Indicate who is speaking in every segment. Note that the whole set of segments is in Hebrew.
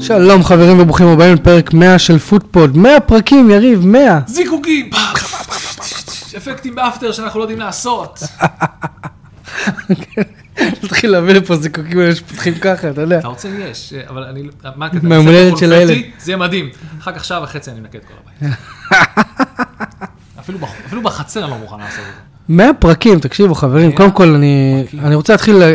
Speaker 1: שלום חברים וברוכים הבאים לפרק 100 של פודפוד, 100 פרקים יריב, 100.
Speaker 2: זיקוקים! אפקטים באפטר שאנחנו לא יודעים לעשות.
Speaker 1: נתחיל להביא לפה זיקוקים האלה שפותחים ככה, אתה יודע.
Speaker 2: אתה רוצה יש, אבל אני... מה הקטע?
Speaker 1: מהיום
Speaker 2: זה
Speaker 1: הולדת של
Speaker 2: קונפטי?
Speaker 1: הילד.
Speaker 2: זה יהיה מדהים. אחר כך שעה וחצי אני מנקה את כל הבית. אפילו בח- אפילו בחצר אני לא מוכן לעשות את זה.
Speaker 1: 100 פרקים, תקשיבו חברים, קודם כל אני אני רוצה להתחיל אה,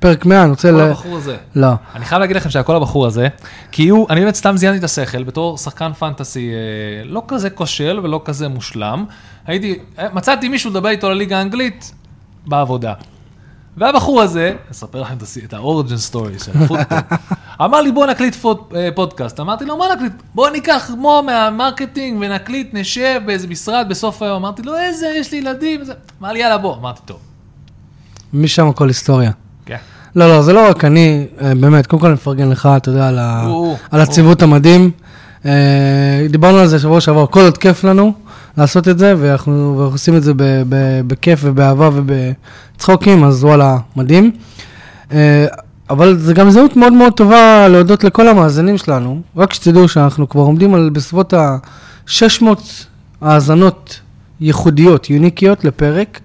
Speaker 1: פרק 100, אני רוצה
Speaker 2: כל
Speaker 1: ל...
Speaker 2: הבחור הזה.
Speaker 1: לא.
Speaker 2: אני חייב להגיד לכם שהכל הבחור הזה, כי הוא, אני באמת סתם זיינתי את השכל בתור שחקן פנטסי אה, לא כזה כושל ולא כזה מושלם. הייתי, אה, מצאתי מישהו לדבר איתו לליגה האנגלית בעבודה. והבחור הזה, אספר לכם את הס- את האורג'ן סטורי של הפודקאסט, אמר לי בוא נקליט פוד- אה, פודקאסט. אמרתי לו מה נקליט? בוא ניקח כמו מהמרקטינג ונקליט, נשב באיזה משרד בסוף היום. אמרתי לו איזה, יש לי ילדים. זה." אמר לי יאללה בוא. אמרתי טוב.
Speaker 1: משם הכל היסטוריה.
Speaker 2: כן.
Speaker 1: לא, לא, זה לא רק אני, אה, באמת, קודם כל אני מפרגן לך, אתה יודע, על ה-
Speaker 2: או,
Speaker 1: על הציוות המדהים. אה, דיברנו על זה שבוע שעבר, כל עוד כיף לנו לעשות את זה, ואנחנו ואנחנו עושים את זה ב- ב- בכיף ובאהבה ובצחוקים, אז וואלה, מדהים. אה, אבל זה גם הזדמנות מאוד מאוד טובה להודות לכל המאזינים שלנו, רק שתדעו שאנחנו כבר עומדים על בסביבות ה-600 האזנות ייחודיות, יוניקיות לפרק.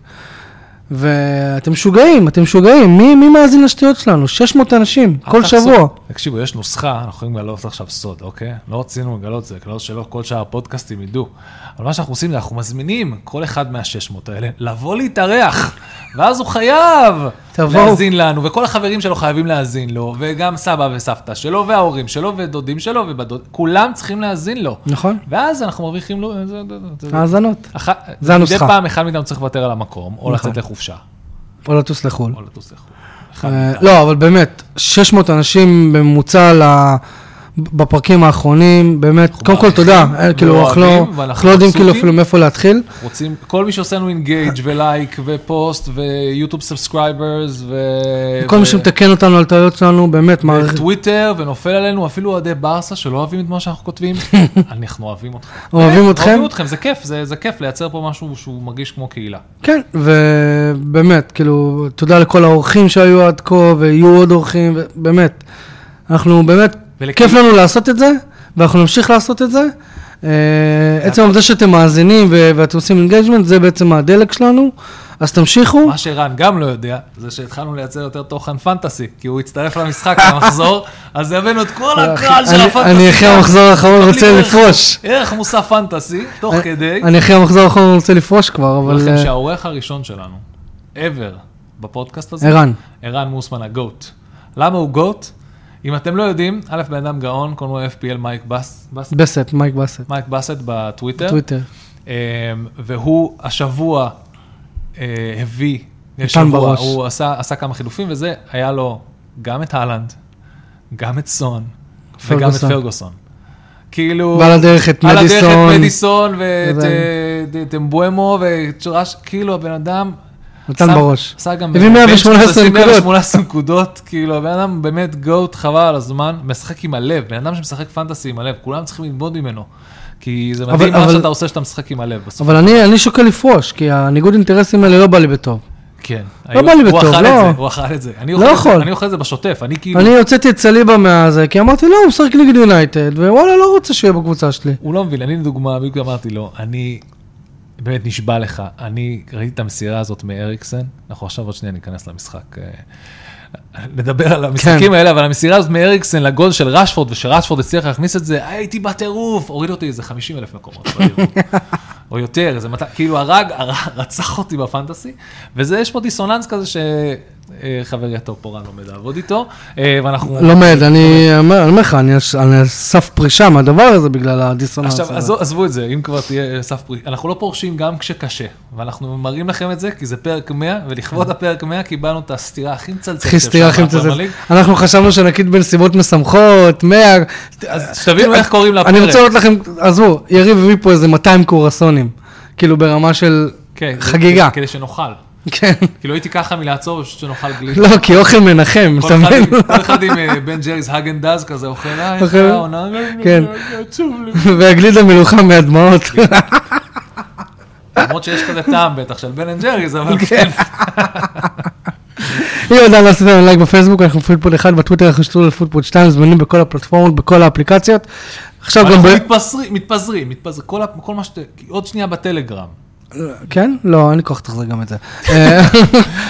Speaker 1: ואתם משוגעים, אתם משוגעים, מי, מי מאזין לשטויות שלנו? 600 אנשים, כל
Speaker 2: תחשוף.
Speaker 1: שבוע.
Speaker 2: תקשיבו, יש נוסחה, אנחנו יכולים לגלות עכשיו סוד, אוקיי? לא רצינו לגלות זה, כדי שלא כל שאר הפודקאסטים ידעו. אבל מה שאנחנו עושים זה, אנחנו מזמינים כל אחד מה-600 האלה לבוא להתארח, ואז הוא חייב
Speaker 1: תבואו.
Speaker 2: להאזין לנו, וכל החברים שלו חייבים להאזין לו, וגם סבא וסבתא שלו, וההורים שלו, ודודים שלו, ובדוד, כולם צריכים להאזין לו.
Speaker 1: נכון,
Speaker 2: ואז אנחנו מרוויחים לו... זה- זה- זה- זה-
Speaker 1: האזנות.
Speaker 2: אח-
Speaker 1: אה, זה הנוסחה.
Speaker 2: מדי פעם אחד מאיתנו צריך לוותר על המקום, או
Speaker 1: נכון.
Speaker 2: לצאת לחופשה,
Speaker 1: או לטוס לחו"ל.
Speaker 2: או לטוס לחו"ל. אחד
Speaker 1: אה,
Speaker 2: מאיתנו.
Speaker 1: לא, אבל באמת, 600 אנשים בממוצע ל- בפרקים האחרונים, באמת,
Speaker 2: אנחנו
Speaker 1: קודם כל
Speaker 2: מעריכים
Speaker 1: תודה, אה, כאילו, אנחנו לא-
Speaker 2: ואוהבים, ואנחנו
Speaker 1: אנחנו לא יודעים כאילו
Speaker 2: מבסוטים.
Speaker 1: אפילו מאיפה להתחיל.
Speaker 2: רוצים, כל מי שעושה לנו אינגייג' ולייק ופוסט ויוטיוב סאבסקרייברס אה, ו... אה,
Speaker 1: כל מי שמתקן אותנו על טעויות שלנו, באמת, מעריך-
Speaker 2: טוויטר ונופל עלינו אפילו אוהדי ברסה שלא אוהבים את מה שאנחנו כותבים, אנחנו אוהבים אתכם.
Speaker 1: אוהבים
Speaker 2: באמת,
Speaker 1: אתכם.
Speaker 2: אוהבים אתכם, זה כיף, זה, זה כיף לייצר פה משהו שהוא מרגיש כמו קהילה.
Speaker 1: כן, ובאמת, כאילו, תודה לכל האורחים שהיו עד כה, ויהיו עוד אורחים, באמת. אנחנו באמת,
Speaker 2: ולכי-
Speaker 1: כיף לנו לעשות את זה, ואנחנו נמשיך לעשות את זה. אה, עצם העובדה שאתם מאזינים ו- ואתם עושים אינגייג'מנט, זה בעצם הדלק שלנו, אז תמשיכו.
Speaker 2: מה שרן גם לא יודע, זה שהתחלנו לייצר יותר תוכן פנטסי, כי הוא הצטרף למשחק במחזור, אז הבאנו את כל הקהל של
Speaker 1: אני-
Speaker 2: הפנטסי.
Speaker 1: אני אחרי המחזור האחרון
Speaker 2: מקבלים
Speaker 1: רוצה
Speaker 2: ערך-
Speaker 1: לפרוש.
Speaker 2: ערך מוסף פנטסי, תוך כדי.
Speaker 1: אני אחרי המחזור האחרון רוצה לפרוש כבר,
Speaker 2: אבל...
Speaker 1: אבל...
Speaker 2: אוקיי. לכם
Speaker 1: אה,
Speaker 2: שהאורח הראשון שלנו, ever, בפודקאסט הזה,
Speaker 1: ערן,
Speaker 2: ערן מוסמן הגוט. למה הוא גוט? אם אתם לא יודעים, א', בן אדם גאון, קוראים לו FPL מייק בס... בס...
Speaker 1: בסט, מייק בסט,
Speaker 2: מייק בסט בטוויטר,
Speaker 1: טוויטר.
Speaker 2: אמ, והוא השבוע אה, הביא,
Speaker 1: בראש.
Speaker 2: הוא עשה, עשה כמה חילופים, וזה, היה לו גם את אהלנד, גם את סון, וגם את
Speaker 1: פרגוסון.
Speaker 2: פרגוסון. כאילו...
Speaker 1: ועל הדרך את
Speaker 2: על הדרך את
Speaker 1: מדיסון,
Speaker 2: מדיסון ואת
Speaker 1: זה-
Speaker 2: אה, את אמבואמו ואת ראש, כאילו הבן אדם...
Speaker 1: נתן
Speaker 2: שם-
Speaker 1: בראש.
Speaker 2: עשה גם... אה,
Speaker 1: הביא 118
Speaker 2: נקודות.
Speaker 1: נקודות.
Speaker 2: 118 נקודות, כאילו הבן אדם באמת גוט חבל על הזמן, משחק עם הלב, בן אדם שמשחק פנטסי עם הלב, כולם צריכים ללמוד ממנו. כי זה
Speaker 1: אבל-
Speaker 2: מדהים מה
Speaker 1: אבל-
Speaker 2: שאתה עושה שאתה משחק עם הלב בסוף.
Speaker 1: אבל אני אני שוקל לפרוש, כי הניגוד אינטרסים האלה לא בא לי בטוב.
Speaker 2: כן. לא
Speaker 1: בא לי בטוב,
Speaker 2: הוא אכל
Speaker 1: לא.
Speaker 2: את זה, הוא אכל את זה. אני
Speaker 1: לא
Speaker 2: אוכל את זה-
Speaker 1: יכול.
Speaker 2: אני אוכל את זה בשוטף, אני כאילו...
Speaker 1: אני הוצאתי את סליבה מהזה, כי אמרתי, לא, הוא משחק נגד יונייטד, ווואלה, לא רוצה שיהיה בקבוצה שלי.
Speaker 2: הוא לא מבין, אני לדוגמה, בדיוק אמרתי לו, אני באמת נשבע לך, אני ראיתי את המסירה הזאת מאריקסן, אנחנו עכשיו עוד שנייה ניכנס למשחק. אה, נדבר על המשחקים
Speaker 1: כן.
Speaker 2: האלה, אבל המסירה הזאת מאריקסן לגול של רשפורד, ושרשפורד הצליח להכניס את זה, הייתי בטירוף, הוריד אותי איזה 50 אלף מקומות, בארגון. או יותר, זה מת... כאילו הרג, הר- רצח אותי בפנטסי, וזה, יש פה דיסוננס כזה אה, שחברי הטוב פורן לומד לעבוד איתו, אה, ואנחנו...
Speaker 1: לומד, אני אומר אני אומר לך, אני על- אני על סף פרישה מהדבר הזה בגלל הדיסוננס
Speaker 2: עכשיו,
Speaker 1: הזה.
Speaker 2: עזבו, עזבו את זה, אם כבר תהיה סף פרי. אנחנו לא פורשים גם כשקשה, ואנחנו מראים לכם את זה, כי זה פרק 100, ולכבוד הפרק 100 קיבלנו את הסטירה הכי מצלצלת.
Speaker 1: הכי כן. סטירה, הכי
Speaker 2: שאפשר
Speaker 1: מצטט.
Speaker 2: מהפרמייר ליג.
Speaker 1: אנחנו חשבנו שנגיד בנסיבות משמחות, 100...
Speaker 2: אז שתבינו איך קוראים לפרק.
Speaker 1: אני רוצה לראות לכם, עזבו, יריב הביא פה איזה 200 קורסונים, כאילו ברמה של
Speaker 2: כן, זה-
Speaker 1: חגיגה.
Speaker 2: כדי שנאכל.
Speaker 1: כן,
Speaker 2: כאילו הייתי ככה מלעצור, פשוט שנאכל גלידה.
Speaker 1: לא, כי אוכל מנחם,
Speaker 2: כל
Speaker 1: אתה
Speaker 2: אחד
Speaker 1: מבין?
Speaker 2: עם- כל אחד עם אה, בן ג'ריס האגן דאז כזה אוכל, אה, איך
Speaker 1: אוכל?
Speaker 2: היה העונה?
Speaker 1: כן.
Speaker 2: לא, עצוב לי.
Speaker 1: והגלידה מלוכה מהדמעות.
Speaker 2: כן. כן. למרות שיש כזה טעם בטח של בן אנד ג'ריס, אבל כן.
Speaker 1: אם עדיין לא עשיתם לנו לייק בפייסבוק, אנחנו פודפוד 1, בטוויטר אנחנו שתו לפודפוד 2, זמינים בכל הפלטפורמות, בכל האפליקציות. עכשיו גם ב...
Speaker 2: אנחנו מתפזרים, מתפזרים, מתפזרים, כל ה- כל מה שאתה, עוד שנייה בטלגרם.
Speaker 1: כן? לא, אין לי כוח לתחזק גם את זה. אה,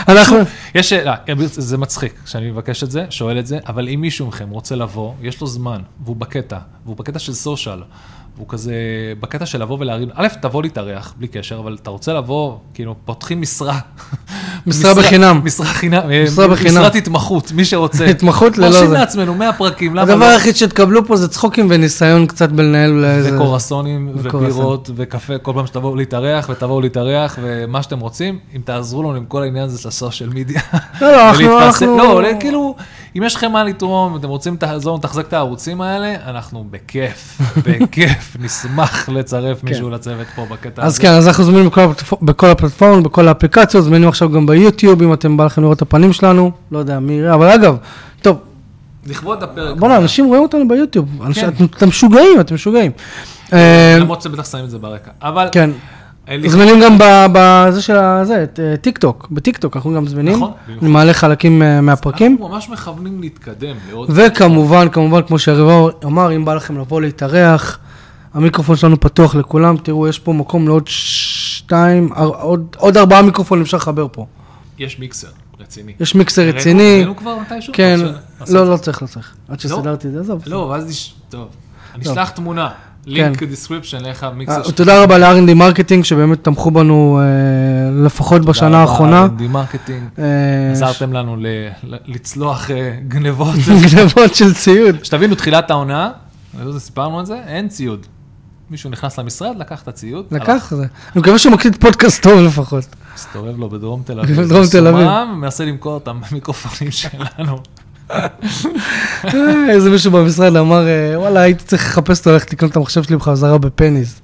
Speaker 1: אנחנו...
Speaker 2: יש שאלה, זה מצחיק שאני מבקש את זה, שואל את זה, אבל אם מישהו מכם רוצה לבוא, יש לו זמן, והוא בקטע, והוא בקטע של סושיאל, והוא כזה בקטע של לבוא ולהרים, א', תבוא להתארח, בלי קשר, אבל אתה רוצה לבוא, כאילו, פותחים משרה.
Speaker 1: משרה בחינם.
Speaker 2: משרה חינם, אה,
Speaker 1: משרה בחינם.
Speaker 2: משרת התמחות, מי שרוצה.
Speaker 1: התמחות ללא
Speaker 2: מרשים
Speaker 1: זה.
Speaker 2: לעצמנו 100 פרקים, למה
Speaker 1: הדבר
Speaker 2: לא?
Speaker 1: היחיד שתקבלו פה זה צחוקים וניסיון קצת בלנהל איזה...
Speaker 2: וקורסונים,
Speaker 1: וקורסון.
Speaker 2: ובירות, וקפה, כל פעם שתבואו להתארח, ותבואו להתארח, ומה שאתם רוצים, אם תעזרו לנו עם כל העניין הזה של הסושיאל מדיה.
Speaker 1: לא, לא, אנחנו-
Speaker 2: ולהתפרסם-
Speaker 1: אנחנו-
Speaker 2: לא, לא, כאילו, אם יש לכם מה לתרום, אתם רוצים לעזור לנו לתחזק את הערוצים האלה, אנחנו בכיף, בכיף, נשמח לצרף מישהו לצוות פה בקטע
Speaker 1: כן. אז
Speaker 2: הזה.
Speaker 1: כן, אז אנחנו זמינים בכל הפלטפור- בכל הפלטפורמות, בכל האפליקציות, זמינים עכשיו גם ביוטיוב, אם אתם בא לכם לראות את הפנים שלנו, לא יודע מי יראה, אבל אגב, טוב,
Speaker 2: לכבוד הפרק.
Speaker 1: בוא'נה, אנשים רואים אותנו ביוטיוב, אנשים-
Speaker 2: כן.
Speaker 1: אתם משוגעים, אתם משוגעים. אה,
Speaker 2: למרות שאתם בטח שמים את זה ברקע. אבל,
Speaker 1: כן,
Speaker 2: אה,
Speaker 1: זמינים גם ב- בזה של הזה, אה, טיק טוק, בטיק טוק אנחנו גם זמינים,
Speaker 2: נכון,
Speaker 1: אני מעלה חלקים אה, מהפרקים.
Speaker 2: אנחנו ממש מכוונים להתקדם לעוד...
Speaker 1: וכמובן, כמובן, כמו שהרבע אמר, אם בא לכם לבוא להתארח, המיקרופון שלנו פתוח לכולם, תראו, יש פה מקום לעוד שתיים, אר- עוד- עוד ארבעה מיקרופונים אפשר לחבר פה.
Speaker 2: יש מיקסר רציני.
Speaker 1: יש מיקסר
Speaker 2: ראינו-
Speaker 1: רציני,
Speaker 2: ראינו כבר מתישהו?
Speaker 1: כן,
Speaker 2: לא משנה.
Speaker 1: לא, לא צריך, לא צריך. עד שסידרתי את זה, עזוב.
Speaker 2: לא, ואז נש... טוב. אני
Speaker 1: טוב. כן.
Speaker 2: אשלח תמונה, לינק דיסקריפשן, איך המיקסר
Speaker 1: אה, תודה רבה ל-R&D מרקטינג, שבאמת תמכו בנו אה, לפחות בשנה האחרונה.
Speaker 2: R&D מרקטינג,
Speaker 1: אה,
Speaker 2: עזרתם לנו ל- ל- לצלוח אה, גנבות.
Speaker 1: גנבות של ציוד.
Speaker 2: שתבינו, תחילת העונה, אני לא יודע, סיפרנו את זה, אין ציוד. מישהו נכנס למשרד, לקח את הציוד, הלך,
Speaker 1: לקח זה. אני מקווה שהוא מקליט פודקאסט טוב לפחות.
Speaker 2: הסתובב לו בדרום תל אביב,
Speaker 1: בדרום תל אביב.
Speaker 2: מסומם, מנסה למכור אותם במיקרופונים שלנו.
Speaker 1: אה, איזה מישהו במשרד אמר, אה, וואלה, הייתי צריך לחפש אותו ללכת לקנות את המחשב שלי בחזרה בפניס.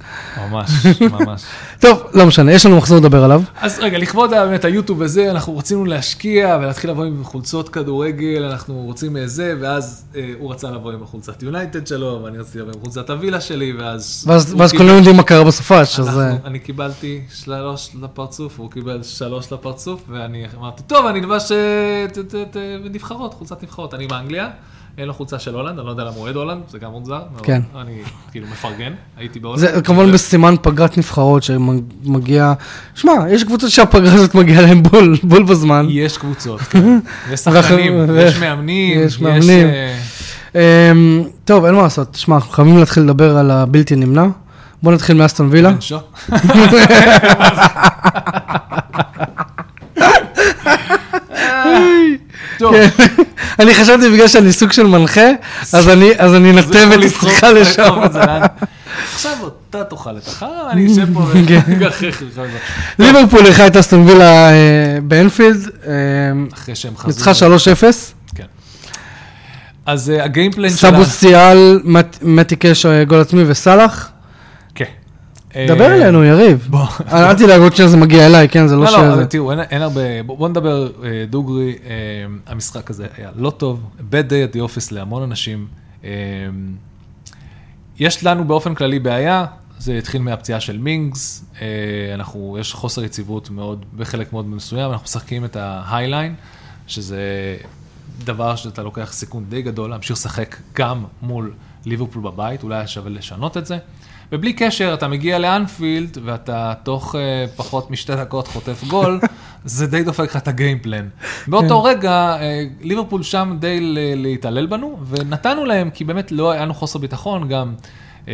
Speaker 2: ממש, ממש.
Speaker 1: טוב, לא משנה, יש לנו מחזור לדבר עליו.
Speaker 2: אז רגע, לכבוד באמת היוטיוב וזה, אנחנו רצינו להשקיע ולהתחיל לבוא עם חולצות כדורגל, אנחנו רוצים אה, זה, ואז אה, הוא רצה לבוא עם החולצת יונייטד שלו, ואני רציתי לבוא עם חולצת הווילה שלי, ואז...
Speaker 1: ואז
Speaker 2: הוא
Speaker 1: ואז
Speaker 2: קיבל-
Speaker 1: כולנו יודעים מה קרה בסופש, אז...
Speaker 2: אנחנו-
Speaker 1: אה,
Speaker 2: אני קיבלתי שלוש לפרצוף, הוא קיבל שלוש לפרצוף, ואני אמרתי, טוב, אני אלבש אה, ת- ת- ת- נבחרות, חולצת נבחרות, אני מאנגליה. אין לו חולצה של הולנד, אני לא יודע למה הוא אוהד הולנד, זה גם מוזר. מאוד.
Speaker 1: כן.
Speaker 2: אני כאילו מפרגן, הייתי בהולנד.
Speaker 1: זה כמובן בסימן פגרת נבחרות שמגיע... שמע, יש קבוצות שהפגרה הזאת מגיעה להם בול, בול בזמן.
Speaker 2: יש קבוצות, כן. יש שחקנים,
Speaker 1: ואנחנו-
Speaker 2: יש מאמנים,
Speaker 1: יש
Speaker 2: יש...
Speaker 1: מאמנים.
Speaker 2: אה,
Speaker 1: אמ, טוב, אין מה לעשות. שמע, אנחנו חייבים להתחיל לדבר על הבלתי נמנע. בואו נתחיל מאסטון וילה.
Speaker 2: בן שו- טוב,
Speaker 1: כן. אני חשבתי בגלל שאני סוג של מנחה, אז אני- אז אני
Speaker 2: אז הוא
Speaker 1: נתב
Speaker 2: יכול
Speaker 1: את
Speaker 2: לסחוב
Speaker 1: השיחה
Speaker 2: את
Speaker 1: לשם.
Speaker 2: הטוב הזה לאן. עכשיו אתה תאכל את החרא, אני אשב פה
Speaker 1: כן.
Speaker 2: ואגחך לך. את זה.
Speaker 1: ליברפול אירחה את אסטון וילה אה, באנפילד, אה,
Speaker 2: אחרי שהם חזרו.
Speaker 1: ניצחה 3-0,
Speaker 2: כן. אז אה, הגיימפלן שלה...
Speaker 1: סבוסיאל, מת- מתי קש, אה, גול עצמי וסאלח.
Speaker 2: כן.
Speaker 1: דבר
Speaker 2: אה,
Speaker 1: אלינו, יריב. אה,
Speaker 2: בוא.
Speaker 1: אל אל תדאג, עוד שנייה זה מגיע אליי, כן, זה לא
Speaker 2: לא,
Speaker 1: ש...
Speaker 2: לא, אבל תראו, אין, אין הרבה, בוא, בוא נדבר אה, דוגרי, אה, המשחק הזה היה לא טוב, bad day at the office להמון אנשים. אה, יש לנו באופן כללי בעיה, זה התחיל מהפציעה של מינגס, אה, אנחנו, יש חוסר יציבות מאוד, בחלק מאוד מסוים, אנחנו משחקים את ההייליין, שזה דבר שאתה לוקח סיכון די גדול, להמשיך לשחק גם מול ליברפול בבית, אולי היה שווה לשנות את זה. ובלי קשר, אתה מגיע לאנפילד, ואתה תוך אה, פחות משתי דקות חוטף גול, זה די דופק לך את הגיימפלן. באותו רגע, אה, ליברפול שם די ל- להתעלל בנו, ונתנו להם, כי באמת לא היה לנו חוסר ביטחון, גם אה,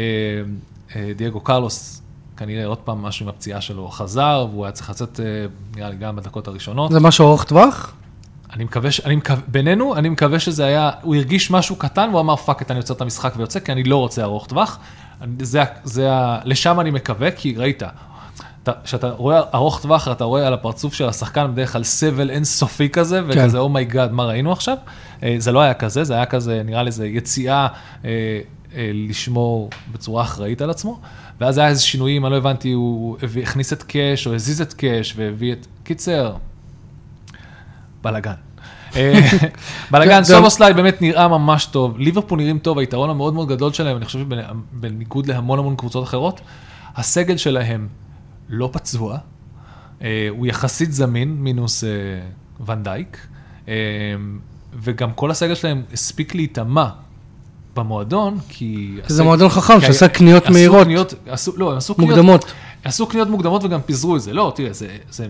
Speaker 2: אה, דייגו קרלוס, כנראה עוד פעם משהו עם הפציעה שלו חזר, והוא היה צריך לצאת, אה, נראה לי, גם בדקות הראשונות.
Speaker 1: זה משהו ארוך טווח?
Speaker 2: אני מקווה, ש- אני מקווה, בינינו, אני מקווה שזה היה, הוא הרגיש משהו קטן, והוא אמר, פאק את, אני עוצר את המשחק ויוצא, כי אני לא רוצה ארוך טווח. אני- זה, ה- זה, ה- לשם אני מקווה, כי ראית, אתה- כשאתה רואה ארוך טווח, אתה רואה על הפרצוף של השחקן בדרך כלל סבל אינסופי כזה, וכזה, אומייגאד, מה ראינו עכשיו? אה, זה לא היה כזה, זה היה כזה, נראה לי זה יציאה אה, אה, לשמור בצורה אחראית על עצמו. ואז היה איזה שינויים, אני לא הבנתי, הוא הביא- הכניס את קאש, או הזיז את קאש, והביא את... קיצר, בלאגן. אה, בלאגן,
Speaker 1: גם-
Speaker 2: סובוסליי באמת נראה ממש טוב, ליברפול נראים טוב, היתרון המאוד מאוד גדול שלהם, אני חושב שבניגוד להמון המון קבוצות אחרות, הסגל שלהם לא פצוע, אה, הוא יחסית זמין, מינוס אה, ונדייק. אה, וגם כל הסגל שלהם הספיק להיטמע במועדון, כי...
Speaker 1: כי זה
Speaker 2: הסג-
Speaker 1: מועדון חכם
Speaker 2: כי
Speaker 1: שעשה
Speaker 2: היה-
Speaker 1: קניות
Speaker 2: עשו
Speaker 1: מהירות.
Speaker 2: קניות- עשו- לא, הם עשו קניות...
Speaker 1: מוקדמות.
Speaker 2: עשו קניות מוקדמות וגם פיזרו את זה. לא, תראה, זה... זה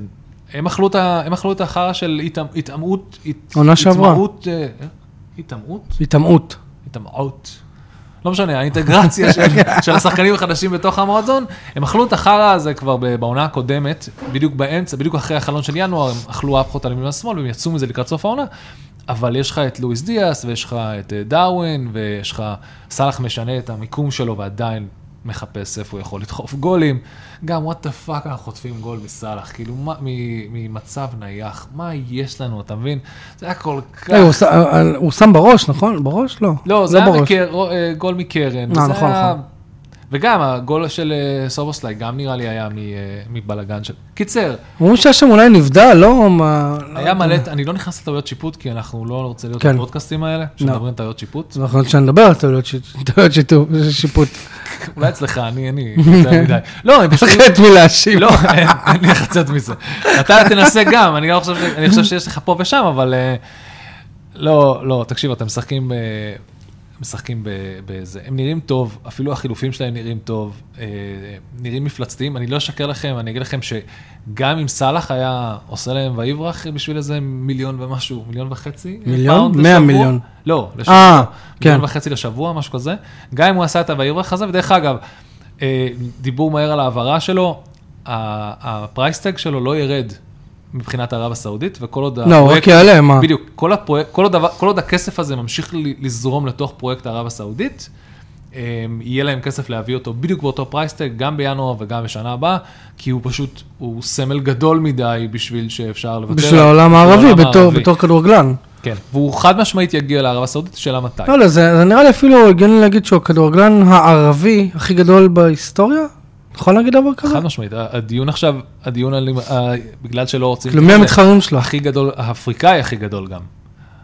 Speaker 2: הם אכלו את ה- הם אכלו את החרא של התעמ- התעמעות, הת-
Speaker 1: עונה שעברה.
Speaker 2: התמרות, אה, התעמעות?
Speaker 1: היטמעות.
Speaker 2: התעמעות. לא משנה, האינטגרציה של, של השחקנים החדשים בתוך המועדון, הם אכלו את החרא הזה כבר ב- בעונה הקודמת, בדיוק באמצע, בדיוק אחרי החלון של ינואר, הם אכלו אפחות על ימין והשמאל, והם יצאו מזה לקראת סוף העונה. אבל יש לך את לואיס דיאס, ויש לך את אה, דרווין, ויש לך, סאלח משנה את המיקום שלו ועדיין מחפש איפה הוא יכול לדחוף גולים. גם וואט דה פאק אנחנו חוטפים גול מסאלח, כאילו מה, מ- ממצב נייח, מה יש לנו, אתה מבין? זה היה כל כך...
Speaker 1: רגע, הוא ש- אה, אה, הוא שם בראש, נכון? בראש? לא.
Speaker 2: כן. לא, זה היה
Speaker 1: בראש.
Speaker 2: מקר, רו- אה, גול מקרן.
Speaker 1: אה,
Speaker 2: וזה
Speaker 1: נכון,
Speaker 2: היה-
Speaker 1: נכון.
Speaker 2: וגם הגול של אה, סובוסליי, גם נראה לי היה מ- אה, מבלגן של... קיצר,
Speaker 1: אמרו שהיה שם אולי נבדל, לא? מה... לא
Speaker 2: היה
Speaker 1: יודע.
Speaker 2: מלא, אני לא נכנס לטעויות שיפוט, כי אנחנו לא רוצים להיות
Speaker 1: כן.
Speaker 2: בפודקאסטים האלה, שמדברים טעויות שיפוט.
Speaker 1: זה נכון שאני מדבר על טעויות שיט- טעויות שיתוף- שיפוט.
Speaker 2: אולי אצלך, אני, אני, יותר מדי. לא, הם פשוט...
Speaker 1: פחד מלהשיב.
Speaker 2: לא, אין אין לי לחצת מזה. אתה תנסה גם, אני לא חושב ש- אני חושב שיש לך פה ושם, אבל אה, לא, לא, תקשיב, אתם משחקים, ב- משחקים ב- בזה. הם נראים טוב, אפילו החילופים שלהם נראים טוב, אה, נראים מפלצתיים. אני לא אשקר לכם, אני אגיד לכם שגם אם סאלח היה עושה להם ויברח בשביל איזה מיליון ומשהו, מיליון וחצי? אה,
Speaker 1: מיליון?
Speaker 2: פאונד
Speaker 1: מאה
Speaker 2: לשבוע?
Speaker 1: מיליון.
Speaker 2: לא,
Speaker 1: אה,
Speaker 2: לשבוע. מיליון
Speaker 1: כן.
Speaker 2: וחצי לשבוע, משהו כזה. גם אם הוא עשה את הויברח הזה, ודרך אגב, אה, דיבור מהר על ההעברה שלו, ה- הפרייסטג שלו לא ירד מבחינת ערב הסעודית, וכל עוד...
Speaker 1: לא, הוא רק
Speaker 2: הפרויקט-
Speaker 1: יעלה, מה?
Speaker 2: בדיוק, כל, הפרויק, כל, עוד, הדבר- כל עוד הכסף הזה ממשיך ל- לזרום לתוך פרויקט ערב הסעודית, אה, יהיה להם כסף להביא אותו בדיוק באותו פרייסטג, גם בינואר וגם בשנה הבאה, כי הוא פשוט, הוא סמל גדול מדי בשביל שאפשר לוותר.
Speaker 1: בשביל
Speaker 2: עליו,
Speaker 1: העולם הערבי,
Speaker 2: העולם
Speaker 1: בתור-
Speaker 2: הערבי.
Speaker 1: בתור כדורגלן.
Speaker 2: כן, והוא חד משמעית יגיע לערב הסעודית, שאלה מתי.
Speaker 1: לא, לא, זה זה נראה לי אפילו הגיוני להגיד שהוא הכדורגלן הערבי הכי גדול בהיסטוריה? נכון להגיד דבר כזה?
Speaker 2: חד משמעית, ה- הדיון עכשיו, הדיון על... ה- בגלל שלא רוצים...
Speaker 1: כאילו, מי המתחרים שלו?
Speaker 2: הכי גדול, האפריקאי הכי גדול גם.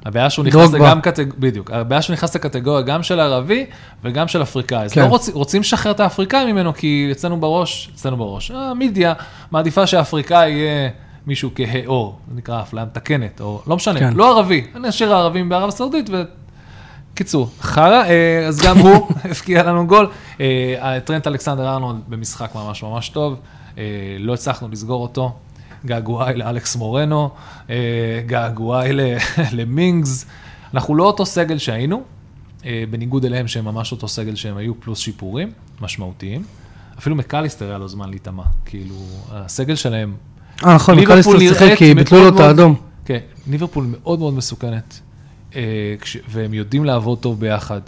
Speaker 2: הבעיה שהוא נכנס
Speaker 1: דרוגבה.
Speaker 2: גם קטג... בדיוק, הבעיה שהוא נכנס לקטגוריה גם של ערבי וגם של אפריקאי. אז
Speaker 1: כן.
Speaker 2: לא רוצים, רוצים לשחרר את האפריקאי ממנו, כי אצלנו בראש, אצלנו בראש, אה, המדיה מעדיפה שהאפריקאי יהיה מישהו כהה עור, זה נקרא אפליה מתקנת, או לא משנה,
Speaker 1: כן.
Speaker 2: לא ערבי, נשאיר הערבים בערב הסעודית ו... קיצור, חרא, אה, אז גם הוא הבקיע לנו גול. אה, טרנט אלכסנדר ארנולד במשחק ממש ממש טוב, אה, לא הצלחנו לסגור אותו. געגועי לאלכס מורנו, אה, געגועי ל- למינגס. אנחנו לא אותו סגל שהיינו, אה, בניגוד אליהם שהם ממש אותו סגל שהם היו, פלוס שיפורים משמעותיים. אפילו מקליסטר היה לו זמן להיטמע, כאילו, הסגל שלהם
Speaker 1: אה, נכון,
Speaker 2: ליברפול
Speaker 1: מקליסטר שיחק כי
Speaker 2: נראית
Speaker 1: ביטלו לו
Speaker 2: מאוד
Speaker 1: את האדום.
Speaker 2: מאוד- כן, ליברפול מאוד מאוד מסוכנת, אה, כש- והם יודעים לעבוד טוב ביחד,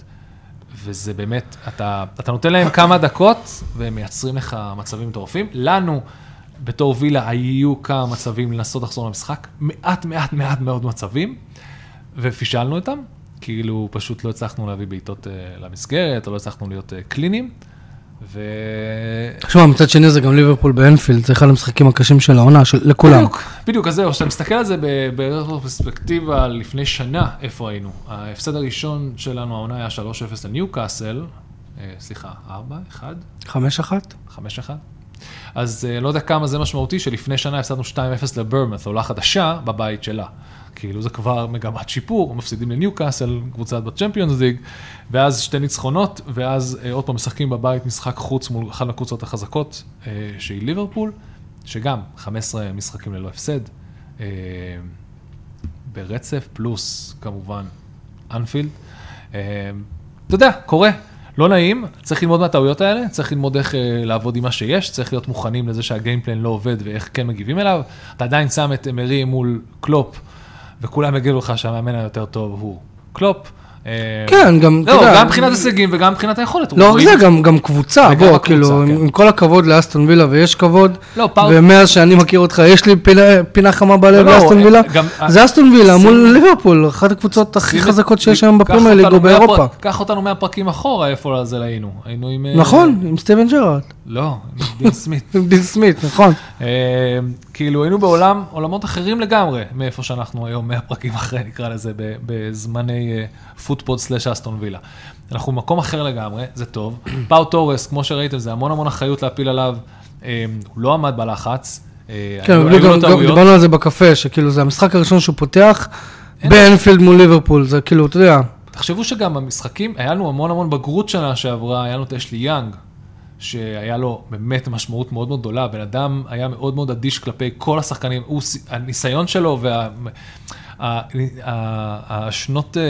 Speaker 2: וזה באמת, אתה, אתה נותן להם כמה דקות, והם מייצרים לך מצבים מטורפים. לנו, בתור וילה, היו כמה מצבים לנסות לחזור למשחק, מעט, מעט, מעט מאוד מצבים, ופישלנו אותם, כאילו פשוט לא הצלחנו להביא בעיטות אה, למסגרת, או לא הצלחנו להיות אה, קליניים, ו...
Speaker 1: תשמע, מצד שני זה גם ליברפול באנפילד, זה אחד המשחקים הקשים של העונה, של לכולם.
Speaker 2: בדיוק, בדיוק, אז זהו, כשאתה מסתכל על זה ב- בפרספקטיבה לפני שנה, איפה היינו? ההפסד הראשון שלנו העונה היה 3-0 לניוקאסל, אה, סליחה, 4-1,
Speaker 1: 5-1?
Speaker 2: 5-1. אז אה, לא יודע כמה זה משמעותי שלפני שנה הפסדנו 2-0 לברמת, עולה חדשה, בבית שלה. כאילו זה כבר מגמת שיפור, מפסידים לניוקאסל, קבוצת בצ'מפיונס ליג, ואז שתי ניצחונות, ואז אה, עוד פעם משחקים בבית משחק חוץ מול אחת הקבוצות החזקות, אה, שהיא ליברפול, שגם 15 משחקים ללא הפסד, אה, ברצף, פלוס כמובן אנפילד. אה, אתה יודע, קורה, לא נעים, צריך ללמוד מהטעויות האלה, צריך ללמוד איך אה, לעבוד עם מה שיש, צריך להיות מוכנים לזה שהגיימפלן לא עובד ואיך כן מגיבים אליו. אתה עדיין שם את אמרי מול קלופ, וכולם יגידו לך שהמאמן היותר טוב הוא קלופ. אה,
Speaker 1: כן, גם, אתה
Speaker 2: לא,
Speaker 1: יודע,
Speaker 2: גם מבחינת הישגים וגם מבחינת היכולת.
Speaker 1: לא רק
Speaker 2: רואים-
Speaker 1: זה, גם- גם קבוצה,
Speaker 2: וגם
Speaker 1: בוא,
Speaker 2: הקבוצה,
Speaker 1: כאילו,
Speaker 2: כן.
Speaker 1: עם עם כל הכבוד לאסטון וילה, ויש כבוד,
Speaker 2: לא, פאו-
Speaker 1: ומאז שאני מכיר אותך, יש לי פינה- פינה חמה בלב
Speaker 2: לא,
Speaker 1: לאסטון וילה,
Speaker 2: גם-
Speaker 1: זה אסטון וילה
Speaker 2: שים-
Speaker 1: מול ליברפול, אחת הקבוצות הכי
Speaker 2: שים-
Speaker 1: חזקות שיש היום
Speaker 2: קח
Speaker 1: בפרימייר ליג או
Speaker 2: אותנו מהפרק-
Speaker 1: באירופה.
Speaker 2: קח אותנו מהפרקים אחורה, איפה על זה היינו. היינו עם... אה,
Speaker 1: נכון, עם סטיבן ג'רארד,
Speaker 2: לא, עם דין סמית.
Speaker 1: עם דין סמית, נכון.
Speaker 2: אה, כאילו היינו בעולם, עולמות אחרים לגמרי, מאיפה שאנחנו היום, 100 פרקים אחרי נקרא לזה, ב- בזמני אה, פוטפוד סלאש אסטון וילה. אנחנו במקום אחר לגמרי, זה טוב. פאו תורס, כמו שראיתם, זה המון המון אחריות להפיל עליו, אה, הוא לא עמד בלחץ. אה,
Speaker 1: כן,
Speaker 2: היו-
Speaker 1: אבל
Speaker 2: היו לו
Speaker 1: גם- גם
Speaker 2: טעויות.
Speaker 1: דיברנו על זה בקפה, שכאילו זה המשחק הראשון שהוא פותח,
Speaker 2: אין-
Speaker 1: באנפילד מול ליברפול, זה כאילו, אתה יודע,
Speaker 2: תחשבו שגם במשחקים, היה לנו המון המון בגרות שנה שעברה, היה לנו את אשלי יאנג, שהיה לו באמת משמעות מאוד מאוד גדולה, בן אדם היה מאוד מאוד אדיש כלפי כל השחקנים, הוא, ס- הניסיון שלו וה... ה- ה- השנות אה,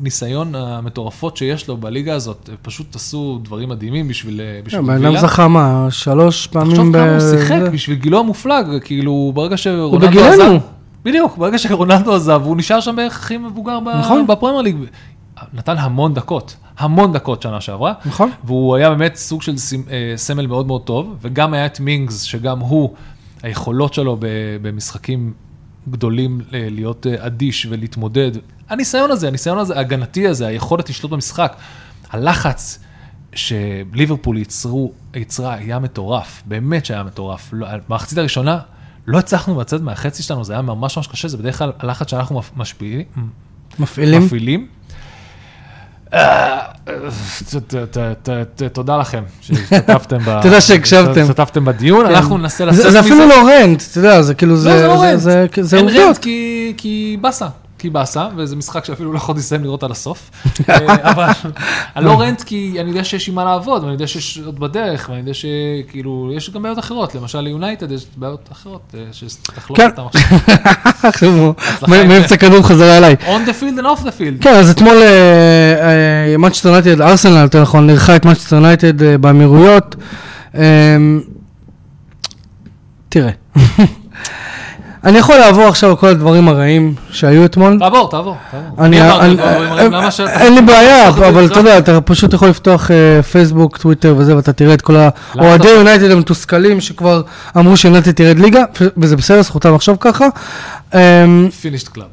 Speaker 2: ניסיון המטורפות שיש לו בליגה הזאת, אה, פשוט עשו דברים מדהימים בשביל אה, בשביל
Speaker 1: בן אדם
Speaker 2: וילה.
Speaker 1: זכה מה, שלוש פעמים
Speaker 2: תחשוב כמה הוא
Speaker 1: ב-
Speaker 2: שיחק
Speaker 1: זה.
Speaker 2: בשביל גילו המופלג, כאילו ברגע שרונלדו
Speaker 1: בגילנו.
Speaker 2: עזב, בדיוק, ברגע שרונלדו עזב, הוא נשאר שם בערך הכי מבוגר ב-
Speaker 1: נכון.
Speaker 2: בפרמייר ליג. נתן המון דקות, המון דקות שנה שעברה,
Speaker 1: נכון.
Speaker 2: והוא היה באמת סוג של סימ- אה, סמל מאוד מאוד טוב, וגם היה את מינגס, שגם הוא, היכולות שלו ב- במשחקים גדולים אה, להיות אה, אדיש ולהתמודד. הניסיון הזה, הניסיון הזה, ההגנתי הזה, היכולת לשלוט במשחק, הלחץ שליברפול ייצרו, ייצרה היה מטורף, באמת שהיה מטורף. לא- במחצית הראשונה לא הצלחנו לצאת מהחצי שלנו, זה היה ממש ממש קשה, זה בדרך כלל הלחץ שאנחנו מפ- משפיעים,
Speaker 1: מפעילים.
Speaker 2: מפעילים. אה, ת- ת- ת- ת- תודה לכם שהשתתפתם ב-
Speaker 1: תודה שהקשבתם.
Speaker 2: שהשתתפתם בדיון,
Speaker 1: כן.
Speaker 2: אנחנו ננסה
Speaker 1: זה-
Speaker 2: לצאת מזה.
Speaker 1: זה אפילו לא רנט, אתה יודע, זה כאילו, זה
Speaker 2: לא, זה לא
Speaker 1: זה-
Speaker 2: רנט.
Speaker 1: זה- זה
Speaker 2: אין רנט
Speaker 1: עובדות.
Speaker 2: כי- כי באסה. כי באסה, וזה משחק שאפילו לא יכולתי לסיים לראות עד הסוף. אה, אבל הלא רנט כי אני יודע שיש עם מה לעבוד, ואני יודע שיש עוד בדרך, ואני יודע שכאילו, יש גם בעיות אחרות, למשל ליונייטד יש בעיות אחרות, אה, שתחלוק
Speaker 1: כן.
Speaker 2: אותן עכשיו.
Speaker 1: עכשיו הוא
Speaker 2: עם זה.
Speaker 1: מאמצע כדור חזרה אליי.
Speaker 2: On the field and off the field.
Speaker 1: כן, אז אתמול אה, מצ'סטר יונייטד, ארסנל יותר נכון, אירחה את מצ'סטר יונייטד אה, באמירויות. אה, תראה, אני יכול לעבור עכשיו על כל הדברים הרעים שהיו אתמול.
Speaker 2: תעבור, תעבור, תעבור.
Speaker 1: אני,
Speaker 2: מי אמר
Speaker 1: אני- אה,
Speaker 2: את הדברים האלה? למה ש-
Speaker 1: אין לי בעיה,
Speaker 2: אתה-
Speaker 1: אבל
Speaker 2: אתה-
Speaker 1: אתה יודע, אתה פשוט יכול לפתוח אה, פייסבוק, טוויטר וזה, ואתה תראה את כל האוהדי יונייטד המתוסכלים שכבר אמרו שיונייטד תרד ליגה, וזה בסדר, זכותם לחשוב ככה. אמ,
Speaker 2: פינישט קלאב.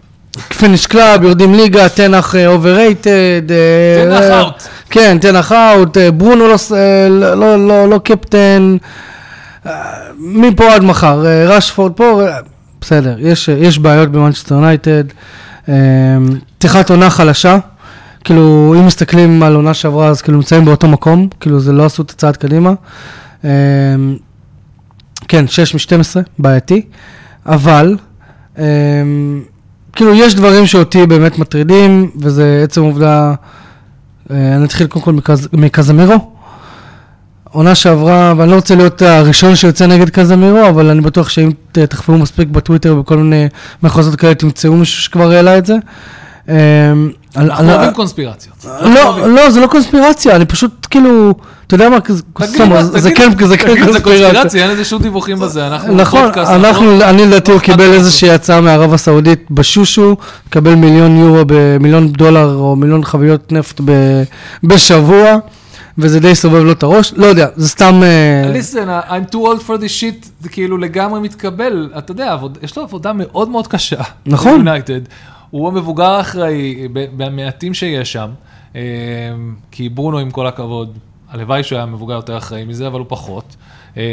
Speaker 1: פיניש קלאב, יורדים ליגה, תנח אה, אוברייטד.
Speaker 2: תנח out.
Speaker 1: כן, תנח אאוט, ברונו לא, ס- אה, לא, לא, לא, לא קפטן. אה, מפה עד מחר, אה, רשפורד פה, אה, בסדר, יש, אה, יש בעיות במנצ'סטר יונייטד. אה, פתיחת עונה חלשה. כאילו, אם מסתכלים על עונה שעברה, אז כאילו נמצאים באותו מקום, כאילו זה לא עשו את הצעד קדימה. אה, כן, 6 מ-12, בעייתי, אבל אה, כאילו יש דברים שאותי באמת מטרידים, וזה עצם העובדה, אה, אני אתחיל קודם כל מקז, מקזמירו. עונה שעברה, ואני לא רוצה להיות הראשון שיוצא נגד קזמירו, אבל אני בטוח שאם ת- תחפרו מספיק בטוויטר ובכל מיני מחוזות כאלה, תמצאו מישהו שכבר העלה את זה. אה, על-
Speaker 2: אנחנו
Speaker 1: על-
Speaker 2: אוהבים קונספירציות.
Speaker 1: אה,
Speaker 2: אה,
Speaker 1: לא, לא, זה לא קונספירציה, אני פשוט כאילו, אתה יודע מה, כזה- סתום,
Speaker 2: תגיד,
Speaker 1: זה זה
Speaker 2: תגיד,
Speaker 1: כן זה כן
Speaker 2: תגיד, זה
Speaker 1: קונספירציה.
Speaker 2: קונספירציה, אין לזה שום דיווחים בזה, אנחנו
Speaker 1: נכון,
Speaker 2: פודקאסט,
Speaker 1: אנחנו, אני לדעתי הוא
Speaker 2: אכפת לנו
Speaker 1: קיבל
Speaker 2: כלום.
Speaker 1: איזושהי הצעה מערב הסעודית בשושו, קיבל מיליון יורו, ב- מיליון דולר או מיליון חביות נפט ב- בשבוע, וזה די סובב לו את הראש, לא יודע, זה סתם... אה,
Speaker 2: listen, I'm too old for this shit, זה כאילו לגמרי מתקבל, אתה יודע, עבוד- יש לו עבודה מאוד מאוד קשה.
Speaker 1: נכון.
Speaker 2: יונייטד. הוא המבוגר האחראי, ב- מהמעטים שיש שם, אה, כי ברונו, עם כל הכבוד, הלוואי שהוא היה מבוגר יותר אחראי מזה, אבל הוא פחות. אה,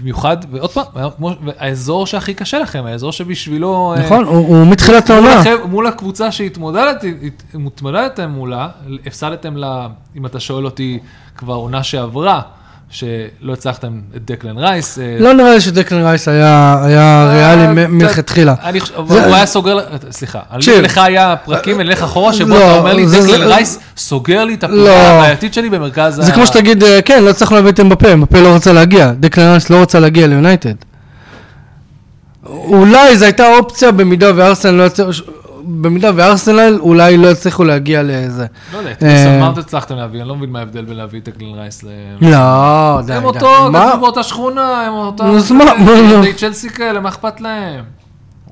Speaker 2: במיוחד, ועוד פעם, כמו- האזור שהכי קשה לכם, האזור שבשבילו... אה,
Speaker 1: נכון, הוא הוא מתחילת העונה.
Speaker 2: לכם, מול הקבוצה שהתמודדתם מולה, הפסדתם לה, אם אתה שואל אותי, כבר עונה שעברה, שלא הצלחתם את דקלן רייס. אה,
Speaker 1: לא נראה לי שדקלן רייס היה היה ריאלי מ- מלכתחילה.
Speaker 2: אני חושב,
Speaker 1: זה-
Speaker 2: הוא היה סוגר, סליחה, אני
Speaker 1: תקשיב.
Speaker 2: לך היה פרקים, אני אלך אחורה, שבו
Speaker 1: לא,
Speaker 2: אתה אומר לי,
Speaker 1: זה-
Speaker 2: דקלן
Speaker 1: זה-
Speaker 2: רייס סוגר לי את
Speaker 1: לא.
Speaker 2: הפעולה הבעייתית שלי במרכז ה...
Speaker 1: זה כמו שתגיד, אה, כן, לא הצלחנו להביא את אמבפה, אמבפה לא רצה להגיע, דקלן רייס לא רצה להגיע ליונייטד. אולי זו הייתה אופציה במידה וארסנל לא יצא... במידה וארסנל אולי לא יצליחו להגיע לזה.
Speaker 2: לא יודע, את
Speaker 1: אה,
Speaker 2: ניסן מאונט הצלחתם להביא, אני לא מבין מה ההבדל בין להביא את דקלן רייס ל...
Speaker 1: לא, די, די.
Speaker 2: הם אותו,
Speaker 1: מה?
Speaker 2: גדלו באותה שכונה, הם אותה...
Speaker 1: נו, אז מה? מה?
Speaker 2: די צ'לסי כאלה, מה אכפת להם?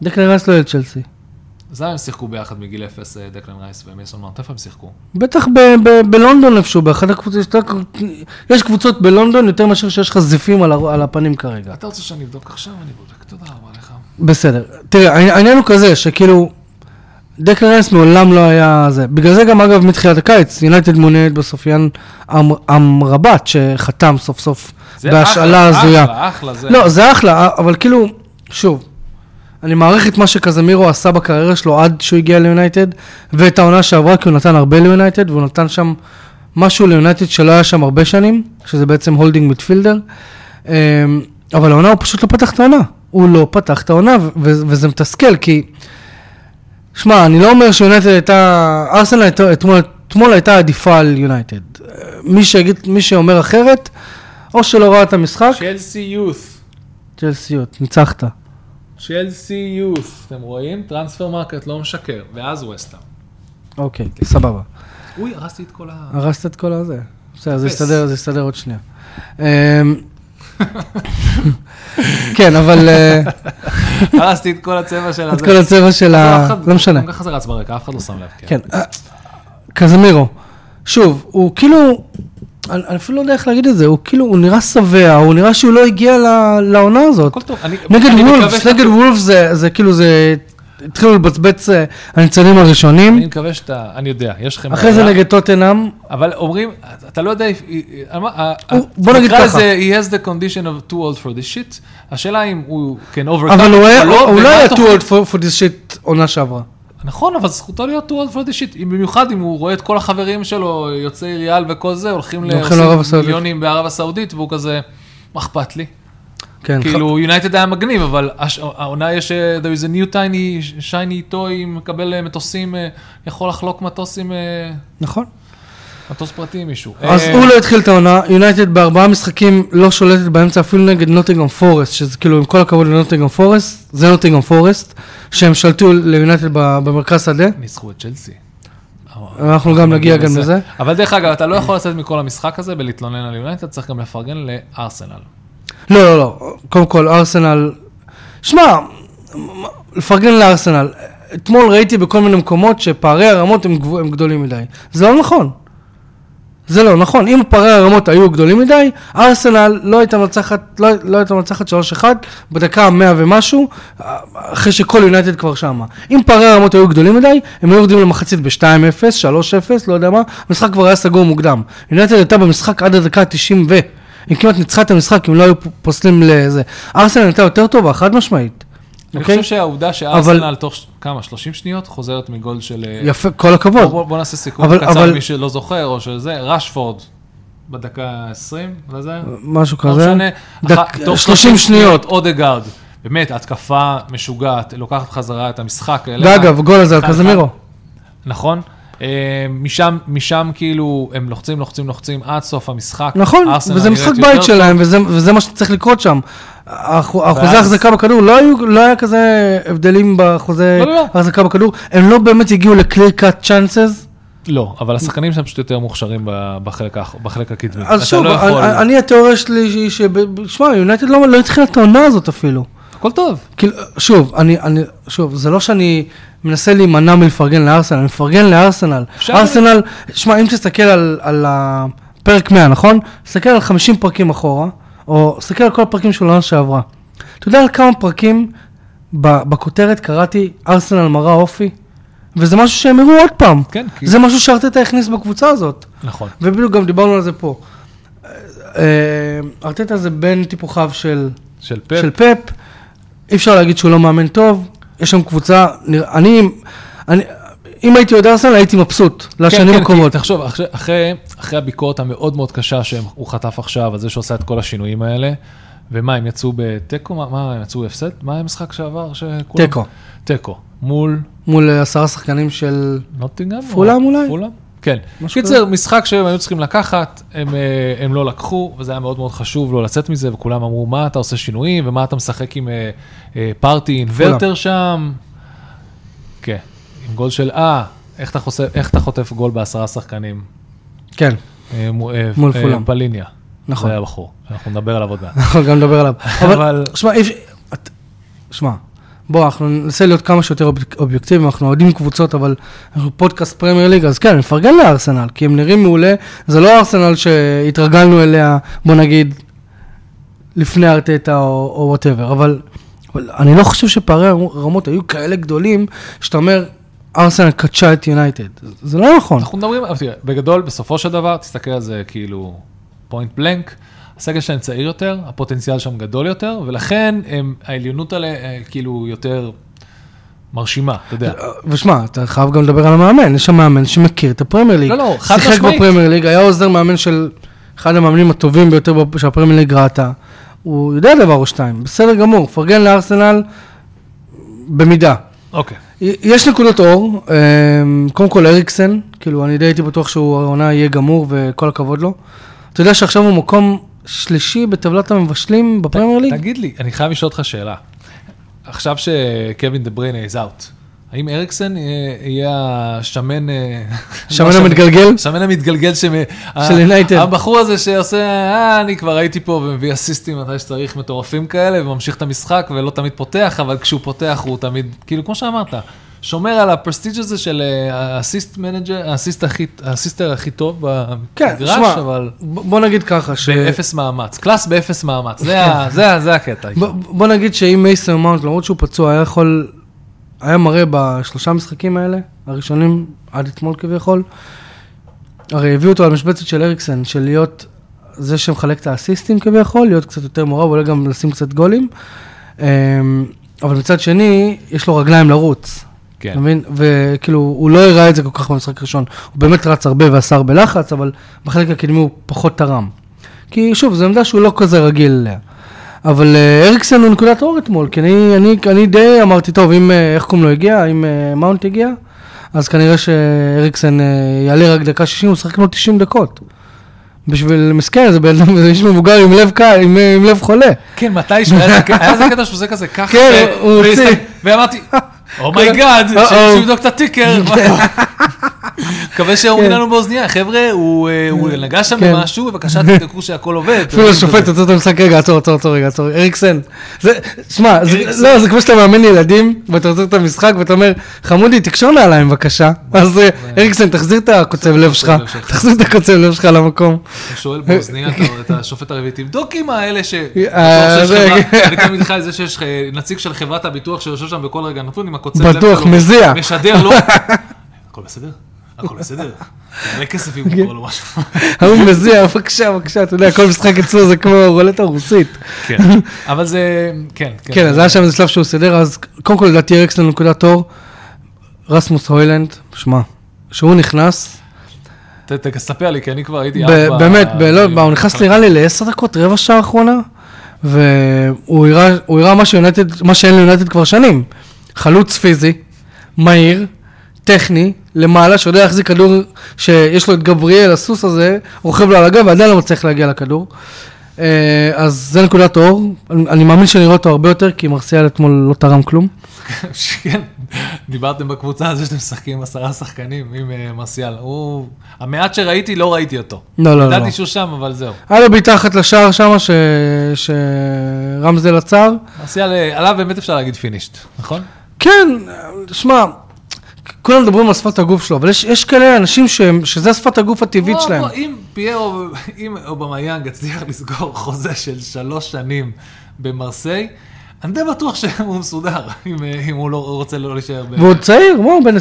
Speaker 1: דקלן רייס לא יהיה צ'לסי.
Speaker 2: זר הם שיחקו ביחד מגיל אפס, אה, דקלן רייס ומייסון מאונט, איפה הם שיחקו?
Speaker 1: בטח ב- ב- בלונדון איפשהו, באחת הקבוצות, יש את- יש קבוצות בלונדון יותר מאשר שיש לך זיפים על הר- על הפנים כרגע.
Speaker 2: אתה רוצה שאני אבדוק עכשיו? אני בודק, תודה רבה לך.
Speaker 1: בסדר. תראה, העני- העניין הוא כזה, שכאילו, דקלן רייס מעולם לא היה זה. בגלל זה גם, אגב, מתחילת הקיץ, יונייטד מעוניינת בסופיאן אמ- אמרבת, שחתם סוף סוף
Speaker 2: זה
Speaker 1: בהשאלה
Speaker 2: אחלה,
Speaker 1: הזויה.
Speaker 2: אחלה, אחלה, זה...
Speaker 1: לא, זה אחלה, אבל כאילו, שוב, אני מעריך את מה שקזמירו עשה בקריירה שלו עד שהוא הגיע ליונייטד, ואת העונה שעברה, כי הוא נתן הרבה ליונייטד, והוא נתן שם משהו ליונייטד שלא היה שם הרבה שנים, שזה בעצם הולדינג מיטפילדר, אמ, אבל העונה הוא פשוט לא פתח את העונה. הוא לא פתח את העונה, ו- וזה מתסכל, כי שמע, אני לא אומר שיונייטד הייתה... ארסנל הייתה- אתמול- אתמול הייתה עדיפה על יונייטד. אה, מי שיגיד, מי שאומר אחרת, או שלא ראה את המשחק,
Speaker 2: צ'לסי יות',
Speaker 1: צ'לסיות, ניצחת.
Speaker 2: צ'לסי יות', אתם רואים? טרנספר מרקט לא משקר, ואז ווסטהאם.
Speaker 1: אוקיי, סבבה.
Speaker 2: אוי, הרסתי את כל ה...
Speaker 1: הרסת את כל הזה. בסדר, זה
Speaker 2: אפס.
Speaker 1: יסתדר, זה יסתדר עוד שנייה. אמ, כן, אבל אה,
Speaker 2: הרסתי את כל הצבע של
Speaker 1: את
Speaker 2: הזה.
Speaker 1: כל הצבע של ה...
Speaker 2: אף אחד-
Speaker 1: לא משנה.
Speaker 2: גם ככה זה רץ ברקע, אף אחד לא שם לב. כן.
Speaker 1: כן. אה, קזמירו, שוב, הוא כאילו, אני אני אפילו לא יודע איך להגיד את זה, הוא כאילו, הוא נראה שבע, הוא נראה שהוא לא הגיע ל- לעונה הזאת.
Speaker 2: הכל טוב. אני-
Speaker 1: נגד
Speaker 2: אני מקווה
Speaker 1: וולפס,
Speaker 2: שאתה-
Speaker 1: נגד וולפס זה זה כאילו, זה התחילו לבצבץ אה, הניצנים
Speaker 2: אני
Speaker 1: הראשונים,
Speaker 2: מקווה שאתה, אני יודע, יש לכם...
Speaker 1: אחרי זה
Speaker 2: בעיה,
Speaker 1: נגד טוטנאם,
Speaker 2: אבל אומרים, אתה לא יודע, if- על מה- ה-
Speaker 1: הוא-
Speaker 2: ה-
Speaker 1: בוא נגיד
Speaker 2: נקרא
Speaker 1: ככה.
Speaker 2: לזה, he has the condition of too old for this shit, השאלה אם הוא can overcome,
Speaker 1: אבל הוא היה-
Speaker 2: או לא,
Speaker 1: הוא
Speaker 2: ומה
Speaker 1: לא היה too
Speaker 2: התוכנית-
Speaker 1: old for for this shit עונה שעברה.
Speaker 2: נכון, אבל זכותו להיות too old for this shit, אם- במיוחד אם הוא רואה את כל החברים שלו, יוצאי ריאל וכל זה, הולכים ל-
Speaker 1: הולכים
Speaker 2: עושים
Speaker 1: לערב הסעודית.
Speaker 2: מיליונים בערב הסעודית, והוא כזה, מה אכפת לי?
Speaker 1: כן, ח-
Speaker 2: כאילו, יונייטד היה מגניב, אבל הש- העונה יש, אה, there is a new tiny shiny toy, מקבל אה, מטוסים, אה, יכול לחלוק מטוס עם אה,
Speaker 1: נכון.
Speaker 2: מטוס פרטי עם מישהו.
Speaker 1: אז
Speaker 2: אה,
Speaker 1: הוא לא התחיל את העונה, יונייטד בארבעה משחקים לא שולטת באמצע אפילו נגד נוטינגרם פורסט, שזה כאילו עם כל הכבוד לנוטינגרם פורסט, זה נוטינגרם פורסט, שהם שלטו ליונייטד ב- במרכז שדה,
Speaker 2: ניצחו את צ'לסי.
Speaker 1: אנחנו גם נגיע גם לזה.
Speaker 2: אבל דרך אגב, אתה לא יכול לצאת מכל המשחק הזה ולהתלונן על יונייטד, צריך גם לפרגן לארסנל.
Speaker 1: לא, לא, לא, קודם כל ארסנל, שמע, לפרגן לארסנל, אתמול ראיתי בכל מיני מקומות שפערי הרמות הם, גבוה, הם גדולים מדי, זה לא נכון. זה לא נכון, אם פערי הרמות היו גדולים מדי, ארסנל לא הייתה מנצחת, לא, לא הייתה מנצחת 3-1 בדקה המאה ומשהו, אחרי שכל יונייטד כבר שמה. אם פערי הרמות היו גדולים מדי, הם היו יורדים למחצית ב-2-0, 3-0, לא יודע מה, המשחק כבר היה סגור מוקדם. יונייטד הייתה במשחק עד הדקה ה-90 ו... היא כמעט ניצחה את המשחק אם לא היו פ- פוסלים לזה. ארסנל הייתה יותר טובה, חד משמעית.
Speaker 2: אני
Speaker 1: אוקיי?
Speaker 2: חושב שהעובדה שארסנל תוך ש- כמה, 30 שניות, חוזרת מגול של... אה,
Speaker 1: יפה, כל הכבוד.
Speaker 2: בוא- בוא בוא נעשה סיכום
Speaker 1: אבל-
Speaker 2: קצר
Speaker 1: אבל-
Speaker 2: למי שלא זוכר, או שזה, ראשפורד בדקה ה-20, וזה?
Speaker 1: משהו
Speaker 2: לא
Speaker 1: כזה.
Speaker 2: משנה,
Speaker 1: דק-
Speaker 2: אחר- תוך
Speaker 1: 30 שניות.
Speaker 2: אודגרד, באמת, התקפה משוגעת, לוקחת חזרה את המשחק. אליה.
Speaker 1: ואגב, גול הזה על
Speaker 2: אחד-
Speaker 1: קזמירו.
Speaker 2: נכון? אה, משם, משם כאילו הם לוחצים, לוחצים, לוחצים עד סוף המשחק.
Speaker 1: נכון,
Speaker 2: ארסנל
Speaker 1: וזה
Speaker 2: נראית
Speaker 1: משחק
Speaker 2: יותר
Speaker 1: בית
Speaker 2: טוב.
Speaker 1: שלהם, וזה, וזה מה שצריך לקרות שם. האחו-
Speaker 2: ואז-
Speaker 1: האחוזי החזקה בכדור, לא, היו, לא היה כזה הבדלים באחוזי
Speaker 2: לא, לא, לא.
Speaker 1: החזקה בכדור, הם לא באמת הגיעו לקליר קאט צ'אנסס,
Speaker 2: לא, אבל השחקנים שם פשוט יותר מוכשרים ב- בחלק, האח- בחלק הקדמי.
Speaker 1: אז
Speaker 2: אתה
Speaker 1: שוב,
Speaker 2: לא יכול-
Speaker 1: אני, אני התיאוריה שלי, שהיא שב- שמע, יונייטד לא, לא התחילה את העונה הזאת אפילו.
Speaker 2: הכל טוב.
Speaker 1: כאילו, שוב, אני, אני, שוב, זה לא שאני מנסה להימנע מלפרגן לארסנל, אני מפרגן לארסנל.
Speaker 2: אפשר-
Speaker 1: ארסנל, שמע, אם תסתכל על, על הפרק 100, נכון? תסתכל על 50 פרקים אחורה, או תסתכל על כל הפרקים של העונה שעברה. אתה יודע על כמה פרקים ב- בכותרת קראתי ארסנל מראה אופי? וזה משהו שהם הראו עוד פעם.
Speaker 2: כן, כי...
Speaker 1: זה משהו שארטטה הכניס בקבוצה הזאת.
Speaker 2: נכון.
Speaker 1: ובדיוק גם דיברנו על זה פה. אה, ארטטה זה בן טיפוחיו של
Speaker 2: של פפ.
Speaker 1: של פפ. אי אפשר להגיד שהוא לא מאמן טוב, יש שם קבוצה, נרא- אני, אני, אם הייתי יודע ארסנל הייתי מבסוט, לשנים
Speaker 2: כן,
Speaker 1: הקרובות.
Speaker 2: כי תחשוב, אחרי, אחרי, אחרי הביקורת המאוד מאוד קשה שהוא חטף עכשיו, על זה שעושה את כל השינויים האלה, ומה, הם יצאו בתיקו? מה, מה, הם יצאו בהפסד? מה היה המשחק שעבר? שכולם-
Speaker 1: תיקו,
Speaker 2: תיקו. מול
Speaker 1: מול אה, עשרה שחקנים של...
Speaker 2: נוטינגאם?
Speaker 1: פולאם
Speaker 2: או-
Speaker 1: אולי?
Speaker 2: פולאם? כן.
Speaker 1: משהו
Speaker 2: קיצר, משחק שהם היו צריכים לקחת, הם, אה, הם לא לקחו, וזה היה מאוד מאוד חשוב לא לצאת מזה, וכולם אמרו, מה אתה עושה שינויים, ומה אתה משחק עם אה, אה, פארטי אינוורטר שם? כן, עם גול של, אה, איך אתה חוטף- איך אתה חוטף גול בעשרה שחקנים?
Speaker 1: כן,
Speaker 2: אה, מו- אה,
Speaker 1: מול
Speaker 2: אה,
Speaker 1: פולאם.
Speaker 2: פליניה.
Speaker 1: נכון.
Speaker 2: זה היה בחור, אנחנו נדבר עליו עוד מעט.
Speaker 1: אנחנו גם נדבר עליו. אבל,
Speaker 2: אבל
Speaker 1: שמע, אי אפשר... את- שמע, בוא, אנחנו ננסה להיות כמה שיותר אוב- אובייקטיביים, אנחנו אוהדים קבוצות, אבל אנחנו פודקאסט פרמייר ליג, אז כן, אני מפרגן לארסנל, כי הם נראים מעולה, זה לא ארסנל שהתרגלנו אליה, בוא נגיד, לפני ארטטה או וואטאבר, אבל, אבל אני לא חושב שפערי הרמות היו כאלה גדולים, שאתה אומר, ארסנל קדשה את יונייטד, זה לא נכון.
Speaker 2: אנחנו מדברים, אבל תראה, בגדול, בסופו של דבר, תסתכל על זה כאילו פוינט בלנק, הסגל שלהם צעיר יותר, הפוטנציאל שם גדול יותר, ולכן הם, העליונות עליה כאילו יותר מרשימה, אתה יודע.
Speaker 1: אה, ושמע, אתה חייב גם לדבר על המאמן, יש שם מאמן שמכיר את הפרמייר ליג.
Speaker 2: לא, לא, חד
Speaker 1: שיחק
Speaker 2: משמעית.
Speaker 1: בפרמייר ליג, היה עוזר מאמן של אחד המאמנים הטובים ביותר בפ- שהפרמייר ליג ראתה. הוא יודע דבר או שתיים, בסדר גמור, פרגן לארסנל במידה.
Speaker 2: אוקיי.
Speaker 1: יש נקודות אור, אמ, קודם כל אריקסן, כאילו אני די הייתי בטוח שהוא העונה יהיה גמור וכל הכבוד לו. אתה יודע שעכשיו הוא מקום שלישי בטבלת המבשלים בפרמייר ליג?
Speaker 2: תגיד לי, אני חייב לשאול אותך שאלה. עכשיו שקווין דה בריינה is out, האם אריקסן אה, יהיה השמן... אה,
Speaker 1: שמן
Speaker 2: לא
Speaker 1: המתגלגל?
Speaker 2: השמן המתגלגל ש...
Speaker 1: של יונייטד.
Speaker 2: אה, הבחור הזה שעושה, אה, אני כבר הייתי פה ומביא אסיסטים מתי שצריך מטורפים כאלה, וממשיך את המשחק ולא תמיד פותח, אבל כשהוא פותח הוא תמיד, כאילו, כמו שאמרת, שומר על הפרסטיג' הזה של אה, האסיסט מנג'ר, האסיסט הכי, האסיסטר הכי טוב
Speaker 1: כן,
Speaker 2: במגרש,
Speaker 1: שמע, אה,
Speaker 2: אבל...
Speaker 1: ב- בוא נגיד ככה, ש...
Speaker 2: באפס מאמץ, קלאס באפס מאמץ, זה ה- זה ה- זה הקטע.
Speaker 1: כן. ב- בוא נגיד שאם מייסר מאונט, למרות שהוא פצוע, היה יכול... היה מראה בשלושה המשחקים האלה, הראשונים, עד אתמול כביכול, הרי הביאו אותו על משבצת של אריקסן, של להיות זה שמחלק את האסיסטים כביכול, להיות קצת יותר מעורב, אולי גם לשים קצת גולים. אמ, אבל מצד שני, יש לו רגליים לרוץ.
Speaker 2: כן.
Speaker 1: אתה מבין? וכאילו, הוא לא הראה את זה כל כך במשחק הראשון. הוא באמת רץ הרבה ועשה הרבה לחץ, אבל בחלק הקדמי הוא פחות תרם. כי שוב, זו עמדה שהוא לא כזה רגיל אליה. אבל אה, אריקסן הוא נקודת אור אתמול, כי אני, אני, אני די אמרתי, טוב, אם, אה, איך קוראים לו הגיע, אם אה, מאונט הגיע, אז כנראה שאריקסן אה, יעלה רק דקה 60, הוא משחק לו 90 דקות. בשביל מסכן, זה בן אדם, זה איש מבוגר עם לב קל, עם, אה, עם לב חולה.
Speaker 2: כן, מתי ש... היה זה- היה איזה קטע שהוא עושה כזה ככה,
Speaker 1: כן,
Speaker 2: ו-
Speaker 1: הוא הוציא. כן.
Speaker 2: והסת- ואמרתי, "Oh אומייגאד,
Speaker 1: אה-oh.
Speaker 2: שהוא יבדוק את הטיקר. מקווה שאומרים לנו באוזנייה, חבר'ה, הוא אה, הוא נגע שם
Speaker 1: כן.
Speaker 2: במשהו, בבקשה תבדקו שהכל עובד.
Speaker 1: אפילו
Speaker 2: כן.
Speaker 1: השופט יוצא את המשחק, רגע, עצור, עצור, עצור, רגע, עצור, אריקסן. זה, שמע, זה-
Speaker 2: אריקסן.
Speaker 1: לא, זה כמו שאתה מאמן ילדים, ואתה עוצר את המשחק, ואתה אומר, חמודי, תקשור נעליים בבקשה. אז אה, אריקסן, תחזיר את הקוצב לב שלך,
Speaker 2: כן. הקוצב לב שלך.
Speaker 1: תחזיר את הקוצב לב שלך למקום.
Speaker 2: הוא שואל באוזנייה אתה- את השופט הרביעי, תבדוק עם האלה ש...
Speaker 1: אה,
Speaker 2: שיש
Speaker 1: זה-
Speaker 2: חברה- אני תמיד חי על זה שיש אה, נציג של חברת הביטוח שיושב שם בכל רגע נתון עם הקוצב לב
Speaker 1: בטוח,
Speaker 2: שלו.
Speaker 1: מזיע.
Speaker 2: משדר לו. הכל בסדר? הכל בסדר? זה מלא כסף אם
Speaker 1: כן.
Speaker 2: הוא קורא לו משהו.
Speaker 1: ההוא מזיע, בבקשה, בבקשה, אתה יודע, כל משחק אצלו זה כמו רולטה רוסית.
Speaker 2: כן, אבל זה, כן,
Speaker 1: כן, אז היה שם איזה שלב שהוא סידר, אז קודם כל לדעתי אריקסן נקודת אור, רסמוס הוילנד, שמע, שהוא נכנס,
Speaker 2: ת- ת- תספר לי, כי אני כבר הייתי
Speaker 1: ב-
Speaker 2: ארבע...
Speaker 1: באמת, ב- לא, הוא נכנס נראה לי לעשר דקות, רבע שעה האחרונה, והוא הראה- הוא הראה מה שיונתד- מה שאין ליונתד כבר שנים. חלוץ פיזי, מהיר, טכני, למעלה, שיודע להחזיק כדור, שיש לו את גבריאל, הסוס הזה, רוכב לו על הגב ועדיין לא מצליח להגיע לכדור. אה, אז זה נקודת אור, אני אני מאמין שנראה אותו הרבה יותר, כי מרסיאל אתמול לא תרם כלום.
Speaker 2: כן, דיברתם בקבוצה על זה שאתם משחקים עם עשרה שחקנים, עם אה, מרסיאל. הוא... המעט שראיתי, לא ראיתי אותו.
Speaker 1: לא, לא, לא.
Speaker 2: ידעתי שהוא שם, אבל זהו.
Speaker 1: היה לו בעיטה אחת לשער שמה, ש- שרמזל עצר.
Speaker 2: מרסיאל, אה, עליו באמת אפשר להגיד פינישט, נכון?
Speaker 1: כן, שמע, כולם מדברים על שפת הגוף שלו, אבל יש, יש כאלה אנשים שהם, שזה שפת הגוף הטבעית
Speaker 2: בוא,
Speaker 1: שלהם.
Speaker 2: בוא, אם פיירו, אם אובמיאנג יצליח לסגור חוזה של שלוש שנים במרסיי, אני די בטוח שהוא מסודר, אם אה, אם הוא לא רוצה לא להישאר ב...
Speaker 1: והוא צעיר, מה, הוא בן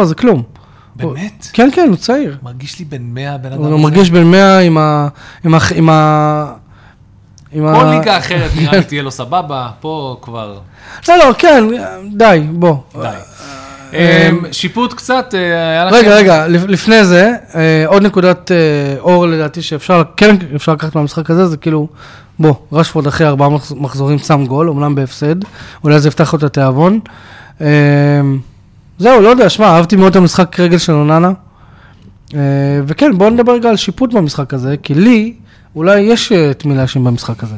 Speaker 1: 26-27 זה כלום.
Speaker 2: באמת?
Speaker 1: כן, כן, הוא צעיר.
Speaker 2: מרגיש לי בן 100, בן אדם.
Speaker 1: הוא לא
Speaker 2: הזה.
Speaker 1: מרגיש בן 100 עם ה... עם ה... עם ה... עם ה...
Speaker 2: כל ליגה אחרת נראה לי תהיה לו סבבה, פה כבר...
Speaker 1: לא, לא, כן, די, בוא.
Speaker 2: די. אמ, שיפוט קצת, אה, היה לכם...
Speaker 1: אה, רגע, רגע, לפ- לפני זה, אה, עוד נקודת אה, אור לדעתי שאפשר, כן אפשר לקחת מהמשחק הזה, זה כאילו, בוא, רשפורד אחרי ארבעה מחז- מחזורים שם גול, אמנם בהפסד, אולי זה יפתח לו את התיאבון. אה, זהו, לא יודע, שמע, אהבתי מאוד את המשחק רגל של אוננה. אה, וכן, בואו נדבר רגע על שיפוט במשחק הזה, כי לי, אולי יש אה, את מי להאשים במשחק הזה.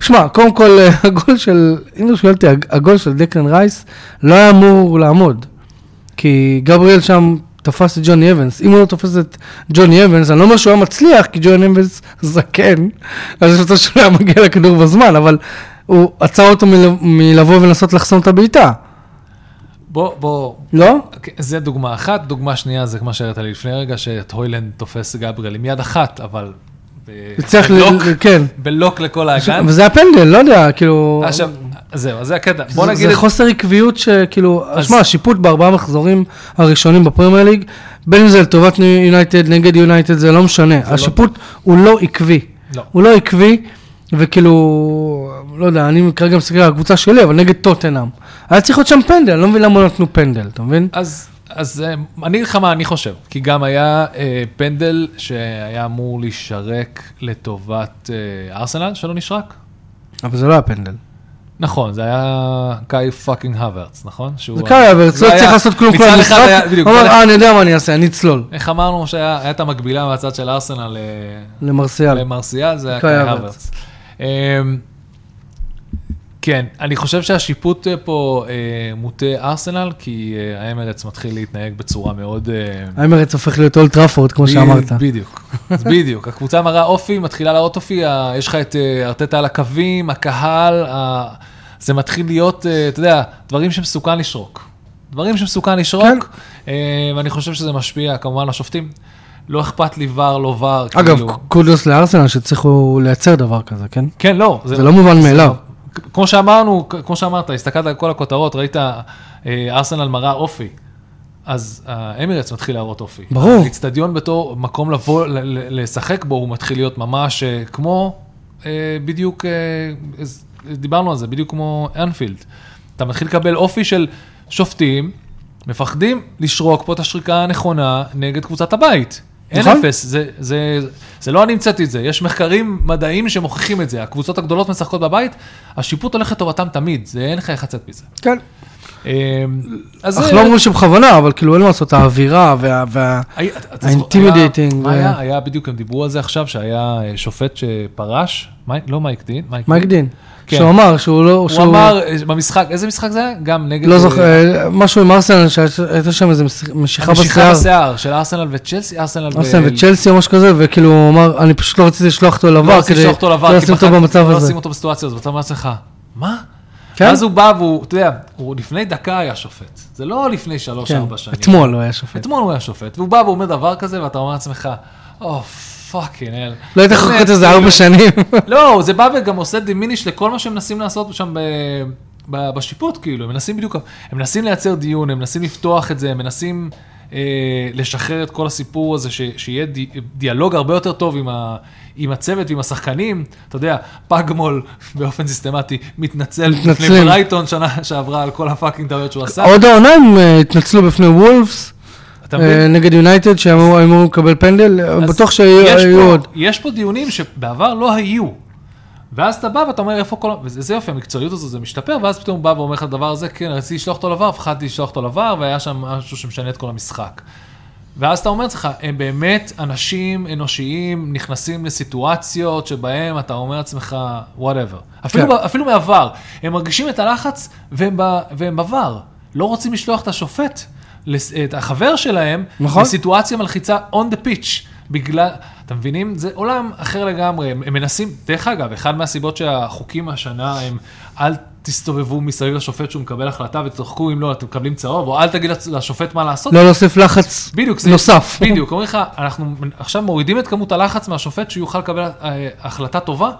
Speaker 1: שמע, קודם כל, אה, הגול של, אם לא שואלתי, הג- הגול של דקלן רייס לא היה אמור לעמוד. כי גבריאל שם תפס את ג'וני אבנס. אם הוא לא תופס את ג'וני אבנס, אני לא אומר שהוא היה מצליח, כי ג'וני אבנס זקן, אז יש מצב שהוא לא היה מגיע לכדור בזמן, אבל הוא עצר אותו מל- מלבוא ולנסות לחסום את הבעיטה,
Speaker 2: בוא, בוא.
Speaker 1: לא?
Speaker 2: אוקיי, זה דוגמה אחת, דוגמה שנייה זה כמו שהראית לי לפני רגע, שאת הוילנד תופס גבריאל עם יד אחת, אבל... ב-
Speaker 1: הצליח ל...
Speaker 2: בלוק-
Speaker 1: ל- כן.
Speaker 2: בלוק לכל האגן.
Speaker 1: וזה היה פנדל, לא יודע, כאילו...
Speaker 2: עכשיו, זהו, כן. אז זה הקטע.
Speaker 1: זה-
Speaker 2: בוא נגיד...
Speaker 1: זה
Speaker 2: את-
Speaker 1: חוסר עקביות שכאילו,
Speaker 2: אז-
Speaker 1: שמע, השיפוט בארבעה מחזורים הראשונים בפרמייר ליג, בין אם זה לטובת ניו- יונייטד, נגד יונייטד, זה לא משנה. השיפוט הוא לא עקבי.
Speaker 2: לא.
Speaker 1: הוא לא עקבי, וכאילו, לא יודע, אני כרגע מסתכל על הקבוצה שלי, אבל נגד טוטנאם. היה צריך להיות שם פנדל, אני לא מבין למה לא נתנו פנדל, אתה מבין?
Speaker 2: אז, אז אה, אני אגיד לך מה אני חושב, כי גם היה אה, פנדל שהיה אמור להישרק לטובת אה, ארסנל, שלא נשרק.
Speaker 1: אבל זה לא היה פנדל.
Speaker 2: נכון, זה היה קאי פאקינג הוורץ, נכון?
Speaker 1: זה קרה, אבל לא צריך לעשות כלום כל המשחק. הוא אמר, אה, אני יודע מה אני אעשה, אני אצלול.
Speaker 2: איך אמרנו שהיה את המקבילה מהצד של ארסנל
Speaker 1: למרסיאל.
Speaker 2: למרסיאל, זה היה קאי הוורץ. כן, אני חושב שהשיפוט פה אה, מוטה ארסנל, כי אה, האמרץ מתחיל להתנהג בצורה מאוד... אה,
Speaker 1: האמרץ הופך להיות אולט טראפורד, כמו
Speaker 2: ב-
Speaker 1: שאמרת.
Speaker 2: בדיוק, אז בדיוק. הקבוצה מראה אופי, מתחילה להראות אופי, ה- יש לך את אה, ארטטה על הקווים, הקהל, ה- זה מתחיל להיות, אה, אתה יודע, דברים שמסוכן לשרוק. דברים שמסוכן
Speaker 1: כן.
Speaker 2: לשרוק, אה, ואני חושב שזה משפיע כמובן על השופטים. לא אכפת לי ור, לא ור,
Speaker 1: אגב, קודוס לארסנל שהצליחו לייצר דבר כזה, כן?
Speaker 2: כן, לא.
Speaker 1: זה לא מובן מאליו.
Speaker 2: כמו שאמרנו, כמו שאמרת, הסתכלת על כל הכותרות, ראית אה, ארסנל מראה אופי. אז האמירטס מתחיל להראות אופי.
Speaker 1: ברור.
Speaker 2: האיצטדיון בתור מקום לבוא, ל- ל- לשחק בו, הוא מתחיל להיות ממש אה, כמו, אה, בדיוק, אה, אז דיברנו על זה, בדיוק כמו אנפילד. אתה מתחיל לקבל אופי של שופטים, מפחדים לשרוק פה את השריקה הנכונה נגד קבוצת הבית. אין
Speaker 1: נכון.
Speaker 2: אפס, זה, זה, זה לא אני המצאתי את זה, יש מחקרים מדעיים שמוכיחים את זה. הקבוצות הגדולות משחקות בבית, השיפוט הולך לטובתם תמיד, זה אין לך איך לצאת מזה.
Speaker 1: כן.
Speaker 2: אה, אז אה,
Speaker 1: אך
Speaker 2: זה-
Speaker 1: לא אמרו שבכוונה, אבל כאילו אין מה לעשות, האווירה וה... וה-
Speaker 2: היה- אתה- אתה זוכר-
Speaker 1: ה-intimidating
Speaker 2: היה-
Speaker 1: ו-
Speaker 2: מה היה? היה בדיוק, הם דיברו על זה עכשיו, שהיה אה, שופט שפרש, מי- לא מייק דין,
Speaker 1: מייק דין.
Speaker 2: כן.
Speaker 1: שהוא אמר שהוא לא...
Speaker 2: הוא
Speaker 1: שהוא-
Speaker 2: אמר אה, במשחק, איזה משחק זה היה? גם נגד...
Speaker 1: לא
Speaker 2: אה,
Speaker 1: זוכר, אה, משהו עם ארסנל, שהייתה שם איזה מש- משיכה
Speaker 2: המשיכה
Speaker 1: בשיער.
Speaker 2: בשיער של ארסנל וצ'לסי, ארסנל ו-
Speaker 1: ארסנל וצ'לסי או משהו כזה, וכאילו הוא אמר, אני פשוט לא רציתי לשלוח אותו
Speaker 2: לא
Speaker 1: לבר
Speaker 2: רציתי
Speaker 1: כדי
Speaker 2: לשלוח אותו
Speaker 1: לא
Speaker 2: לבר, כי
Speaker 1: לשים אותו
Speaker 2: בחרתי
Speaker 1: במצב
Speaker 2: לא
Speaker 1: הזה.
Speaker 2: לשים אותו בסיטואציה הזאת, ואתה אומר לעצמך, מה?
Speaker 1: כן.
Speaker 2: אז הוא בא והוא, אתה יודע, הוא לפני דקה היה שופט, זה לא לפני
Speaker 1: כן,
Speaker 2: שלוש-ארבע שנים.
Speaker 1: אתמול כן. הוא היה שופט.
Speaker 2: אתמול הוא היה שופט, והוא בא ואומר דבר כזה, ואתה אומר לעצמך, "Oh, או פאקינג אל.
Speaker 1: לא היית יכול
Speaker 2: כאילו,
Speaker 1: לחכות איזה ארבע שנים.
Speaker 2: לא, זה בא וגם עושה דימיניש לכל מה שהם מנסים לעשות שם ב... ב- בשיפוט, כאילו, הם מנסים בדיוק, הם מנסים לייצר דיון, הם מנסים לפתוח את זה, הם מנסים אה, לשחרר את כל הסיפור הזה, ש, שיהיה די, דיאלוג הרבה יותר טוב עם, ה, עם הצוות ועם השחקנים. אתה יודע, פגמול באופן סיסטמטי מתנצל לפני
Speaker 1: מתנצלים.
Speaker 2: ברייטון שנה שעברה על כל הפאקינג טעויות שהוא עשה.
Speaker 1: עוד העונה הם אה, התנצלו בפני וולפס,
Speaker 2: אתה
Speaker 1: אה,
Speaker 2: מבין?
Speaker 1: נגד יונייטד, שהם היו- היו אמורים לקבל פנדל, אה,
Speaker 2: אז
Speaker 1: בטוח
Speaker 2: יש
Speaker 1: שהיו
Speaker 2: פה-
Speaker 1: עוד.
Speaker 2: יש פה דיונים שבעבר לא היו. ואז אתה בא ואתה אומר איפה כל... וזה זה יופי, המקצועיות הזו, זה משתפר, ואז פתאום הוא בא ואומר לך את הדבר הזה, כן, רציתי לשלוח אותו לבר, פחדתי לשלוח אותו לבר, והיה שם משהו שמשנה את כל המשחק. ואז אתה אומר לך, הם באמת אנשים אנושיים, נכנסים לסיטואציות שבהם אתה אומר לעצמך, וואטאבר. אפילו,
Speaker 1: כן.
Speaker 2: ב- אפילו מעבר, הם מרגישים את הלחץ והם, ב, והם בבר. לא רוצים לשלוח את השופט, לס- את החבר שלהם,
Speaker 1: נכון.
Speaker 2: לסיטואציה מלחיצה on the pitch, בגלל, אתם מבינים? זה עולם אחר לגמרי, הם הם מנסים, דרך אגב, אחד מהסיבות שהחוקים השנה הם אל תסתובבו מסביב לשופט שהוא מקבל החלטה ותצחקו, אם לא, אתם מקבלים צהוב, או אל תגיד לצ- לשופט מה לעשות.
Speaker 1: לא להוסיף לחץ
Speaker 2: בדיוק, זה-
Speaker 1: נוסף.
Speaker 2: בדיוק, אומרים לך, אנחנו עכשיו מורידים את כמות הלחץ מהשופט שיוכל לקבל אה, החלטה טובה,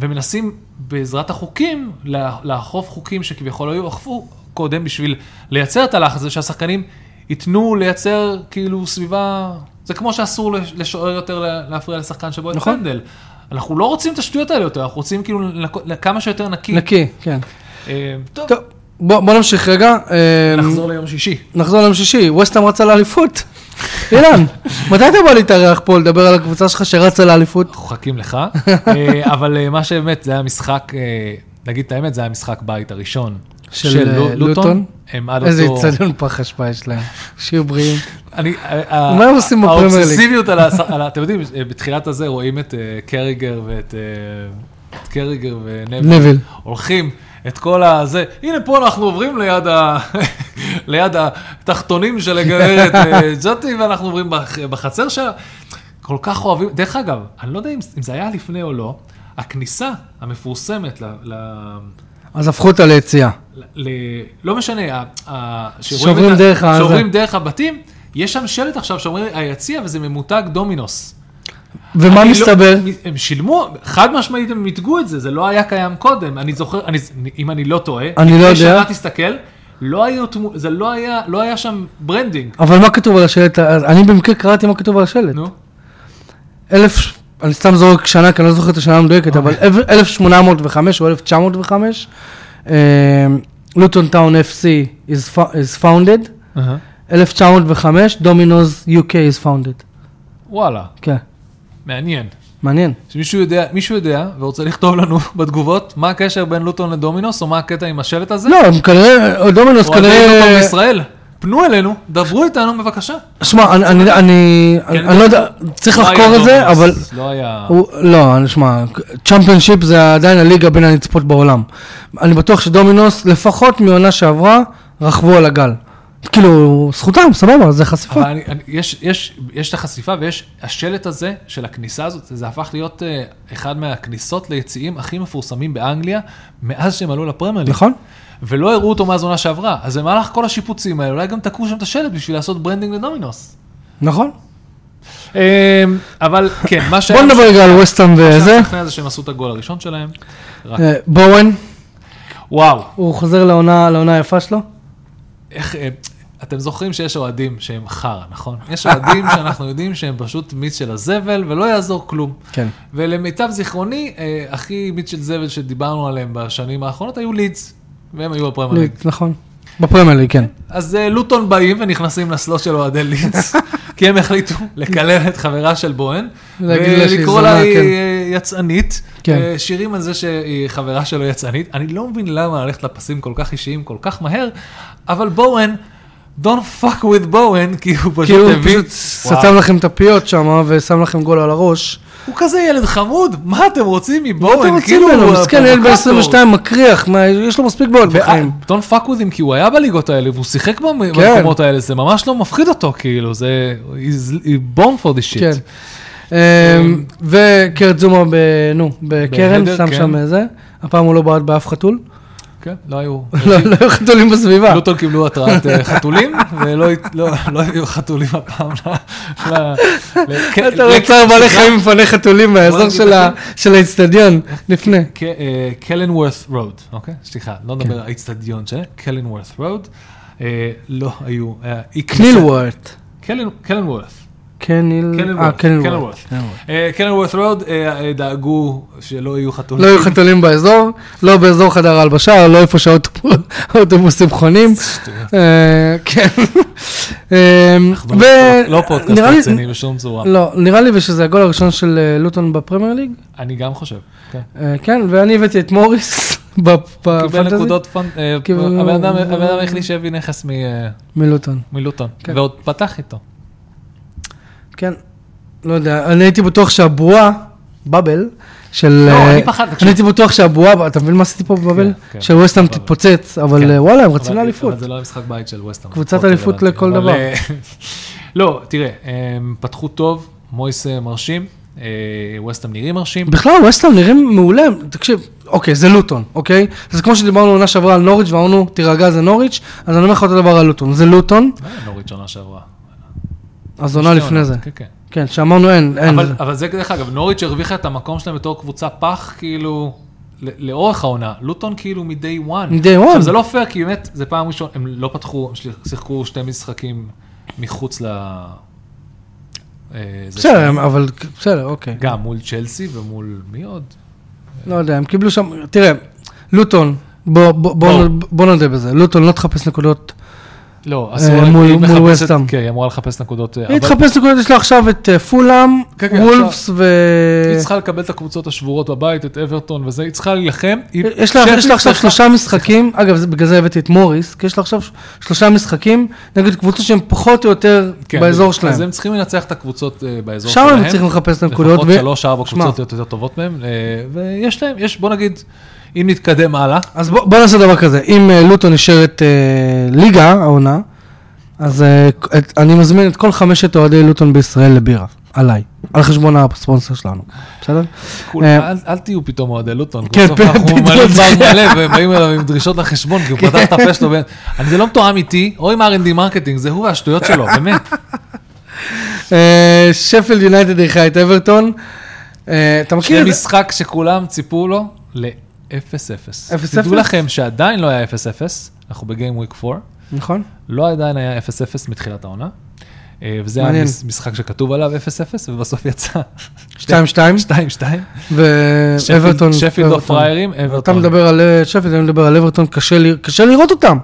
Speaker 2: ומנסים בעזרת החוקים לה- לאכוף חוקים שכביכול היו אכפו קודם בשביל לייצר את הלחץ הזה, שהשחקנים ייתנו לייצר כאילו סביבה, זה כמו שאסור לש- לשוער יותר לה- להפריע לשחקן שבו את
Speaker 1: נכון.
Speaker 2: פנדל. אנחנו לא רוצים את השטויות האלה יותר, אנחנו רוצים כאילו לנקות- כמה שיותר נקי.
Speaker 1: נקי, כן.
Speaker 2: אה, טוב,
Speaker 1: טוב, בוא בוא נמשיך רגע. אה,
Speaker 2: נחזור ליום שישי.
Speaker 1: נחזור ליום שישי, ווסטהאם רצה לאליפות. אילן, מתי אתה בא להתארח פה לדבר על הקבוצה שלך שרצה לאליפות?
Speaker 2: אנחנו מחכים לך, אה, אבל אה, מה שבאמת, זה היה משחק, אה, נגיד את האמת, זה היה משחק בית הראשון
Speaker 1: של,
Speaker 2: של,
Speaker 1: אה,
Speaker 2: לוטון.
Speaker 1: לוטון?
Speaker 2: הם עד
Speaker 1: איזה
Speaker 2: אותו...
Speaker 1: איצטדיון פח אשפה יש להם, שיהיו בריאים.
Speaker 2: אני, אה,
Speaker 1: מה הם עושים בפרמייר ליג?
Speaker 2: האובססיביות על ה... על ה- אתם יודעים, אה, בתחילת הזה רואים את אה, קריגר ואת אה, את קריגר ונבל.
Speaker 1: נביל.
Speaker 2: הולכים את כל הזה, הנה פה אנחנו עוברים ליד, ה... ליד התחתונים של הגברת אה, ג'וטי, ואנחנו עוברים בח... בחצר שלה. כל כך אוהבים, דרך אגב, אני לא יודע אם, אם זה היה לפני או לא, הכניסה המפורסמת ל... ל...
Speaker 1: אז הפכו אותה ליציאה.
Speaker 2: ל... לא משנה, ה... ה...
Speaker 1: שעוברים
Speaker 2: את
Speaker 1: דרך ה-
Speaker 2: שעוברים דרך הבתים, יש שם שלט עכשיו שאומרים היציע וזה ממותג דומינוס.
Speaker 1: ומה
Speaker 2: אני לא-
Speaker 1: מסתבר?
Speaker 2: הם שילמו, חד משמעית הם מיתגו את זה, זה לא היה קיים קודם. אני זוכר, אני, אם אני לא טועה,
Speaker 1: אני לא יודע.
Speaker 2: לפני שנה תסתכל, לא היו תמו, זה לא היה, לא היה שם ברנדינג.
Speaker 1: אבל מה כתוב על השלט? אז אני במקרה קראתי מה כתוב על השלט.
Speaker 2: נו,
Speaker 1: אלף, ש- אני סתם זורק שנה, כי אני לא זוכר את השנה המדויקת, אבל
Speaker 2: אוקיי.
Speaker 1: אלף- 1805 או 1905, אה, לוטון טאון FC is fo- is founded, 1905, דומינוס UK is founded.
Speaker 2: וואלה,
Speaker 1: כן,
Speaker 2: מעניין.
Speaker 1: מעניין.
Speaker 2: שמישהו יודע, מישהו יודע ורוצה לכתוב לנו בתגובות מה הקשר בין לוטון לדומינוס, או מה הקטע עם השלט הזה?
Speaker 1: לא, הם כנראה, דומינוס
Speaker 2: או אוהדי לוטון
Speaker 1: כנראה...
Speaker 2: בישראל? פנו אלינו, דברו איתנו בבקשה.
Speaker 1: שמע, אני- אני- אני
Speaker 2: כן,
Speaker 1: אני לא יודע, צריך
Speaker 2: לא
Speaker 1: לחקור
Speaker 2: היה
Speaker 1: את זה,
Speaker 2: דומינוס,
Speaker 1: אבל...
Speaker 2: לא היה...
Speaker 1: הוא- לא, אני- שמע, צ'מפיונשיפ זה עדיין הליגה בין הנצפות בעולם. אני בטוח שדומינוס, לפחות מעונה שעברה, רכבו על הגל. כאילו, זכותם, סבבה, זה חשיפה.
Speaker 2: אבל אני, אני, יש, יש, יש את החשיפה ויש השלט הזה של הכניסה הזאת, זה הפך להיות uh, אחד מהכניסות ליציעים הכי מפורסמים באנגליה מאז שהם עלו לפרמייר ליג.
Speaker 1: נכון?
Speaker 2: ולא הראו אותו מאז עונה שעברה, אז במהלך כל השיפוצים האלה, אולי גם תקעו שם את השלט בשביל לעשות ברנדינג לדומינוס.
Speaker 1: נכון.
Speaker 2: אמ, אבל כן, מה שהיה...
Speaker 1: בוא נדבר רגע על וסטהאם וזה.
Speaker 2: לפני זה שהם עשו את הגול הראשון שלהם. רק-
Speaker 1: אה, בואן,
Speaker 2: וואו,
Speaker 1: הוא חוזר לעונה לעונה היפה שלו.
Speaker 2: איך... אה, אתם זוכרים שיש אוהדים שהם חרא, נכון? יש אוהדים שאנחנו יודעים שהם פשוט מיץ של הזבל ולא יעזור כלום.
Speaker 1: כן.
Speaker 2: ולמיטב זיכרוני, אה, הכי מיטשל זבל שדיברנו עליהם בשנים האחרונות היו לידס, והם היו הפרמייר ליג.
Speaker 1: נכון. בפרמייר ליג, כן.
Speaker 2: אז אה, לוטון באים ונכנסים לסלוט של אוהדי לידס, כי הם החליטו לקלל את חברה של בוהן,
Speaker 1: ולהגיד לה שהיא
Speaker 2: ולקרוא
Speaker 1: זונה,
Speaker 2: לה היא
Speaker 1: כן.
Speaker 2: אה, יצאנית,
Speaker 1: כן.
Speaker 2: אה, שירים על זה שהיא חברה שלו יצאנית. אני לא מבין למה ללכת לפסים כל כך אישיים כל כך מהר, אבל בוהן, don't fuck with בוהן, כי הוא פשוט
Speaker 1: כי הוא
Speaker 2: הביא...
Speaker 1: כאילו, פשוט
Speaker 2: וואו.
Speaker 1: סתם לכם את הפיות שם אה, ושם לכם גול על הראש.
Speaker 2: הוא כזה ילד חמוד, מה אתם רוצים כאילו, מבואן?
Speaker 1: אתם רוצים ממנו, מסכן, ילד ב-22 מקריח, מה, יש לו מספיק בעיות בחיים.
Speaker 2: דון פאקווידים, כי הוא היה בליגות האלה, והוא שיחק במ-
Speaker 1: כן.
Speaker 2: במקומות האלה, זה ממש לא מפחיד אותו, כאילו, זה... he's- He born for this shit.
Speaker 1: כן. אמ, וקרת זומה, ב- נו, בקרן,
Speaker 2: בהדר,
Speaker 1: שם
Speaker 2: כן.
Speaker 1: שם אה, זה. הפעם הוא לא בעט באף חתול.
Speaker 2: כן, לא היו...
Speaker 1: לא לא היו חתולים בסביבה.
Speaker 2: לוטון קיבלו התרעת אה, חתולים, ולא הת- לא- לא הביאו חתולים הפעם ל- ל... ל-
Speaker 1: אתה רואה צער בעלי חיים מפני חתולים מהאזור
Speaker 2: בוא
Speaker 1: של ה- של האיצטדיון, לפני.
Speaker 2: ק- אה, קלנוורת' רוד, אוקיי? סליחה, לא
Speaker 1: כן.
Speaker 2: נדבר על האיצטדיון שלהם, קלנוורת' רוד. אה, לא היו... אה, אי כניסה-
Speaker 1: קנילוורט.
Speaker 2: קלן- קלנוורת'.
Speaker 1: אה, קניל... אה,
Speaker 2: קלנוורת',
Speaker 1: קנילוורט.
Speaker 2: קלנוורת'. אה, קלנוורת' רוד אה, אה, דאגו שלא יהיו חתולים.
Speaker 1: לא היו חתולים באזור, לא באזור חדר ההלבשה, לא איפה שהאוטובוסים חונים.
Speaker 2: שטויות.
Speaker 1: אה, כן. אה,
Speaker 2: אנחנו
Speaker 1: ו-
Speaker 2: לא פודקאסט
Speaker 1: נראה לי-
Speaker 2: רציני בשום צורה.
Speaker 1: לא, נראה לי ושזה הגול הראשון של אה, לוטון בפרמייר ליג.
Speaker 2: אני גם חושב. כן.
Speaker 1: אה, כן, ואני הבאתי את מוריס בפ-
Speaker 2: קיבל
Speaker 1: בפנטזי
Speaker 2: נקודות פנ... אה,
Speaker 1: קיבל-
Speaker 2: הבן אדם- הבן אדם היחידי שהביא נכס מ- אה,
Speaker 1: מלוטון.
Speaker 2: מלוטון,
Speaker 1: כן.
Speaker 2: ועוד פתח איתו.
Speaker 1: כן, לא יודע, אני הייתי בטוח שהבועה, בבל, של...
Speaker 2: לא,
Speaker 1: אה,
Speaker 2: אני פחד, תקשיב.
Speaker 1: אני הייתי בטוח שהבועה, אתה מבין מה עשיתי פה בבל?
Speaker 2: כן.
Speaker 1: של ווסטהאם
Speaker 2: בבל.
Speaker 1: תתפוצץ,
Speaker 2: כן.
Speaker 1: אבל אה, וואלה, הם רצים
Speaker 2: אבל-
Speaker 1: לאליפות.
Speaker 2: אבל זה לא המשחק בית של ווסטהאם.
Speaker 1: קבוצת
Speaker 2: פחות
Speaker 1: אליפות
Speaker 2: רלוונטי.
Speaker 1: לכל
Speaker 2: אבל,
Speaker 1: דבר.
Speaker 2: אה, לא, תראה, הם פתחו טוב, מויס אה, מרשים, אה, ווסטהאם נראים מרשים.
Speaker 1: בכלל, ווסטהאם נראים מעולה, תקשיב, אוקיי, זה לוטון, אוקיי? זה כמו שדיברנו עונה שעברה על נוריץ' ואמרנו, תירגע, זה נוריץ', אז אני אומר לך אותו דבר על לוטון, זה לוטון,
Speaker 2: לא היה נוריץ' עונה שעברה.
Speaker 1: אז עונה
Speaker 2: שתי
Speaker 1: לפני
Speaker 2: עונות,
Speaker 1: זה.
Speaker 2: כן, כן.
Speaker 1: כן, שאמרנו אין, אין.
Speaker 2: אבל,
Speaker 1: זה.
Speaker 2: אבל זה דרך אגב, נוריץ' הרוויחה את המקום שלהם בתור קבוצה פח, כאילו, ל- לאורך העונה. לוטון כאילו מ-day one.
Speaker 1: מ-day one.
Speaker 2: עכשיו, זה לא פייר, כי באמת, זה פעם ראשונה, הם לא פתחו, הם של- שיחקו שתי משחקים מחוץ ל... אה, זה
Speaker 1: בסדר,
Speaker 2: שלהם.
Speaker 1: הם- אבל בסדר, אוקיי.
Speaker 2: גם מול צ'לסי ומול מי עוד?
Speaker 1: לא יודע, הם קיבלו שם, תראה, לוטון, בוא- בוא- בוא
Speaker 2: בואו.
Speaker 1: נ- בוא נודה בזה, לוטון לא תחפש נקודות,
Speaker 2: לא,
Speaker 1: אה,
Speaker 2: אסור,
Speaker 1: מול-
Speaker 2: היא
Speaker 1: מול
Speaker 2: מחפשת-
Speaker 1: ווסטהאם.
Speaker 2: כן, היא אמורה לחפש נקודות. אה,
Speaker 1: היא
Speaker 2: אבל-
Speaker 1: תחפש נקודות, יש לה עכשיו את אה, פולאם,
Speaker 2: כן, כן,
Speaker 1: וולפס ו...
Speaker 2: היא צריכה לקבל את הקבוצות השבורות בבית, את אברטון וזה, היא צריכה להילחם. היא-
Speaker 1: יש לה, יש
Speaker 2: שפילד
Speaker 1: לה עכשיו
Speaker 2: צריכה-
Speaker 1: שלושה משחקים, אגב, זה- בגלל זה הבאתי את מוריס, כי יש לה עכשיו ש- שלושה משחקים נגד קבוצות שהן פחות או יותר
Speaker 2: כן,
Speaker 1: באזור
Speaker 2: בדיוק. אז
Speaker 1: שלהם.
Speaker 2: הם צריכים לנצח את הקבוצות אה, באזור
Speaker 1: שם
Speaker 2: שלהם.
Speaker 1: הם צריכים לחפש נקודות.
Speaker 2: לפחות
Speaker 1: ו-
Speaker 2: שלוש, ארבע
Speaker 1: שמע,
Speaker 2: קבוצות יותר טובות מהם, אה, ויש להם, יש, בוא נגיד, אם נתקדם הלאה,
Speaker 1: אז בוא בוא נעשה דבר כזה, אם אה, לוטון נשארת אה, ליגה, העונה, אז אה, את- אני מזמין את כל חמשת אוהדי לוטון בישראל לבירה, עליי, על חשבון הספונסר שלנו, בסדר?
Speaker 2: כול-
Speaker 1: אה,
Speaker 2: אל- אל תהיו פתאום אוהדי לוטון,
Speaker 1: כן,
Speaker 2: בסוף אנחנו
Speaker 1: פתאום כן.
Speaker 2: מלא
Speaker 1: זה-
Speaker 2: בר מלא, והם באים אליו עם דרישות לחשבון, כי הוא פתח את הפה שלו, ו- אני- זה לא מתואם איתי, או עם R&D מרקטינג, זה הוא והשטויות שלו, באמת.
Speaker 1: אה, שפילד יונייטד אירחה את אברטון, אה, אתה מכיר
Speaker 2: זה
Speaker 1: את זה?
Speaker 2: משחק שכולם ציפו לו ל-0-0.
Speaker 1: 0-0?
Speaker 2: תדעו לכם שעדיין לא היה 0-0, אנחנו בגיים וויק 4.
Speaker 1: נכון.
Speaker 2: לא עדיין היה 0-0 מתחילת העונה. אה, וזה היה
Speaker 1: מעניין.
Speaker 2: מש- משחק שכתוב עליו 0-0, ובסוף יצא
Speaker 1: 2-2,
Speaker 2: 2-2.
Speaker 1: ואברטון...
Speaker 2: שפילד לא
Speaker 1: אה, אברטון.
Speaker 2: פריירים,
Speaker 1: אתה
Speaker 2: אברטון.
Speaker 1: מדבר על אה, שפילד, אני מדבר על אברטון, קשה לי- קשה לראות אותם.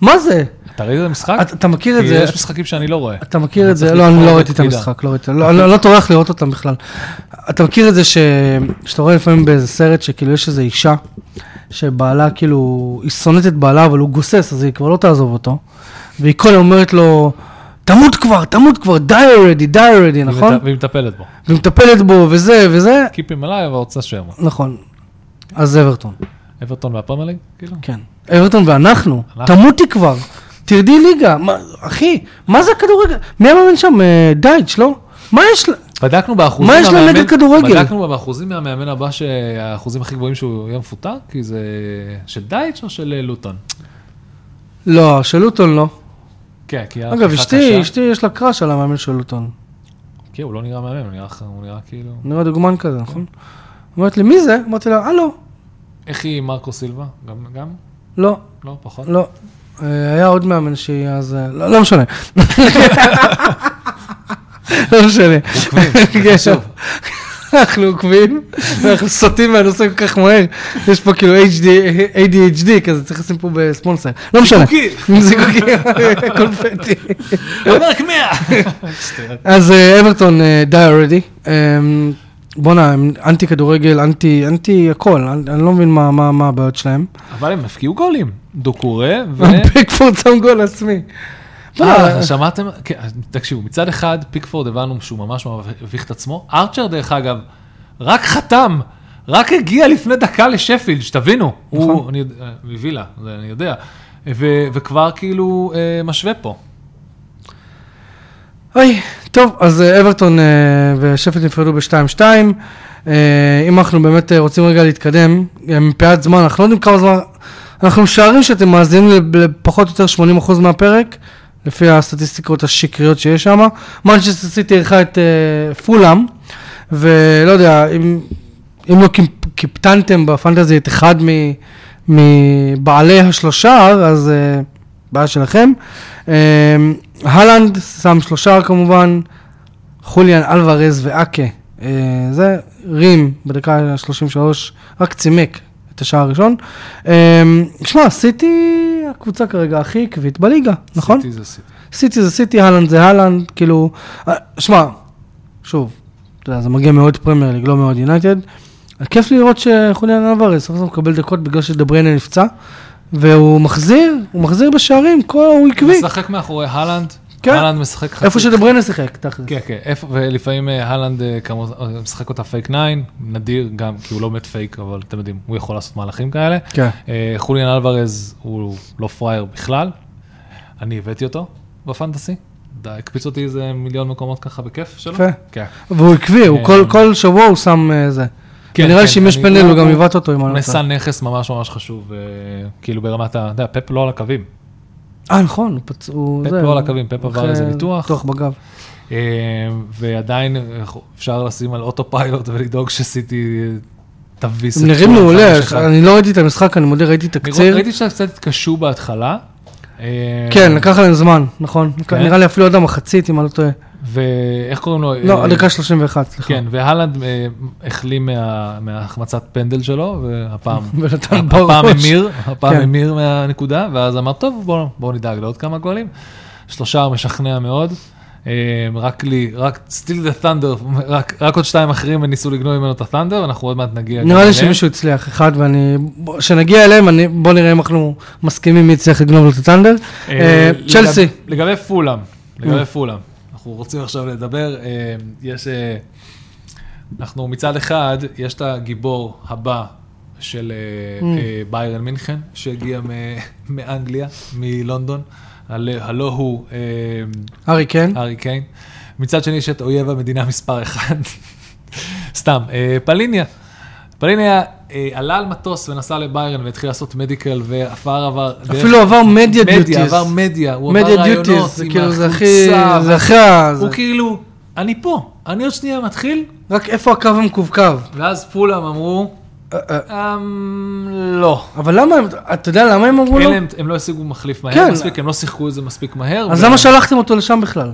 Speaker 1: מה זה?
Speaker 2: אתה ראית את המשחק?
Speaker 1: אתה- אתה מכיר את
Speaker 2: כי
Speaker 1: זה?
Speaker 2: יש משחקים שאני לא רואה.
Speaker 1: אתה מכיר
Speaker 2: אני
Speaker 1: את זה?
Speaker 2: צריך
Speaker 1: לא, אני
Speaker 2: לבחור
Speaker 1: לא ראיתי את
Speaker 2: בקפידה.
Speaker 1: המשחק, לא ראיתי, לא- לא לא טורח לראות אותם בכלל. אתה מכיר את זה ש... שאתה רואה לפעמים באיזה סרט שכאילו יש איזו אישה שבעלה כאילו, היא שונאת את בעלה אבל הוא גוסס אז היא כבר לא תעזוב אותו והיא כל היום אומרת לו, תמות כבר, תמות כבר, die already, die already, נכון?
Speaker 2: והיא מטפלת בו.
Speaker 1: והיא מטפלת בו וזה וזה,
Speaker 2: קיפים עליי, אבל רוצה שיאמר.
Speaker 1: נכון. אז זה אברטון,
Speaker 2: אברטון והפרמלינג? כאילו?
Speaker 1: כן. אברטון ואנחנו,
Speaker 2: אנחנו.
Speaker 1: תמותי כבר, תרדי ליגה, מה- אחי, מה זה הכדורגל? מי המאמן שם? אה, דייץ', לא? מה יש לה?
Speaker 2: בדקנו באחוזים
Speaker 1: מה יש להם
Speaker 2: מהמאמן-
Speaker 1: נגד כדורגל?
Speaker 2: בדקנו באחוזים מהמאמן הבא, שהאחוזים הכי גבוהים שהוא יהיה מפוטר, כי זה של דייץ' או של אה, לוטון?
Speaker 1: לא, של לוטון לא.
Speaker 2: כן, כי היה
Speaker 1: אגב,
Speaker 2: חתיכה
Speaker 1: אשתי,
Speaker 2: קשה.
Speaker 1: אשתי יש לה קראש על המאמן של לוטון.
Speaker 2: כן, הוא לא נראה מהמם, הוא נראה- הוא נראה כאילו...
Speaker 1: נראה דוגמן כזה, נכון? אומרת לי, מי זה? אמרתי לה, "אה, לא, הלו.
Speaker 2: איך היא עם מרקו סילבה? גם? גם?
Speaker 1: לא,
Speaker 2: לא, פחות?
Speaker 1: לא. אה, היה עוד מאמן שהיא אז... אה, לא לא משנה. לא משנה.
Speaker 2: עוקבים, זה
Speaker 1: כן.
Speaker 2: חשוב.
Speaker 1: אנחנו עוקבים, ואנחנו סוטים מהנושא כל כך מהר. יש פה כאילו HD, ADHD כזה, צריך לשים פה בספונסר. לא
Speaker 2: אוקיי,
Speaker 1: משנה.
Speaker 2: זיקוקים.
Speaker 1: זיקוקים. קונפטי.
Speaker 2: רק 100!
Speaker 1: אז אה, אברטון, אה, די אורדי. בואנה, הם אנטי כדורגל, אנטי, אנטי הכל, אני אני לא מבין מה- מה מה הבעיות שלהם.
Speaker 2: אבל הם הפקיעו גולים. דוקורה ו...
Speaker 1: בקפורד שם גול עצמי. בואנה,
Speaker 2: אה, שמעתם? כן, אז תקשיבו, מצד אחד, פיקפורד הבנו שהוא ממש מביך את עצמו. ארצ'ר, דרך אגב, רק חתם, רק הגיע לפני דקה לשפילד, שתבינו.
Speaker 1: נכון.
Speaker 2: הוא, אני יודע, אה, מווילה, זה אני יודע. ו- וכבר כאילו אה, משווה פה.
Speaker 1: אוי, טוב, אז אה, אברטון אה, ושפט נפרדו ב-2-2. אה, אם אנחנו באמת אה, רוצים רגע להתקדם, אה, מפאת זמן, אנחנו לא יודעים כמה זמן, אנחנו משערים שאתם מאזינים לפחות או יותר 80% מהפרק, לפי הסטטיסטיקות השקריות שיש שם. מנצ'סטר סיטי אירחה את אה, פולאם, ולא יודע, אם, אם לא קיפ- קיפטנתם בפנטזי את אחד מ- מבעלי השלושה, אז אה, בעיה שלכם. אה, הלנד שם שלושה כמובן, חוליאן אלוורז ואקה, אה, זה רים בדקה ה-33, רק צימק את השער הראשון. אה, שמע, סיטי הקבוצה כרגע הכי עקבית בליגה, נכון?
Speaker 2: סיטי זה סיטי.
Speaker 1: סיטי זה סיטי, הלנד זה הלנד, כאילו, אה, שמע, שוב, אתה יודע, זה מגיע מאוד פרמייר ליג, לא מאוד יונייטד. כיף לי לראות שחוליאן אלוורז סוף סוף מקבל דקות בגלל שדבריינה נפצע, והוא מחזיר, הוא מחזיר בשערים, כל, הוא
Speaker 2: הוא
Speaker 1: עקבי.
Speaker 2: משחק מאחורי הלנד,
Speaker 1: כן.
Speaker 2: הלנד משחק חצי.
Speaker 1: איפה שדבריינה שיחק, תכל'ס.
Speaker 2: כן, כן, איפה- ולפעמים אה, הלנד אה, כמו- אה, משחק אותה פייק 9, נדיר גם, כי הוא לא באמת פייק, אבל אתם יודעים, הוא יכול לעשות מהלכים כאלה.
Speaker 1: כן.
Speaker 2: אה, חוליאן אלוורז הוא לא פראייר בכלל, אני הבאתי אותו בפנטסי, ד- הקפיץ אותי איזה מיליון מקומות ככה בכיף שלו.
Speaker 1: יפה.
Speaker 2: כן.
Speaker 1: והוא עקבי, הוא
Speaker 2: אה,
Speaker 1: כל, כל שבוע הוא שם אה, זה.
Speaker 2: כן,
Speaker 1: נראה
Speaker 2: כן,
Speaker 1: לי שאם יש
Speaker 2: אני-
Speaker 1: פנדל
Speaker 2: הוא-
Speaker 1: הוא גם
Speaker 2: הוא-
Speaker 1: עיוות אותו לא עם
Speaker 2: הוא
Speaker 1: הלנצה.
Speaker 2: נעשה נכס ממש ממש חשוב, אה, כאילו ברמת ה... אתה יודע, פפ לא על הקווים.
Speaker 1: אה, נכון, הוא פצ... הוא...
Speaker 2: פפ
Speaker 1: זה,
Speaker 2: לא על
Speaker 1: הוא-
Speaker 2: הקווים, פפ
Speaker 1: הוא
Speaker 2: עבר איזה
Speaker 1: אחרי
Speaker 2: ניתוח.
Speaker 1: ניתוח בגב.
Speaker 2: אה, ועדיין אה, אפשר לשים על אוטו פיילוט ולדאוג שסיטי אה, תביס
Speaker 1: הם נראים
Speaker 2: כולם
Speaker 1: מעולה,
Speaker 2: חמש אחד.
Speaker 1: אני לא ראיתי את המשחק, אני מודה, ראיתי
Speaker 2: אני
Speaker 1: תקציר.
Speaker 2: ראיתי שקצת התקשו בהתחלה. אה,
Speaker 1: כן, לקח להם זמן, נכון.
Speaker 2: כן.
Speaker 1: נראה לי אפילו עד המחצית, אם אני לא טועה.
Speaker 2: ואיך קוראים לו?
Speaker 1: לא,
Speaker 2: אה,
Speaker 1: עד דקה 31, סליחה.
Speaker 2: כן, והלנד אה, החלים מה- מהחמצת פנדל שלו, והפעם
Speaker 1: ונתן בראש.
Speaker 2: הפעם המיר, הפעם
Speaker 1: לא כן.
Speaker 2: המיר מהנקודה, ואז אמר, טוב, בואו בוא נדאג לעוד כמה גולים. שלושה משכנע מאוד. אה, רק לי, רק סטיל דה תנדר, רק רק עוד שתיים אחרים וניסו לגנוב ממנו את התנדר, אנחנו עוד מעט נגיע. גם
Speaker 1: נראה לי
Speaker 2: אליהם.
Speaker 1: שמישהו הצליח, אחד, ואני... בוא- כשנגיע אליהם, אני- בוא נראה אם אנחנו מסכימים מי הצליח לגנוב לו את הטנדר.
Speaker 2: אה,
Speaker 1: אה,
Speaker 2: לגב-
Speaker 1: צ'לסי.
Speaker 2: לגבי פולאם, לגבי
Speaker 1: Mm.
Speaker 2: פולאם, אנחנו רוצים עכשיו לדבר, אה, יש, אה, אנחנו מצד אחד, יש את הגיבור הבא של אה,
Speaker 1: Mm.
Speaker 2: אה, ביירן מינכן, שהגיע מ- מאנגליה, מלונדון, הלא הלא הוא אה,
Speaker 1: ארי כן? קיין.
Speaker 2: הארי קיין. מצד שני יש את אויב המדינה מספר אחד. סתם, אה, פליניה. פליניה אה, עלה על מטוס ונסע לביירן והתחיל לעשות מדיקל ועבר עבר... דרך-
Speaker 1: אפילו עבר מדיה דיוטיז.
Speaker 2: אה, מדיה, עבר מדיה, הוא עבר
Speaker 1: מדיה
Speaker 2: רעיונות
Speaker 1: דיוטיז, זה
Speaker 2: עם
Speaker 1: כאילו, זה הכי...
Speaker 2: החולצה,
Speaker 1: זה הכי... ה- זה-
Speaker 2: הוא כאילו, אני פה, אני עוד שנייה מתחיל,
Speaker 1: רק איפה הקו המקווקו?
Speaker 2: ואז פולם אמרו,
Speaker 1: אה, אה,
Speaker 2: אמ... לא.
Speaker 1: אבל למה, הם- אתה יודע למה הם אמרו לו?
Speaker 2: אלה הם- הם לא השיגו מחליף מהר
Speaker 1: כן.
Speaker 2: מספיק, הם לא שיחקו את זה מספיק מהר.
Speaker 1: אז
Speaker 2: ו-
Speaker 1: למה שלחתם אותו לשם בכלל?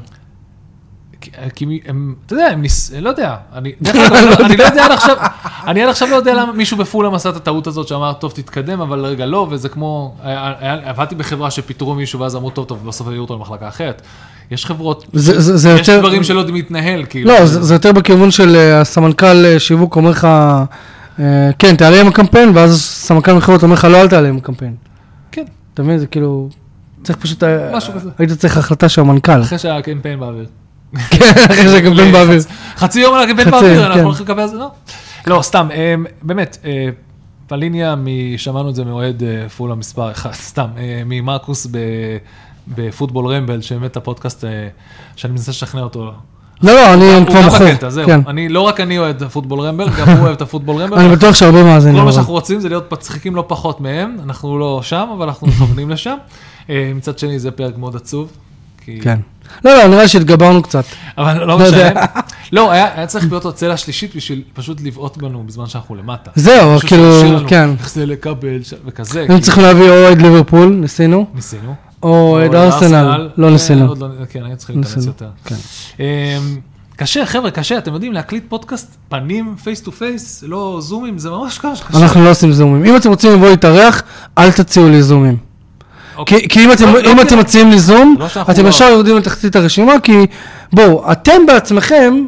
Speaker 2: כי- כי מי- הם, אתה יודע, הם ניס... לא יודע, אני דרך אגב, אני לא- אני לא יודע עד עכשיו, אני עד עכשיו לא יודע למה מישהו בפולם עשה את הטעות הזאת שאמר, טוב, תתקדם, אבל רגע, לא, וזה כמו, היה- היה- עבדתי בחברה שפיטרו מישהו ואז אמרו, טוב, טוב, בסוף העבירו אותו למחלקה אחרת. יש חברות,
Speaker 1: זה, זה, זה
Speaker 2: יש
Speaker 1: יותר...
Speaker 2: דברים שלא מתנהל, כאילו.
Speaker 1: לא, זה, זה יותר בכיוון של אה, הסמנכ"ל אה, שיווק אומר לך, אה, כן, תעלה עם הקמפיין, ואז סמנכ"ל מכירות אומר לך, לא, אל תעלה עם הקמפיין.
Speaker 2: כן.
Speaker 1: אתה מבין? זה כאילו... צריך פשוט... אה,
Speaker 2: משהו כזה.
Speaker 1: היית צריך החלטה של המנכ"ל.
Speaker 2: אחרי שהקמפיין באוויר.
Speaker 1: כן, אחרי שהקמפיין באוויר.
Speaker 2: לחצ- חצי יום על הקמפיין
Speaker 1: חצי,
Speaker 2: באוויר, אנחנו
Speaker 1: כן.
Speaker 2: הולכים לקבל את זה, לא? לא, סתם, אה, באמת, אה, פליניה, מ- שמענו את זה מאוהד אה, פולה מספר אחד, סתם, אה, ממרקוס ב- בפוטבול רמבל, שבאמת הפודקאסט אה, שאני מנסה לשכנע אותו.
Speaker 1: לא, לא, אני
Speaker 2: הוא
Speaker 1: כבר
Speaker 2: גם
Speaker 1: מכור.
Speaker 2: בקטע, זהו.
Speaker 1: כן.
Speaker 2: אני, לא רק אני אוהד הפוטבול רמבל, גם הוא אוהב את הפוטבול רמבל.
Speaker 1: אני בטוח שהרבה מאזינים.
Speaker 2: כל מה
Speaker 1: אבל-
Speaker 2: שאנחנו רוצים זה להיות מצחיקים לא פחות מהם, אנחנו לא שם, אבל אנחנו מכוונים לשם. אה, מצד שני, זה פרק מאוד עצוב. כי-
Speaker 1: כן. לא, לא, נראה שהתגברנו קצת.
Speaker 2: אבל לא
Speaker 1: לא יודע.
Speaker 2: משנה. לא, היה היה צריך להיות עוד צלע שלישית בשביל פשוט לבעוט בנו בזמן שאנחנו למטה.
Speaker 1: זהו,
Speaker 2: פשוט
Speaker 1: כאילו,
Speaker 2: להשאיר לנו,
Speaker 1: כן.
Speaker 2: איך זה לכבל ש- וכזה.
Speaker 1: היינו
Speaker 2: כאילו.
Speaker 1: צריכים להביא או את ליברפול, ניסינו,
Speaker 2: ניסינו.
Speaker 1: או את ארסנל, לא
Speaker 2: אה,
Speaker 1: ניסינו.
Speaker 2: עוד לא- כן, היינו צריכים להתאמץ
Speaker 1: ניסינו,
Speaker 2: יותר.
Speaker 1: כן.
Speaker 2: אמ, קשה, חבר'ה, קשה, אתם יודעים, להקליט פודקאסט פנים, פייס טו פייס, לא זומים, זה ממש קשה.
Speaker 1: אנחנו לא עושים זומים. אם אתם רוצים לבוא להתארח, אל תציעו לי זומים.
Speaker 2: אוקיי.
Speaker 1: כי, כי אם, אתם,
Speaker 2: לא, לא
Speaker 1: אם אתם
Speaker 2: כדאי.
Speaker 1: מציעים לי זום,
Speaker 2: לא שאנחנו
Speaker 1: אתם
Speaker 2: לא.
Speaker 1: ישר יורדים לתחתית הרשימה, כי בואו, אתם בעצמכם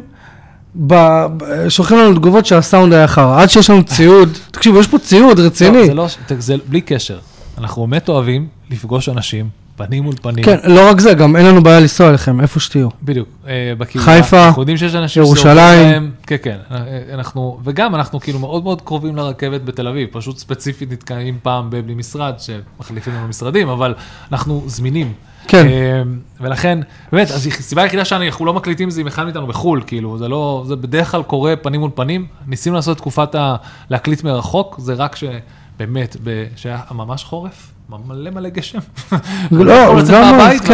Speaker 1: ב, ב, שולחים לנו תגובות שהסאונד היה חרא, עד שיש לנו ציוד, תקשיבו, יש פה ציוד
Speaker 2: לא,
Speaker 1: רציני.
Speaker 2: זה לא, ש- זה בלי קשר. אנחנו באמת אוהבים לפגוש אנשים, פנים מול פנים.
Speaker 1: כן, לא רק זה, גם אין לנו בעיה לנסוע אליכם, איפה שתהיו.
Speaker 2: בדיוק, אה, בקהילה.
Speaker 1: חיפה,
Speaker 2: אנחנו יודעים שיש אנשים
Speaker 1: ירושלים.
Speaker 2: שעובדים להם- כן, כן. אה, אנחנו, וגם אנחנו כאילו מאוד מאוד קרובים לרכבת בתל אביב, פשוט ספציפית נתקעים פעם בבלי משרד, שמחליפים לנו משרדים, אבל אנחנו זמינים.
Speaker 1: כן.
Speaker 2: אה, ולכן, באמת, אז הסיבה היחידה שאנחנו לא מקליטים זה אם אחד מאיתנו בחו"ל, כאילו, זה לא, זה בדרך כלל קורה פנים מול פנים. ניסינו לעשות את תקופת ה... להקליט מרחוק, זה רק ש... באמת, ב- שהיה ממש חורף, מלא מלא גשם.
Speaker 1: לא,
Speaker 2: לצאת
Speaker 1: גם אז,
Speaker 2: מהבית,
Speaker 1: כן.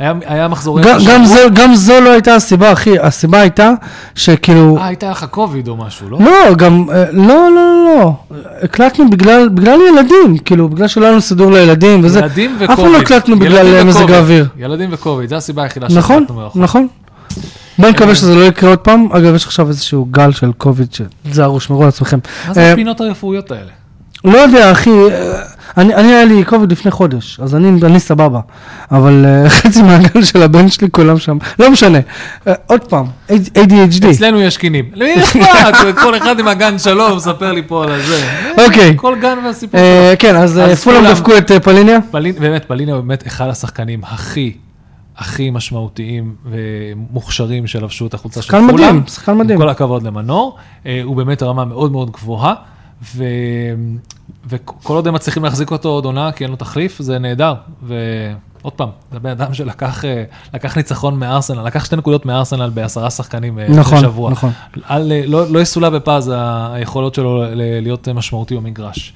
Speaker 2: והיה- היה, היה מחזורי
Speaker 1: גם-
Speaker 2: חשמל.
Speaker 1: גם זה- גם זו לא הייתה הסיבה, אחי, הסיבה הייתה שכאילו...
Speaker 2: אה, הייתה לך קוביד או משהו, לא?
Speaker 1: לא, גם, אה, לא, לא, לא, לא, הקלטנו בגלל, בגלל ילדים, כאילו, בגלל שלא היה לנו סידור לילדים וזה,
Speaker 2: ילדים
Speaker 1: אף
Speaker 2: וקוביד.
Speaker 1: פעם לא הקלטנו
Speaker 2: ילדים
Speaker 1: בגלל אה, מזג
Speaker 2: וקוביד.
Speaker 1: האוויר.
Speaker 2: ילדים וקוביד, זו הסיבה היחידה
Speaker 1: נכון,
Speaker 2: שהקלטנו מרחוק.
Speaker 1: נכון. בוא
Speaker 2: אה,
Speaker 1: נקווה שזה לא יקרה עוד פעם. אגב, יש עכשיו איזשהו גל של קוביד שתזהרו, שמרו על עצמכם.
Speaker 2: מה
Speaker 1: אה,
Speaker 2: זה הפינות הרפואיות האלה?
Speaker 1: לא יודע, אחי, אה, אני, אני היה לי קוביד לפני חודש, אז אני, אני סבבה. אבל אה, חצי מהגל של הבן שלי, כולם שם, לא משנה. אה, עוד פעם, ADHD.
Speaker 2: אצלנו יש קינים. למי אכפת? כל אחד עם הגן שלו מספר לי פה על הזה.
Speaker 1: אוקיי.
Speaker 2: כל גן והסיפור שלו.
Speaker 1: אה, כן, אז אה,
Speaker 2: אז
Speaker 1: פולאם
Speaker 2: פולאם.
Speaker 1: דפקו את אה, פליניה.
Speaker 2: פלין, באמת, פליני הוא באמת אחד השחקנים הכי, הכי משמעותיים ומוכשרים שלבשו את החולצה של
Speaker 1: שחקן
Speaker 2: כולם.
Speaker 1: מדהים, שחקן מדהים.
Speaker 2: עם כל הכבוד למנור, אה, הוא באמת רמה מאוד מאוד גבוהה, ו... וכל עוד הם מצליחים להחזיק אותו עוד עונה, כי אין לו תחליף, זה נהדר. ועוד פעם, זה בן אדם שלקח אה, לקח ניצחון מארסנל, לקח שתי נקודות מארסנל בעשרה שחקנים אה,
Speaker 1: נכון,
Speaker 2: בשבוע.
Speaker 1: נכון.
Speaker 2: על, אה, לא, לא יסולא בפז ה- היכולות שלו ל- להיות אה, משמעותי במגרש.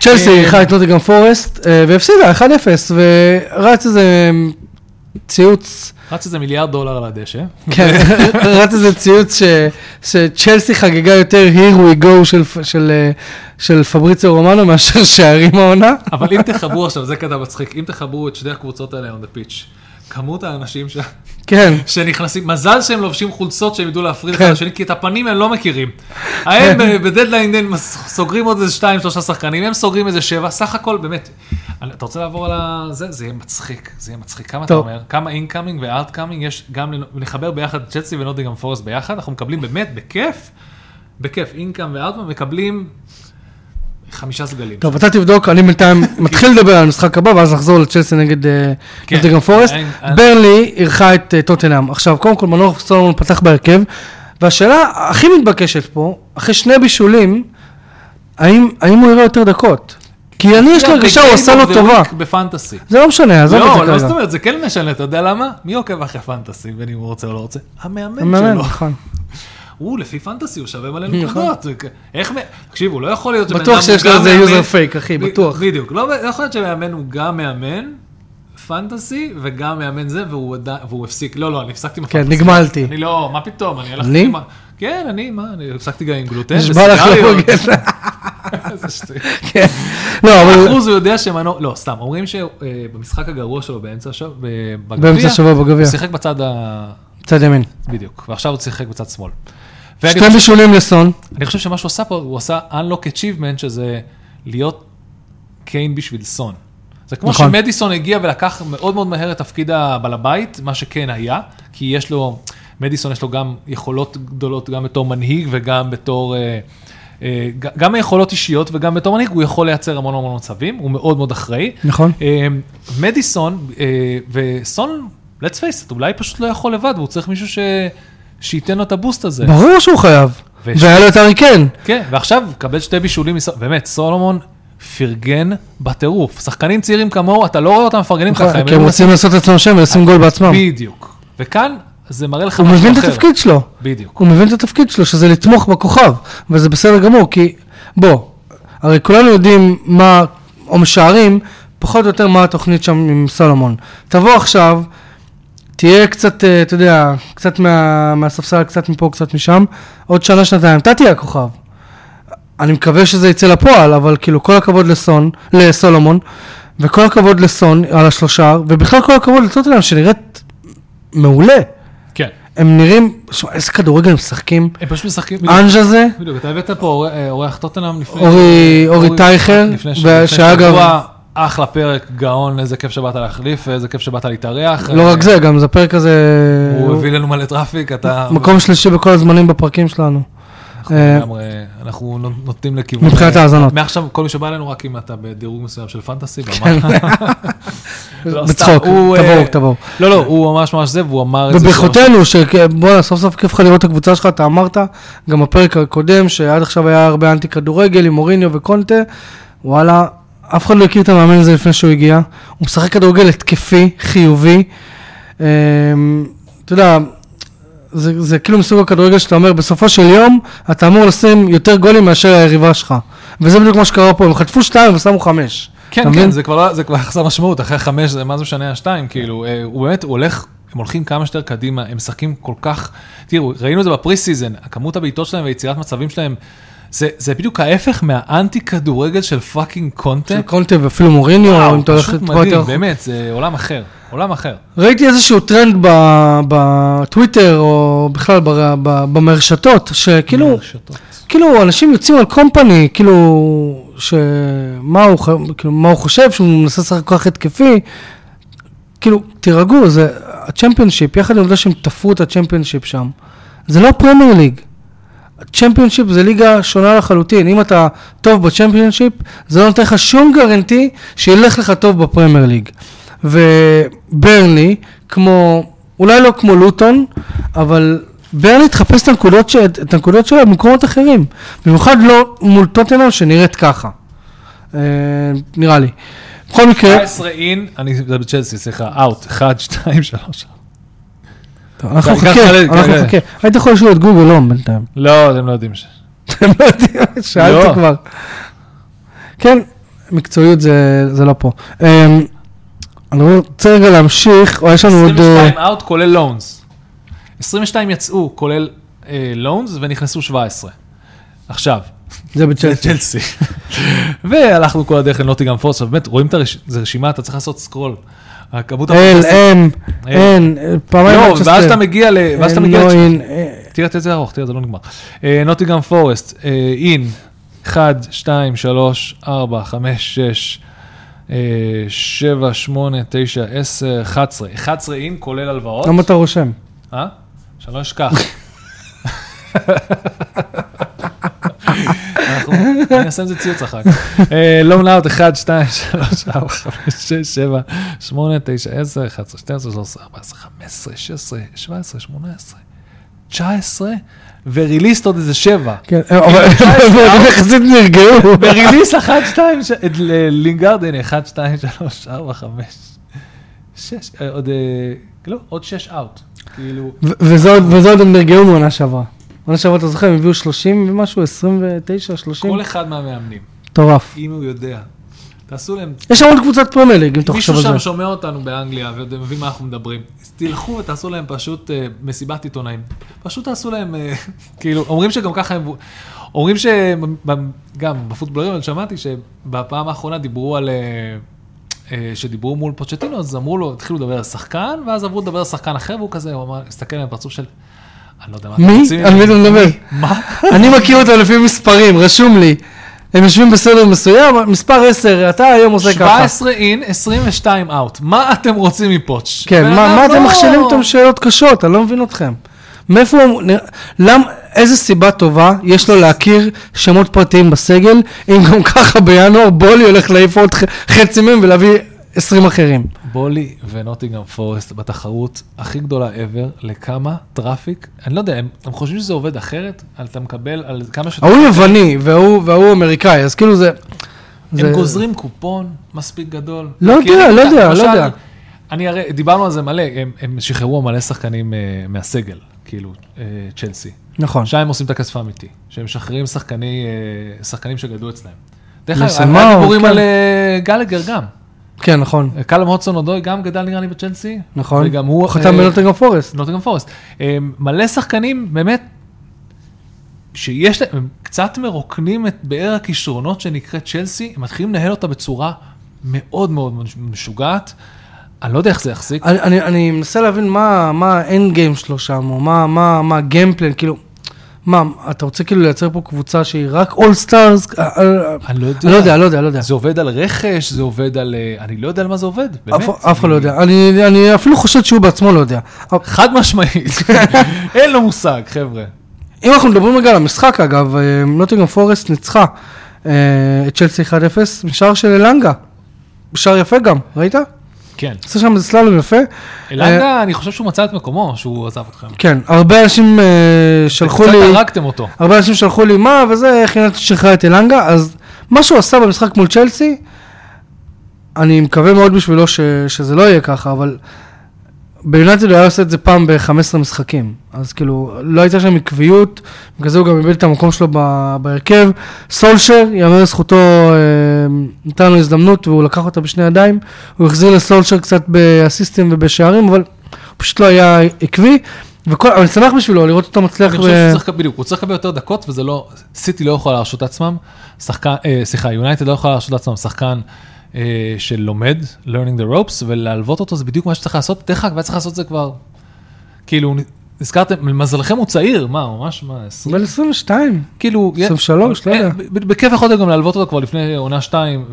Speaker 1: צ'לסי
Speaker 2: אה,
Speaker 1: אירחה את נוטיגרם פורסט, אה, והפסידה 1-0, ורץ איזה אה, ציוץ.
Speaker 2: רץ איזה מיליארד דולר על הדשא.
Speaker 1: כן, רץ איזה ציוץ ש- שצ'לסי חגגה יותר here we go של, פ- של, אה, של פבריציו רומנו מאשר שערים העונה.
Speaker 2: אבל אם תחברו עכשיו, זה קטע מצחיק, אם תחברו את שתי הקבוצות האלה on the pitch, כמות האנשים ש...
Speaker 1: כן,
Speaker 2: שנכנסים, מזל שהם לובשים חולצות שהם ידעו להפריד אחד
Speaker 1: כן.
Speaker 2: לשני, כי את הפנים הם לא מכירים. הם ב- בדדליין הם מס- סוגרים עוד איזה שתיים, שלושה שחקנים, הם סוגרים איזה שבע, סך הכל באמת. אני- אתה רוצה לעבור על ה... זה? זה יהיה מצחיק, זה יהיה מצחיק. כמה אתה
Speaker 1: טוב.
Speaker 2: אומר? כמה אינקאמינג וארטקאמינג יש גם לנ- לחבר ביחד את צ'לסי ונוטיגרם פורסט ביחד, אנחנו מקבלים באמת, בכיף, בכיף, אינקאם וארטקאמינג מקבלים חמישה סגלים.
Speaker 1: טוב אתה תבדוק, אני בינתיים מתחיל לדבר על המשחק הבא ואז נחזור לצ'לסי נגד אה,
Speaker 2: כן,
Speaker 1: נוטיגרם פורסט.
Speaker 2: עדיין- עדיין-
Speaker 1: ברלי אירחה את אה, טוטנאם. עכשיו קודם כל מנור סולומון פתח בהרכב, והשאלה הכי מתבקשת פה, אחרי שני בישולים, האם האם הוא יראה יותר דקות? כי אני יש לי הרגשה הוא עשה לו
Speaker 2: Game of the
Speaker 1: טובה.
Speaker 2: Week בפנטסי.
Speaker 1: זה לא משנה, עזוב את זה
Speaker 2: לא,
Speaker 1: כרגע.
Speaker 2: לא זאת אומרת, זה כן משנה, אתה יודע למה? מי עוקב אחרי פנטסי, בין אם הוא רוצה או לא רוצה? המאמן
Speaker 1: המאמן,
Speaker 2: שלו.
Speaker 1: נכון.
Speaker 2: הוא, לפי פנטסי הוא שווה מלא
Speaker 1: נכון.
Speaker 2: נקודות. זה כ- איך, מ- תקשיבו, לא יכול להיות שבן
Speaker 1: בטוח
Speaker 2: אדם
Speaker 1: שיש לו
Speaker 2: גם
Speaker 1: איזה
Speaker 2: מאמן-
Speaker 1: user fake, אחי,
Speaker 2: ב-
Speaker 1: בטוח.
Speaker 2: בדיוק, לא לא יכול להיות שמאמן הוא גם מאמן. פנטסי וגם מאמן זה, והוא עדיין, והוא הפסיק, לא, לא, אני הפסקתי עם
Speaker 1: כן,
Speaker 2: הפנטסי.
Speaker 1: נגמלתי.
Speaker 2: אני לא, מה פתאום, אני הלכתי
Speaker 1: אני?
Speaker 2: עם... ה- כן, אני, מה, אני הפסקתי גם עם גלוטן
Speaker 1: נשבע לך לא
Speaker 2: וסיגריות.
Speaker 1: הוגן.
Speaker 2: איזה שטויות.
Speaker 1: כן. לא, אבל
Speaker 2: אחוז הוא יודע שמנור, לא, סתם, אומרים שבמשחק הגרוע שלו באמצע השבוע, בגביע,
Speaker 1: באמצע השבוע בגביע,
Speaker 2: הוא שיחק בצד ה...
Speaker 1: צד ימין.
Speaker 2: בדיוק, ועכשיו הוא שיחק בצד שמאל. ואני
Speaker 1: שתי
Speaker 2: חושב,
Speaker 1: בישולים לסון,
Speaker 2: אני חושב שמה שהוא עשה פה, הוא עשה unlock achievement, שזה להיות קיין בשביל סון. זה כמו
Speaker 1: נכון.
Speaker 2: שמדיסון הגיע ולקח מאוד מאוד מהר את תפקיד הבעל הבית, מה שכן היה, כי יש לו, מדיסון יש לו גם יכולות גדולות, גם בתור מנהיג וגם בתור, אה, אה, ג- גם יכולות אישיות וגם בתור מנהיג, הוא יכול לייצר המון המון מצבים, הוא מאוד מאוד אחראי.
Speaker 1: נכון.
Speaker 2: אה, מדיסון אה, וסון, let's face it, אולי פשוט לא יכול לבד, והוא צריך מישהו ש... שייתן לו את הבוסט הזה.
Speaker 1: ברור שהוא חייב.
Speaker 2: וש-
Speaker 1: והיה לו את הארי קיין.
Speaker 2: כן, ועכשיו קבל שתי בישולים, מס- באמת, סולומון פרגן בטירוף. שחקנים צעירים כמוהו, אתה לא רואה אותם מפרגנים ככה.
Speaker 1: כי הם רוצים לעשות לעצמם שם ולשים גול בעצמם.
Speaker 2: בדיוק. וכאן זה מראה לך
Speaker 1: הוא
Speaker 2: משהו אחר.
Speaker 1: מבין את התפקיד שלו.
Speaker 2: בדיוק.
Speaker 1: הוא מבין את התפקיד שלו, שזה לתמוך בכוכב, וזה בסדר גמור, כי בוא, הרי כולנו יודעים מה, או משערים, פחות או יותר מה התוכנית שם עם סולומון. תבוא עכשיו, תהיה קצת, אה, אתה יודע, קצת מה, מהספסל, קצת מפה, קצת משם, עוד שנה, שנתיים, אתה תהיה הכוכב. אני מקווה שזה יצא לפועל, אבל כאילו כל הכבוד לסון, לסולומון, וכל הכבוד לסון על השלושה, ובכלל כל הכבוד לטוטנאם שנראית מעולה.
Speaker 2: כן.
Speaker 1: הם נראים, שמע, איזה כדורגל הם משחקים.
Speaker 2: הם פשוט משחקים...
Speaker 1: אנג' הזה,
Speaker 2: בדיוק, אתה הבאת פה אור- אה, אורח טוטנאם לפני...
Speaker 1: אה, אורי- אורי טייכר,
Speaker 2: לפני ש-
Speaker 1: ו-
Speaker 2: לפני
Speaker 1: שהיה גם-
Speaker 2: שבוע, אחלה פרק, גאון, איזה כיף שבאת להחליף, איזה כיף שבאת להתארח.
Speaker 1: לא
Speaker 2: אה,
Speaker 1: רק זה, גם זה פרק הזה,
Speaker 2: הוא הביא לנו מלא טראפיק, אתה...
Speaker 1: מקום שלישי בכל הזמנים בפרקים שלנו.
Speaker 2: אנחנו
Speaker 1: אה,
Speaker 2: לגמרי, אנחנו נות- נוטים לכיוון...
Speaker 1: מבחינת ההאזנות.
Speaker 2: מעכשיו, כל מי שבא אלינו, רק אם אתה בדירוג מסוים של פנטסי,
Speaker 1: כן.
Speaker 2: במה. לא, סתם,
Speaker 1: בצחוק, תבואו,
Speaker 2: הוא, אה,
Speaker 1: תבואו.
Speaker 2: לא, לא, הוא ממש ממש זה, והוא אמר את זה.
Speaker 1: וברכותינו, שבואנה, סוף סוף כיף לך לראות את הקבוצה שלך, אתה אמרת, גם הפרק הקודם, שעד עכשיו היה הרבה אנטי כדורגל עם מוריניו וקונטה, וואלה, אף אחד לא הכיר את המאמן הזה לפני שהוא הגיע. הוא משחק כדורגל התקפי, חיובי. אמ, אתה יודע, זה, זה כאילו מסוג הכדורגל שאתה אומר, בסופו של יום, אתה אמור לשים יותר גולים מאשר היריבה שלך. וזה בדיוק מה שקרה פה, הם חטפו שתיים ושמו חמש. אתה
Speaker 2: כן,
Speaker 1: מבין?
Speaker 2: כן, זה כבר לא- זה כבר חסר משמעות, אחרי חמש, זה מה זה משנה השתיים, כאילו, אה, הוא באמת, הוא הולך, הם הולכים כמה שיותר קדימה, הם משחקים כל כך, תראו, ראינו את זה בפרי סיזן, הכמות הבעיטות שלהם ויצירת מצבים שלהם, זה זה בדיוק ההפך מהאנטי כדורגל של פאקינג
Speaker 1: של
Speaker 2: קונטה.
Speaker 1: קונטה ואפילו מוריניו, אם אתה הולך
Speaker 2: פשוט
Speaker 1: טיפה
Speaker 2: מדהים,
Speaker 1: יותר
Speaker 2: באמת, זה עולם אחר, עולם אחר.
Speaker 1: ראיתי איזשהו טרנד ב- בטוויטר, או בכלל בר- ב- במרשתות, שכאילו, כאילו אנשים יוצאים על קומפני, כאילו, שמה הוא, ח- כאילו, מה הוא חושב, שהוא מנסה לשחק כל כך התקפי, כאילו, תירגעו, זה הצ'מפיונשיפ, יחד עם זה שהם תפרו את הצ'מפיונשיפ שם, זה לא פרמייר ליג. צ'מפיונשיפ זה ליגה שונה לחלוטין, אם אתה טוב בצ'מפיונשיפ, זה לא נותן לך שום גרנטי שילך לך טוב בפרמייר ליג. וברני, כמו, אולי לא כמו לוטון, אבל ברני תחפש את הנקודות, ש... את הנקודות שלה במקומות אחרים. במיוחד לא מול טוטנאם שנראית ככה. אה, נראה לי. בכל מקרה,
Speaker 2: 19 אין, אני, זה בצ'לסי, סליחה, אאוט, 1, 2, 3.
Speaker 1: טוב, אנחנו
Speaker 2: ככה,
Speaker 1: נחכה,
Speaker 2: ככה,
Speaker 1: אנחנו
Speaker 2: ככה.
Speaker 1: נחכה. היית יכול לשאול את גוגל הום בינתיים.
Speaker 2: לא, אתם לא יודעים ש...
Speaker 1: אתם לא יודעים, שאלתי
Speaker 2: לא.
Speaker 1: כבר. כן, מקצועיות זה זה לא פה. אה, אני רוצה רגע להמשיך, או יש לנו עוד... אה,
Speaker 2: 22 אאוט כולל לונס. 22 יצאו כולל לונס ונכנסו 17. עכשיו,
Speaker 1: זה בצ'לסי.
Speaker 2: צ'לסי. והלכנו כל הדרך לנוטיגרם פורס, באמת רואים את הרשימה, אתה צריך לעשות סקרול. הכמות
Speaker 1: אל,
Speaker 2: הפנטסטית.
Speaker 1: אין,
Speaker 2: אין.
Speaker 1: אין, פעמיים
Speaker 2: אה. לא,
Speaker 1: מצ'סטר.
Speaker 2: ואז אתה מגיע ל... ואז אתה
Speaker 1: אין,
Speaker 2: מגיע...
Speaker 1: לא,
Speaker 2: לצ'-
Speaker 1: אין, אה,
Speaker 2: תראה, תראה, זה ארוך, תראה, זה לא נגמר. נוטיגרם פורסט, אה, אין, 1, 2, 3, 4, 5, 6, אה, 7, 8, 9, 10, 11. 11 אין, כולל הלוואות.
Speaker 1: למה אתה רושם?
Speaker 2: אה? שלא אשכח. אנחנו- אני אעשה עם זה ציוץ אחר כך. אה, לא לון אאוט 1, 2, 3, 4, 5, 6, 7, 8, 9, 10, 11, 12, 13, 14, 15, 16, 17, 18, 19, וריליסט עוד איזה 7.
Speaker 1: כן, אה, אבל הם יחסית נרגעו.
Speaker 2: בריליס 1, 2, ש- את ל- לינגארד, הנה, 1, 2, 3, 4, 5, 6, עוד, אה, לא, עוד 6 אאוט. כאילו,
Speaker 1: ו- וזה עוד- וזה עוד הם נרגעו מעונה שעברה. עונה שעברה, אתה זוכר, הם הביאו 30 ומשהו, 29, 30,
Speaker 2: כל אחד מהמאמנים.
Speaker 1: מטורף.
Speaker 2: אם הוא יודע. תעשו להם,
Speaker 1: יש המון קבוצת פרמייר ליג, אם אתה חושב
Speaker 2: מישהו
Speaker 1: על
Speaker 2: שם
Speaker 1: זה.
Speaker 2: שומע אותנו באנגליה ואתם מבין מה אנחנו מדברים. אז תלכו ותעשו להם פשוט אה, מסיבת עיתונאים. פשוט תעשו להם, אה, כאילו, אומרים שגם ככה הם... אומרים ש... גם בפוטבולרים, אני שמעתי שבפעם האחרונה דיברו על... אה, אה, שדיברו מול פוצ'טינו, אז אמרו לו, התחילו לדבר על שחקן, ואז עברו לדבר על שחקן אחר, והוא כזה, הוא אמר, הסתכל עליהם בפרצוף של... אני לא יודע מה אתם
Speaker 1: מי?
Speaker 2: רוצים.
Speaker 1: על מי אתה מדבר?
Speaker 2: מה?
Speaker 1: אני מכיר אותו לפי מספרים, רשום לי. הם יושבים בסדר מסוים, מספר 10, אתה היום עושה ככה.
Speaker 2: 17 אין, 22 אאוט. מה אתם רוצים מפוטש?
Speaker 1: כן,
Speaker 2: בן
Speaker 1: מה,
Speaker 2: אדם
Speaker 1: מה אתם
Speaker 2: לא-
Speaker 1: מכשילים אותם שאלות קשות? אני לא מבין אתכם. מאיפה הוא... נ- למ... איזה סיבה טובה יש לו להכיר שמות פרטיים בסגל, אם גם ככה בינואר בולי הולך להעיף עוד ח... חצי מהם ולהביא 20 אחרים?
Speaker 2: בולי ונוטינגרם פורסט בתחרות הכי גדולה ever, לכמה טראפיק, אני לא יודע, הם, הם חושבים שזה עובד אחרת, אבל אתה מקבל על כמה שאתה...
Speaker 1: ההוא יווני וההוא, וההוא אמריקאי, אז כאילו זה...
Speaker 2: הם זה... גוזרים קופון מספיק גדול.
Speaker 1: לא יודע,
Speaker 2: מכירים
Speaker 1: לא
Speaker 2: את ה-
Speaker 1: יודע, לא
Speaker 2: למשל,
Speaker 1: יודע.
Speaker 2: אני הרי, דיברנו על זה מלא, הם, הם שחררו מלא שחקנים אה, מהסגל, כאילו, אה, צ'לסי.
Speaker 1: נכון.
Speaker 2: שם הם עושים את הכסף האמיתי, שהם משחררים שחקני, אה, שחקנים שגדלו אצלם. דרך אגב,
Speaker 1: מסמאו,
Speaker 2: היה דיבורים
Speaker 1: כן.
Speaker 2: על אה, גלגר גם.
Speaker 1: כן, נכון.
Speaker 2: קלם הודסון אודוי גם גדל נראה לי בצ'לסי.
Speaker 1: נכון.
Speaker 2: וגם הוא...
Speaker 1: חתם
Speaker 2: אה,
Speaker 1: בנוטינגרם פורסט.
Speaker 2: נוטינגרם פורסט. אה, מלא שחקנים באמת, שיש להם, הם קצת מרוקנים את באר הכישרונות שנקראת צ'לסי, הם מתחילים לנהל אותה בצורה מאוד מאוד משוגעת. אני לא יודע איך זה יחזיק.
Speaker 1: אני, אני, אני מנסה להבין מה, מה האנד גיים שלו שם, או מה, מה, מה הגיימפלן, כאילו, מה, אתה רוצה כאילו לייצר פה קבוצה שהיא רק אול סטארס?
Speaker 2: אני לא יודע.
Speaker 1: אני לא יודע, לא יודע, לא יודע.
Speaker 2: זה עובד על רכש, זה עובד על... אה, אני לא יודע על מה זה עובד, באמת.
Speaker 1: אף- אף אחד לא יודע. אני, אני אפילו חושב שהוא בעצמו לא יודע. אבל
Speaker 2: חד משמעית. אין לו מושג, חבר'ה.
Speaker 1: אם אנחנו מדברים רגע על המשחק, אגב, אה, נוטינגרם פורסט ניצחה אה, את צ'לסי 1-0 משער של אלנגה. שער יפה גם, ראית?
Speaker 2: כן.
Speaker 1: עושה שם איזה סללום יפה. אה,
Speaker 2: אלנגה, אני חושב שהוא מצא את מקומו, שהוא עזב אתכם.
Speaker 1: כן, הרבה אנשים אה, שלחו לי...
Speaker 2: קצת הרגתם אותו.
Speaker 1: הרבה אנשים שלחו לי מה וזה, איך יונתן שחרר את אלנגה, אז מה שהוא עשה במשחק מול צ'לסי, אני מקווה מאוד בשבילו ש, שזה לא יהיה ככה, אבל ביונתן הוא היה עושה את זה פעם ב-15 משחקים, אז כאילו, לא הייתה שם עקביות, בגלל זה הוא גם איבד את המקום שלו ב- בהרכב. סולשר, יאמר לזכותו, אה, נתן לו הזדמנות והוא לקח אותה בשני ידיים, הוא החזיר לסולשר קצת באסיסטים ובשערים, אבל הוא פשוט לא היה עקבי. וכל, אני שמח בשבילו לראות אותו מצליח.
Speaker 2: אני
Speaker 1: ב-
Speaker 2: חושב שצריך, בדיוק, הוא צריך לקבל יותר דקות, וזה לא, סיטי לא יכולה להרשות לעצמם, שחקן, אה, סליחה, יונייטד לא יכולה להרשות לעצמם שחקן אה, שלומד, learning the ropes, ולהלוות אותו זה בדיוק מה שצריך לעשות, דרך אגב, היה צריך לעשות את זה כבר, כאילו, נזכרתם, מזלכם הוא צעיר, מה, הוא ממש, מה, 20,
Speaker 1: בן 22.
Speaker 2: כאילו,
Speaker 1: 23, לא
Speaker 2: אה,
Speaker 1: יודע.
Speaker 2: ב- ב- בכיף יכולתם גם להלוות אותו כבר לפני עונה 2.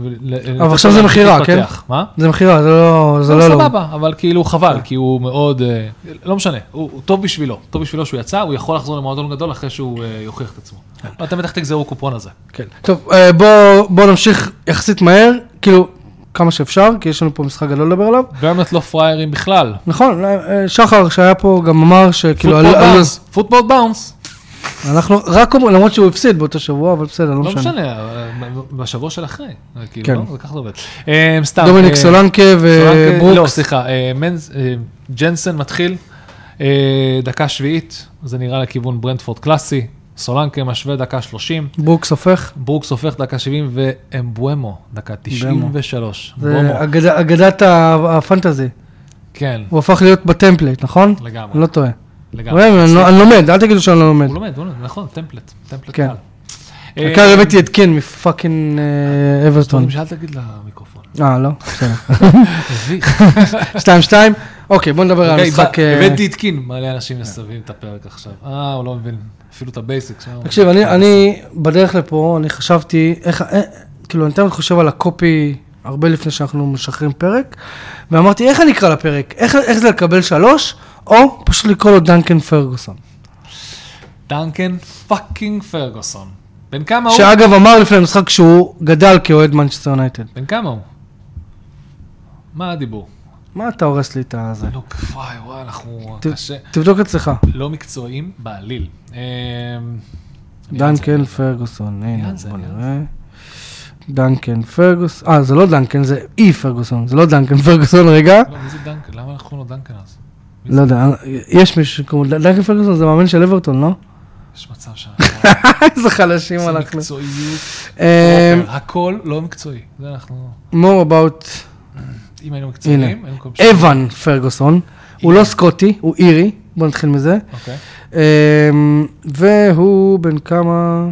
Speaker 1: אבל עכשיו זה מכירה, כן?
Speaker 2: מה?
Speaker 1: זה מכירה, זה לא... זה לא...
Speaker 2: לא
Speaker 1: לא.
Speaker 2: סבבה, אבל כאילו חבל, כי הוא מאוד, אה, לא משנה, הוא הוא טוב בשבילו, טוב בשבילו שהוא יצא, הוא יכול לחזור למועדון גדול אחרי שהוא אה, יוכיח את עצמו. אתם בטח תגזרו קופון הזה.
Speaker 1: כן. טוב, אה, בוא, בוא נמשיך יחסית מהר, כאילו, כמה שאפשר, כי יש לנו פה משחק גדול לדבר עליו.
Speaker 2: ברמט לא פריירים בכלל.
Speaker 1: נכון, אה, אה, שחר שהיה פה גם אמר שכאילו,
Speaker 2: פוטבול
Speaker 1: כאילו, על- על-
Speaker 2: באונס, פוטבול באונס.
Speaker 1: אנחנו רק אומרים, למרות שהוא הפסיד באותו שבוע, אבל בסדר, לא
Speaker 2: לא
Speaker 1: משנה.
Speaker 2: משנה, אבל בשבוע של אחרי, זה
Speaker 1: כן.
Speaker 2: כאילו, לא? זה ככה זה עובד. אה, סתם.
Speaker 1: דומיניק
Speaker 2: אה,
Speaker 1: סולנקה
Speaker 2: סולנקה- לא,
Speaker 1: וברוקס.
Speaker 2: סליחה, אה, מנס- אה, ג'נסן מתחיל, אה, דקה שביעית, זה נראה לכיוון ברנדפורד קלאסי, סולנקה משווה דקה שלושים.
Speaker 1: ברוקס הופך.
Speaker 2: ברוקס הופך דקה 70 ואמבואמו, דקה 93. אמבואמו,
Speaker 1: זה אגד- אגדת ה- הפנטזי.
Speaker 2: כן,
Speaker 1: הוא הפך להיות בטמפלייט, נכון?
Speaker 2: לגמרי,
Speaker 1: לא טועה.
Speaker 2: לגמרי.
Speaker 1: רואה, אני לא- אני לומד, אל תגידו שאני לא לומד.
Speaker 2: הוא לומד, הוא לומד, נכון, טמפלט, טמפלט
Speaker 1: כן.
Speaker 2: קל. אה, לא
Speaker 1: כאן הבאתי את קן מפאקינג אה, אברטון.
Speaker 2: דברים שאל תגיד למיקרופון.
Speaker 1: אה, לא? בסדר.
Speaker 2: מביך.
Speaker 1: שתיים, שתיים. אוקיי, בוא נדבר על
Speaker 2: רגע,
Speaker 1: המשחק. אה,
Speaker 2: הבאתי את קין, מלא אנשים מסביב את הפרק עכשיו. אה, הוא לא מבין אפילו את הבייסיקס. אה,
Speaker 1: תקשיב,
Speaker 2: הוא-
Speaker 1: אני- אני בדרך לפה, אני חשבתי, איך, אה, כאילו, אני תמיד חושב על הקופי הרבה לפני שאנחנו משחררים פרק, ואמרתי, איך אני אקרא לפרק? איך איך זה לקבל שלוש, או פשוט לקרוא לו דנקן פרגוסון.
Speaker 2: דנקן פאקינג פרגוסון. בן כמה הוא?
Speaker 1: שאגב, אמר לפני המשחק שהוא גדל כאוהד מנצ'סטר יונייטד.
Speaker 2: בן כמה הוא? מה הדיבור?
Speaker 1: מה אתה הורס לי את הזה?
Speaker 2: לא, וואי, וואי, אנחנו...
Speaker 1: ת-
Speaker 2: קשה.
Speaker 1: תבדוק אצלך.
Speaker 2: לא מקצועיים בעליל. אמ,
Speaker 1: דנקן פרגוסון, הנה,
Speaker 2: יאללה, זה
Speaker 1: בוא
Speaker 2: יאללה.
Speaker 1: נראה. דנקן פרגוסון, אה, זה לא דנקן, זה אי פרגוסון, זה לא דנקן פרגוסון, רגע.
Speaker 2: לא, מי זה דנקן? למה אנחנו קוראים לו דנקן אז? מי
Speaker 1: לא
Speaker 2: זה?
Speaker 1: יודע, יש מישהו כמו דנקן פרגוסון זה מאמן של אברטון, לא?
Speaker 2: יש מצב שם.
Speaker 1: איזה חלשים
Speaker 2: זה
Speaker 1: אנחנו.
Speaker 2: מקצועיות.
Speaker 1: אמ,
Speaker 2: אוקיי, הכל לא מקצועי. זה אנחנו...
Speaker 1: more about
Speaker 2: אם היינו מקצועיים,
Speaker 1: הנה.
Speaker 2: היינו מקום שני.
Speaker 1: אבן פרגוסון, הוא לא סקוטי, הוא אירי, בוא נתחיל מזה.
Speaker 2: אוקיי.
Speaker 1: אמ, והוא בן כמה?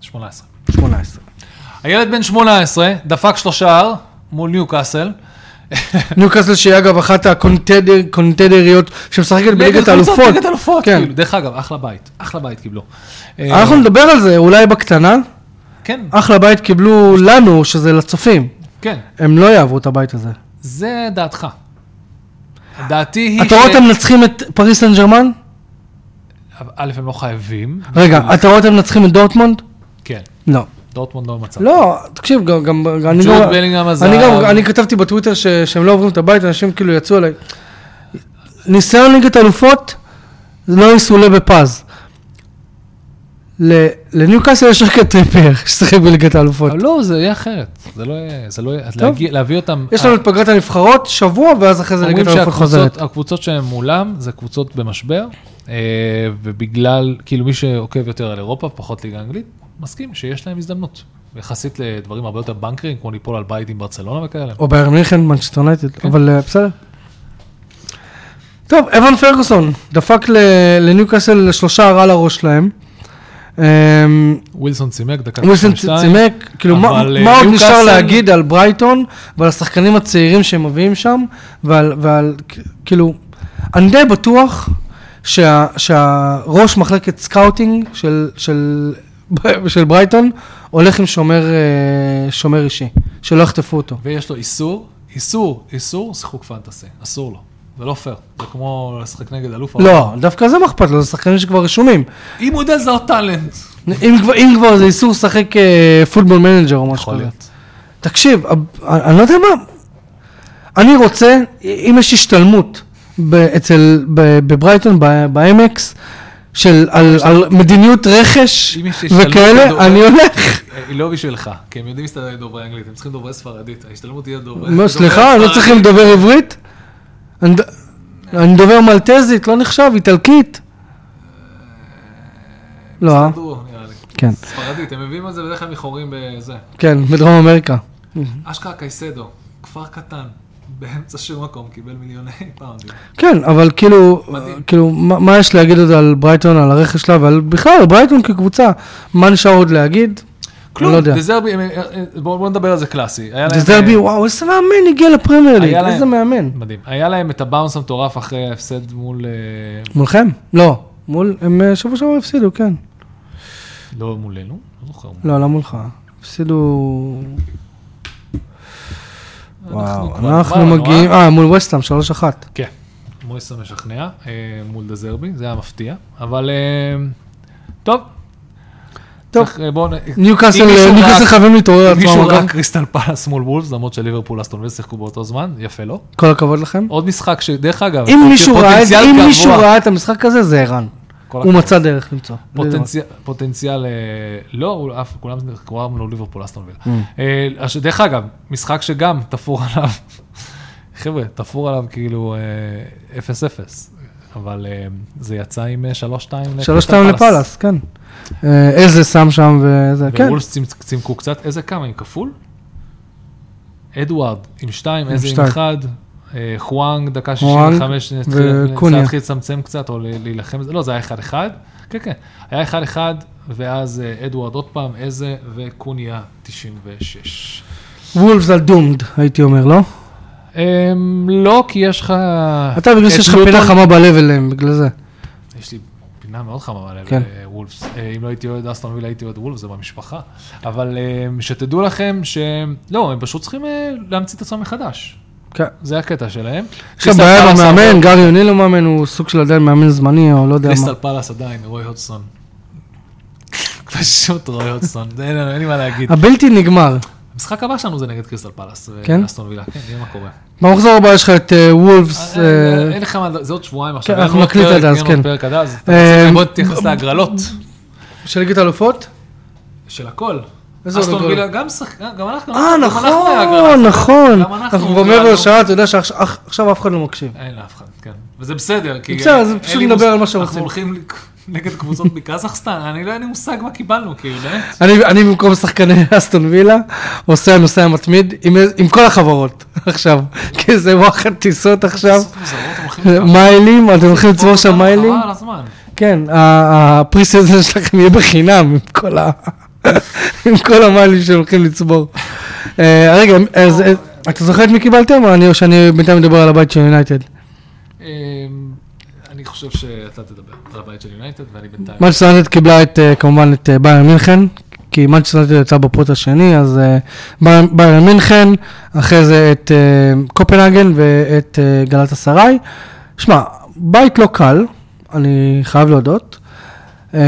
Speaker 2: 18.
Speaker 1: 18.
Speaker 2: הילד בן 18, דפק שלושה שער מול ניוקאסל.
Speaker 1: ניוקאסל שהיא אגב אחת הקונטדריות שמשחקת כן, בליגת
Speaker 2: קבוצות,
Speaker 1: האלופות.
Speaker 2: ליגת אלופות,
Speaker 1: כן.
Speaker 2: כאילו. דרך אגב, אחלה בית. אחלה בית קיבלו. אה,
Speaker 1: אנחנו נדבר על זה אולי בקטנה,
Speaker 2: כן,
Speaker 1: אחלה בית קיבלו לנו, שזה לצופים.
Speaker 2: כן,
Speaker 1: הם לא יעברו את הבית הזה.
Speaker 2: זה דעתך. דעתי היא
Speaker 1: אתה רואה אותם מנצחים את פריס סן ג'רמן?
Speaker 2: א', הם לא חייבים.
Speaker 1: רגע, אתה רואה אותם מנצחים את דורטמונד?
Speaker 2: כן,
Speaker 1: לא.
Speaker 2: דורטמונד לא מצא.
Speaker 1: לא, תקשיב, גם... גם אני
Speaker 2: ג'וד
Speaker 1: לא-
Speaker 2: בלינגהאם עזב.
Speaker 1: אני גם, אני כתבתי בטוויטר ש, שהם לא עוברים את הבית, אנשים כאילו יצאו עליי. ניסיון ליגת אלופות לא יסולא בפז. ל- לניוקאסל יש רק את טריפייר ששיחק בליגת האלופות.
Speaker 2: אבל לא, זה יהיה אחרת. זה לא יהיה, זה לא יהיה, אז
Speaker 1: טוב.
Speaker 2: להגיע- להביא אותם...
Speaker 1: יש לנו את פגרת הנבחרות, שבוע, ואז אחרי זה
Speaker 2: אומרים
Speaker 1: ליגת האלופות חוזרת.
Speaker 2: שהקבוצות שהן מולם זה קבוצות במשבר, אה, ובגלל, כאילו מי שעוקב יותר על אירופה, פחות ליגה אנגלית, מסכים שיש להם הזדמנות. יחסית לדברים הרבה יותר בנקרים, כמו ליפול על בית עם ברצלונה וכאלה.
Speaker 1: או באר מינכן, מנצ'סטר יונייטד,
Speaker 2: כן.
Speaker 1: אבל אה, בסדר. טוב, אבן פרגוסון דפק ל- לניוקאסל שלושה הרע לראש שלהם. אמ,
Speaker 2: ווילסון צימק, דקה
Speaker 1: ווילסון
Speaker 2: 92.
Speaker 1: צימק, כאילו מה
Speaker 2: אבל, אה,
Speaker 1: מה עוד
Speaker 2: ניוקאסל-
Speaker 1: נשאר להגיד על ברייטון ועל השחקנים הצעירים שהם מביאים שם ועל, ועל כ- כאילו, אני די בטוח שה, שהראש מחלקת סקאוטינג של, של, של ברייטון הולך עם שומר, אה, שומר אישי, שלא יחטפו אותו.
Speaker 2: ויש לו איסור, איסור, איסור, שיחוק פנטסי. אסור לו. זה לא פייר. זה כמו לשחק נגד אלוף
Speaker 1: לא,
Speaker 2: העולם.
Speaker 1: דווקא זה מה אכפת לו, זה שחקנים שכבר רשומים.
Speaker 2: אם הוא יודע זה עוד טאלנט.
Speaker 1: אם כבר, אם כבר זה איסור לשחק אה, פוטבול מנג'ר או משהו
Speaker 2: יכול
Speaker 1: כזה.
Speaker 2: להיות.
Speaker 1: תקשיב, אני- אני לא יודע מה, אני רוצה, אם יש השתלמות ב- אצל, ב- בברייטון, ב-MX, של, על, על מדיניות רכש
Speaker 2: אם יש השתלמות
Speaker 1: וכאלה,
Speaker 2: לדוברי-
Speaker 1: אני הולך.
Speaker 2: אה, היא לא בשבילך, כי הם יודעים להסתדר עם דוברי אנגלית, הם צריכים דוברי ספרדית, ההשתלמות תהיה
Speaker 1: מה,
Speaker 2: דוברי... דוברי
Speaker 1: סליחה, לא
Speaker 2: ספרדית.
Speaker 1: צריכים דובר עברית? אני ד- אני דובר מלטזית, לא נחשב, איטלקית. לא, אה?
Speaker 2: תסתדרו, נראה לי.
Speaker 1: כן,
Speaker 2: ספרדית, הם מביאים את זה בדרך כלל מחורים בזה.
Speaker 1: כן, בדרום אמריקה.
Speaker 2: אשכרה קייסדו, כפר קטן, באמצע שום מקום, קיבל מיליוני פאונדים.
Speaker 1: כן, אבל כאילו,
Speaker 2: מדהים.
Speaker 1: כאילו, מה, מה יש להגיד עוד על ברייטון, על הרכש שלה, ועל בכלל, על ברייטון כקבוצה, מה נשאר עוד להגיד?
Speaker 2: כלום,
Speaker 1: לא יודע.
Speaker 2: דזרבי, הם- בואו בואו נדבר על זה קלאסי. היה להם,
Speaker 1: דזרבי,
Speaker 2: אה,
Speaker 1: וואו, איזה מאמן הגיע לפרמייר ליג,
Speaker 2: היה להם-
Speaker 1: איזה מאמן.
Speaker 2: מדהים. היה להם את הבאונס המטורף אחרי ההפסד מול... אה,
Speaker 1: מולכם? לא, מול, הם אה, שבוע שעבר הפסידו, כן.
Speaker 2: לא מולנו, לא זוכר. מול-
Speaker 1: לא, לא מולך. הפסידו... וואו,
Speaker 2: כבר
Speaker 1: אנחנו
Speaker 2: אמרנו,
Speaker 1: מגיעים, אה, מול וסטאם, 3-1.
Speaker 2: כן, מויסה משכנע אה, מול דזרבי, זה היה מפתיע, אבל אה, טוב.
Speaker 1: טוב. אה,
Speaker 2: צריך, אה, בואו נ...
Speaker 1: ניוקאסל,
Speaker 2: אם מישהו
Speaker 1: ניוקאסל
Speaker 2: ראה-
Speaker 1: חייבים להתעורר על
Speaker 2: אם מישהו
Speaker 1: עצמם, אגב.
Speaker 2: ראה קריסטל פלאס מול וולפס, למרות שליברפול אסטון וילה שיחקו באותו זמן, יפה לו.
Speaker 1: כל הכבוד לכם.
Speaker 2: עוד משחק שדרך אגב,
Speaker 1: אם מישהו ראה את זה,
Speaker 2: פוטנציאל
Speaker 1: אם
Speaker 2: גבוה.
Speaker 1: מישהו ראה את המשחק הזה, זה ערן.
Speaker 2: כל
Speaker 1: הוא
Speaker 2: הכבוד.
Speaker 1: מצא דרך למצוא.
Speaker 2: פוטנציאל, פוטנציאל, אה, לא, הוא אף, כולם כולם לא ליברפול אסטון וילה.
Speaker 1: Mm.
Speaker 2: אה, אז דרך אגב, משחק שגם תפור עליו, חבר'ה, תפור עליו כאילו אה, 0-0, אבל אה, זה יצא עם אה, 3-2
Speaker 1: שלוש שתיים לפאלאס, כן. אה, איזה שם שם וזה, כן.
Speaker 2: ווולס צימקו קצת, איזה כמה, עם כפול? אדוארד עם 2, איזה עם
Speaker 1: שתיים.
Speaker 2: 1, חואנג, דקה
Speaker 1: חואנג
Speaker 2: 65,
Speaker 1: וקוניה.
Speaker 2: להתחיל לצמצם קצת או ל- להילחם, בזה. לא, זה היה 1-1, כן, כן, היה 1-1, ואז אה, אדוארד עוד פעם, איזה, וקוניה 96.
Speaker 1: וולפס על דומד, הייתי אומר, לא?
Speaker 2: אמ, לא, כי יש לך...
Speaker 1: אתה בגלל
Speaker 2: את
Speaker 1: שיש לך
Speaker 2: לוטון-
Speaker 1: פינה חמה בלב אליהם, בגלל זה.
Speaker 2: יש לי פינה מאוד חמה בלב,
Speaker 1: כן.
Speaker 2: אה, וולפס. אה, אם לא הייתי אוהד אסטון וילה, הייתי אוהד וולפס, זה במשפחה. אבל אה, שתדעו לכם שהם, לא, הם פשוט צריכים אה, להמציא את עצמם מחדש.
Speaker 1: כן.
Speaker 2: זה הקטע שלהם.
Speaker 1: יש לך בעיה עם המאמן, גארי אוניל הוא מאמן, הוא סוג של עדיין מאמן זמני, או לא יודע מה.
Speaker 2: קריסטל פלאס עדיין, רוי הודסון. פשוט רוי הודסון, זה אין לנו- אין לי מה להגיד.
Speaker 1: הבלתי נגמר.
Speaker 2: המשחק הבא שלנו זה נגד קריסטל פלאס,
Speaker 1: כן?
Speaker 2: ואסטון וילה, כן, נראה מה קורה.
Speaker 1: במחזור הבא יש לך את אה, וולפס,
Speaker 2: אה,
Speaker 1: אה,
Speaker 2: אה, אין לך מה, זה עוד שבועיים עכשיו,
Speaker 1: כן,
Speaker 2: אין
Speaker 1: אנחנו
Speaker 2: לנו עוד
Speaker 1: נקליט
Speaker 2: פרק,
Speaker 1: עד אז,
Speaker 2: אין לנו עוד
Speaker 1: כן.
Speaker 2: פרק עד אז. אתה
Speaker 1: אה,
Speaker 2: רוצה- בוא תתייחס להגרלות
Speaker 1: של ליגת אלופות.
Speaker 2: של הכל.
Speaker 1: איזה עוד
Speaker 2: אסטון
Speaker 1: הגרלות?
Speaker 2: וילה גם שחק, גם אנחנו,
Speaker 1: אה,
Speaker 2: גם אנחנו בהגרלה.
Speaker 1: נכון, נכון.
Speaker 2: גם אנחנו
Speaker 1: אנחנו כבר מעבר
Speaker 2: הגרלנו.
Speaker 1: לשעה, אתה יודע שעכשיו אף אחד לא מקשיב.
Speaker 2: אין לאף אחד, כן. וזה בסדר, כי...
Speaker 1: בסדר, זה
Speaker 2: אין
Speaker 1: פשוט
Speaker 2: לי
Speaker 1: נדבר
Speaker 2: מושג-
Speaker 1: על מה שרוצים.
Speaker 2: אנחנו הולכים לק- נגד קבוצות מקזחסטן, אני לא אין לי מושג מה קיבלנו, כאילו, באמת.
Speaker 1: אני, אני במקום שחקני אסטון וילה, עושה הנוסע המתמיד עם, עם כל החברות עכשיו. כי זה וואחד טיסות עכשיו.
Speaker 2: קבוצות מוזרות, הם הולכים לקחת
Speaker 1: מיילים, אתם הולכים לצבור שם
Speaker 2: אותנו,
Speaker 1: מיילים?
Speaker 2: חבל על הזמן.
Speaker 1: כן, הפריסזן שלכם יהיה בחינם עם כל ה... עם כל המיילים שהם הולכים לצבור. אה, רגע, אז אה, אתה זוכר את מי קיבלתם? או אני- או שאני בינתיים מדבר על הבית של יונייטד?
Speaker 2: אמ, אני חושב שאתה תדבר על הבית של יונייטד, ואני בינתיים...
Speaker 1: מנצ'סטר יונייטד קיבלה את, אה, כמובן את אה, בייר מינכן, כי מנצ'סטר יונייטד יצא בפוט השני, אז אה, ביירן מינכן, אחרי זה את אה, קופנהגן ואת אה, גלת אסריי. שמע, בית לא קל, אני חייב להודות. אה,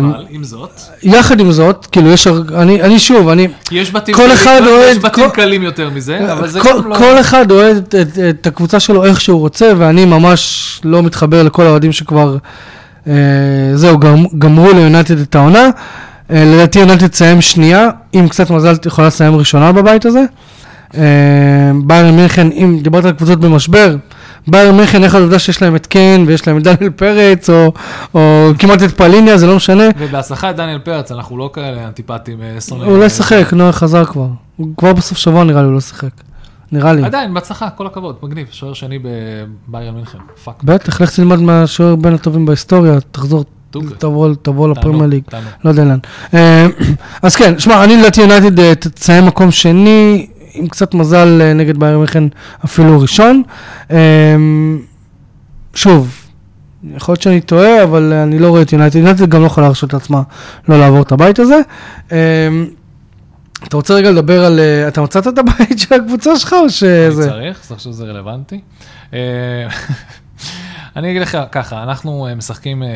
Speaker 2: אבל עם זאת,
Speaker 1: יחד עם זאת, כאילו יש, הר- אני, אני שוב, אני,
Speaker 2: יש בתים
Speaker 1: כל
Speaker 2: קלים-
Speaker 1: אחד אוהד-
Speaker 2: יש בתים
Speaker 1: כל-
Speaker 2: קלים יותר מזה, אבל זה
Speaker 1: כל,
Speaker 2: גם לא...
Speaker 1: כל אחד אוהד את, את, את הקבוצה שלו איך שהוא רוצה, ואני ממש לא מתחבר לכל האוהדים שכבר, אה, זהו, גמ, גמרו ליונטד את העונה. אה, לדעתי יונטד תסיים שנייה, עם קצת מזל יכולה לסיים ראשונה בבית הזה. אה, ביירן מינכן, אם דיברת על קבוצות במשבר, ביירן מינכן, איך אתה יודע שיש להם את קיין ויש להם את דניאל פרץ, או, או כמעט את פאליניה, זה לא משנה.
Speaker 2: ובהצלחה את דניאל פרץ, אנחנו לא כאלה אנטיפטים אה, שונאים.
Speaker 1: הוא לא
Speaker 2: אה,
Speaker 1: ישחק, נועה חזר כבר. הוא כבר בסוף שבוע נראה לי הוא לא ישחק. נראה לי.
Speaker 2: עדיין, בהצלחה, כל הכבוד, מגניב, שוער שני בביירן מינכן, פאק.
Speaker 1: בטח, לך תלמד מהשוער בין הטובים בהיסטוריה, תחזור,
Speaker 2: דוגרי.
Speaker 1: תבוא, תבוא לפרמייר
Speaker 2: תענוג,
Speaker 1: ליג,
Speaker 2: תענוג.
Speaker 1: לא יודע לאן. אה, אז כן, שמע, אני לדעתי יונייטד אה, ת- תסיים מקום שני, עם קצת מזל אה, נגד בייר מינכן אפילו ראשון. אה, שוב, יכול להיות שאני טועה, אבל אה, אני לא רואה את יונייטד, יונייטד גם לא יכולה להרשות לעצמה לא לעבור את הבית הזה. אה, אתה רוצה רגע לדבר על, אה, אתה מצאת את הבית של הקבוצה שלך או
Speaker 2: אני
Speaker 1: שזה?
Speaker 2: צריך, אז עכשיו זה רלוונטי. אה, אני אגיד לך ככה, אנחנו אה, משחקים אה,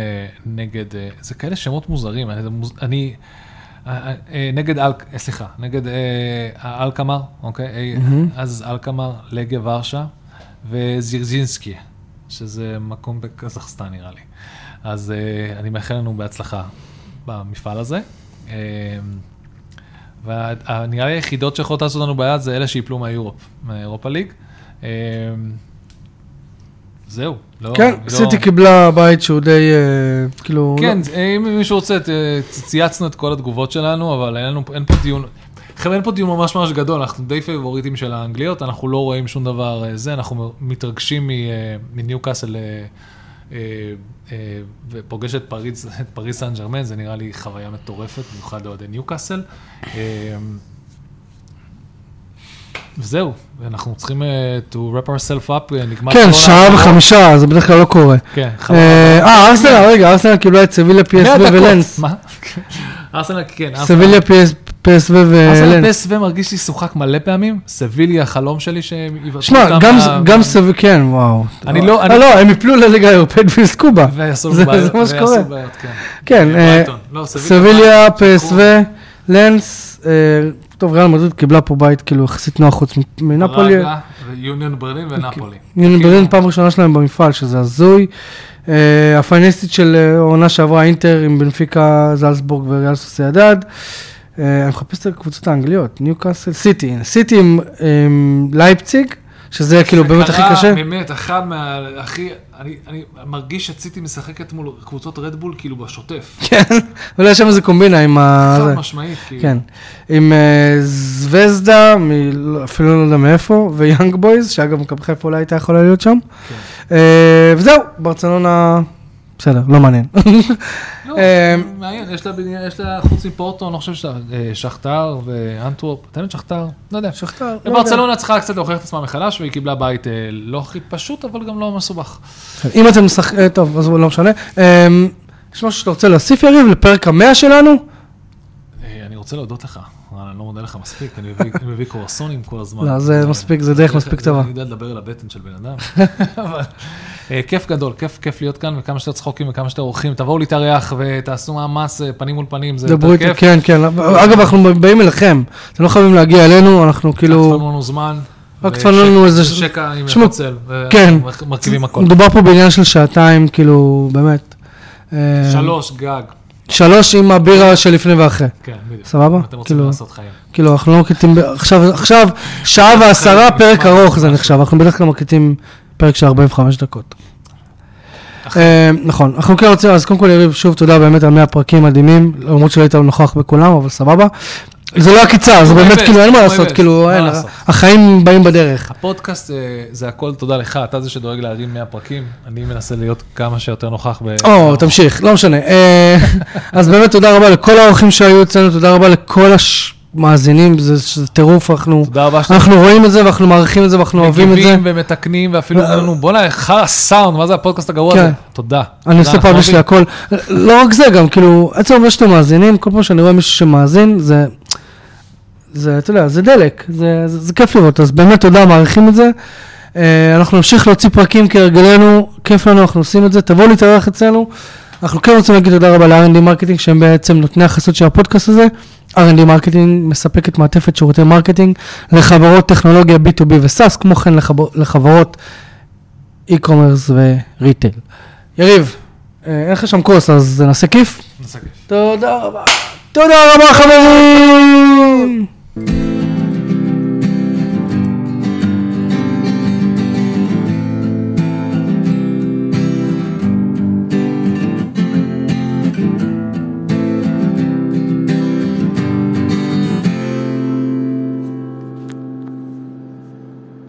Speaker 2: נגד, אה, זה כאלה שמות מוזרים, אני- זה מוז- אני, אה, אה, נגד, אל- אה, סליחה, נגד אה, אלקמר, אוקיי? אה,
Speaker 1: מהמם.
Speaker 2: אז אלקמר, לגה ורשה וזירזינסקי, שזה מקום בקזחסטן נראה לי. אז אה, אני מאחל לנו בהצלחה במפעל הזה. אה, ונראה לי היחידות שיכולות לעשות לנו בעיה זה אלה שיפלו מהיורופ, מאירופה ליג. אמ, זהו. לא,
Speaker 1: כן,
Speaker 2: לא-
Speaker 1: סיטי קיבלה בית שהוא די, אה, כאילו...
Speaker 2: כן, אם מישהו רוצה, ת- צייצנו את כל התגובות שלנו, אבל אין לנו, אין פה דיון, חבר'ה, אין פה דיון ממש ממש גדול, אנחנו די פייבוריטים של האנגליות, אנחנו לא רואים שום דבר אה, זה, אנחנו מתרגשים מ- אה, מניו קאסל אה, אה, אה, ופוגש את פריז, את פריז סן ג'רמן, זה נראה לי חוויה מטורפת, במיוחד לאוהדי ניו קאסל. אה, וזהו, אנחנו צריכים אה, to wrap ourselves up, אה, נגמר... כל
Speaker 1: כן,
Speaker 2: ה-
Speaker 1: שעה וחמישה, זה בדרך כלל לא קורה.
Speaker 2: כן, חבל.
Speaker 1: אה, אה, ארסנל, רגע, ארסנל קיבלה את סביליה PSV
Speaker 2: 100 דקות.
Speaker 1: ולנס.
Speaker 2: מה? ארסנל, כן,
Speaker 1: סביליה PS- PSV
Speaker 2: ארסנל
Speaker 1: ולנס.
Speaker 2: פסו מרגיש לי שוחק מלא פעמים, סביליה החלום שלי שהם יבטלו
Speaker 1: שמע, גם- גם סביליה, כן, וואו.
Speaker 2: אני לא-
Speaker 1: אה,
Speaker 2: אני-
Speaker 1: לא, הם יפלו לליגה האירופאית ויזכו בה.
Speaker 2: ויעשו
Speaker 1: זה-
Speaker 2: בעיות,
Speaker 1: זה מה
Speaker 2: ויעשו
Speaker 1: שקורה.
Speaker 2: בעיות, כן.
Speaker 1: כן, אה,
Speaker 2: ברייטון. לא,
Speaker 1: סביליה, PSV,
Speaker 2: שיחקו.
Speaker 1: לנס. אה, טוב, ריאל מדריד קיבלה פה בית כאילו יחסית נוח חוץ מנפולי.
Speaker 2: רגה, ויוניון ברלין ונפולי.
Speaker 1: יוני ברלין לא פעם ראשונה שלהם במפעל, שזה הזוי. אה, הפיינליסטית של אה, העונה שעברה אינטר עם בנפיקה, זלצבורג וריאל סוסיידד. אה, אני מחפש את הקבוצות האנגליות, ניו קאסל, סיטי, הנה, סיטי עם- עם לייפציג, שזה כאילו באמת הכי
Speaker 2: זה
Speaker 1: קשה.
Speaker 2: קרה באמת, אחד מה... הכי... אני- אני מרגיש שסיטי משחקת מול קבוצות רדבול כאילו בשוטף.
Speaker 1: כן, אולי יש שם איזה קומבינה עם ה...
Speaker 2: חד
Speaker 1: אה, זה.
Speaker 2: משמעית, כאילו.
Speaker 1: כן, עם אה, זווזדה, מ- אפילו לא יודע מאיפה, ויאנג בויז, שאגב, מכבי חיפה אולי הייתה יכולה להיות שם.
Speaker 2: כן.
Speaker 1: אה, וזהו, ברצלונה, בסדר, לא מעניין.
Speaker 2: לא,
Speaker 1: אה,
Speaker 2: מעניין, יש לה בניין- יש לה, חוץ מפורטו, אני לא חושב שלה, אה, שכתר ואנטוורפ, תן את שכתר, לא יודע.
Speaker 1: שכתר, לא
Speaker 2: ברצלונה צריכה קצת להוכיח את עצמה מחדש, והיא קיבלה בית אה, לא הכי פשוט, אבל גם לא מסובך.
Speaker 1: יודע. אם אתם משחק... אה, טוב, עזבו, לא משנה. אה, יש משהו שאתה רוצה להוסיף, יריב, לפרק המאה שלנו?
Speaker 2: אה, אני רוצה להודות לך, אבל אני לא מודה לך מספיק, אני מביא- אני מביא קורסונים כל הזמן.
Speaker 1: לא, זה
Speaker 2: אה,
Speaker 1: מספיק, זה דרך מספיק טובה.
Speaker 2: אני יודע לדבר על הבטן של בן אדם. אבל, אה, כיף גדול, כיף כיף להיות כאן, וכמה שיותר צחוקים וכמה שיותר אורחים. תבואו להתארח ותעשו מאמץ אה, פנים מול פנים, זה
Speaker 1: דברו
Speaker 2: יותר
Speaker 1: איתי,
Speaker 2: כיף.
Speaker 1: כן, כן. אגב, אנחנו באים אליכם, אתם לא חייבים להגיע אלינו, אנחנו
Speaker 2: כאילו...
Speaker 1: כאילו...
Speaker 2: לנו זמן.
Speaker 1: רק תפנו לנו איזה-
Speaker 2: שקע עם
Speaker 1: שמע,
Speaker 2: חוצל.
Speaker 1: כן.
Speaker 2: מרכיבים הכל.
Speaker 1: מדובר פה בעניין של שעתיים, כאילו, באמת. אה,
Speaker 2: שלוש, גג.
Speaker 1: שלוש עם הבירה שלפני ואחרי.
Speaker 2: כן, בדיוק.
Speaker 1: סבבה?
Speaker 2: אם אתם רוצים
Speaker 1: כאילו,
Speaker 2: לעשות חיים.
Speaker 1: כאילו, אנחנו לא מקליטים, ב- עכשיו, עכשיו, שעה ועשרה,
Speaker 2: נשמע-
Speaker 1: פרק
Speaker 2: נשמע-
Speaker 1: ארוך זה נחשב, אנחנו בדרך כלל מקליטים פרק של 45 דקות.
Speaker 2: אחי.
Speaker 1: אה, נכון, אנחנו כן רוצים, אז קודם כל יריב, שוב תודה באמת על 100 פרקים מדהימים, למרות שלא היית נוכח בכולם, אבל סבבה. זה לא עקיצה, זה
Speaker 2: הוא
Speaker 1: באמת
Speaker 2: my best,
Speaker 1: כאילו אין מה
Speaker 2: הוא my
Speaker 1: לעשות,
Speaker 2: best,
Speaker 1: כאילו
Speaker 2: מה
Speaker 1: אין,
Speaker 2: לעשות.
Speaker 1: החיים באים בדרך.
Speaker 2: הפודקאסט אה, זה הכל תודה לך, אתה זה שדואג להרים 100 פרקים, אני מנסה להיות כמה שיותר נוכח ב...
Speaker 1: או, תמשיך, לא משנה. אה, אז באמת תודה רבה לכל האורחים שהיו אצלנו, תודה רבה לכל הש... מאזינים, זה זה טירוף, אנחנו
Speaker 2: תודה רבה שאתם
Speaker 1: אנחנו רואים את זה ואנחנו מעריכים את זה ואנחנו אוהבים את זה.
Speaker 2: מגיבים ומתקנים, ואפילו אומרים לנו, בואנה, חרא סאונד, מה זה הפודקאסט הגרוע הזה?
Speaker 1: כן.
Speaker 2: תודה.
Speaker 1: אני עושה
Speaker 2: אנחנו
Speaker 1: פאבליש
Speaker 2: אוהבים.
Speaker 1: להכל. לא רק זה גם, כאילו, עצם העובדה שאתם מאזינים, כל פעם שאני רואה מישהו שמאזין, זה, זה, אתה יודע, זה דלק, זה, זה, זה כיף לראות, אז באמת תודה, מעריכים את זה. אה, אנחנו נמשיך להוציא פרקים כהרגלנו, כיף לנו, אנחנו עושים את זה, תבואו להתארח אצלנו. אנחנו כן רוצים להגיד תודה רבה ל-R&D מרקטינג, שהם בעצם נותני החסות של הפודקאסט הזה. R&D מרקטינג מספקת מעטפת שירותי מרקטינג לחברות טכנולוגיה B2B ו-SAS, כמו כן לחבר, לחברות e-commerce וריטייל. יריב, אה, אין לך שם כוס, אז נעשה כיף?
Speaker 2: נסכם.
Speaker 1: תודה רבה. תודה רבה, חברים!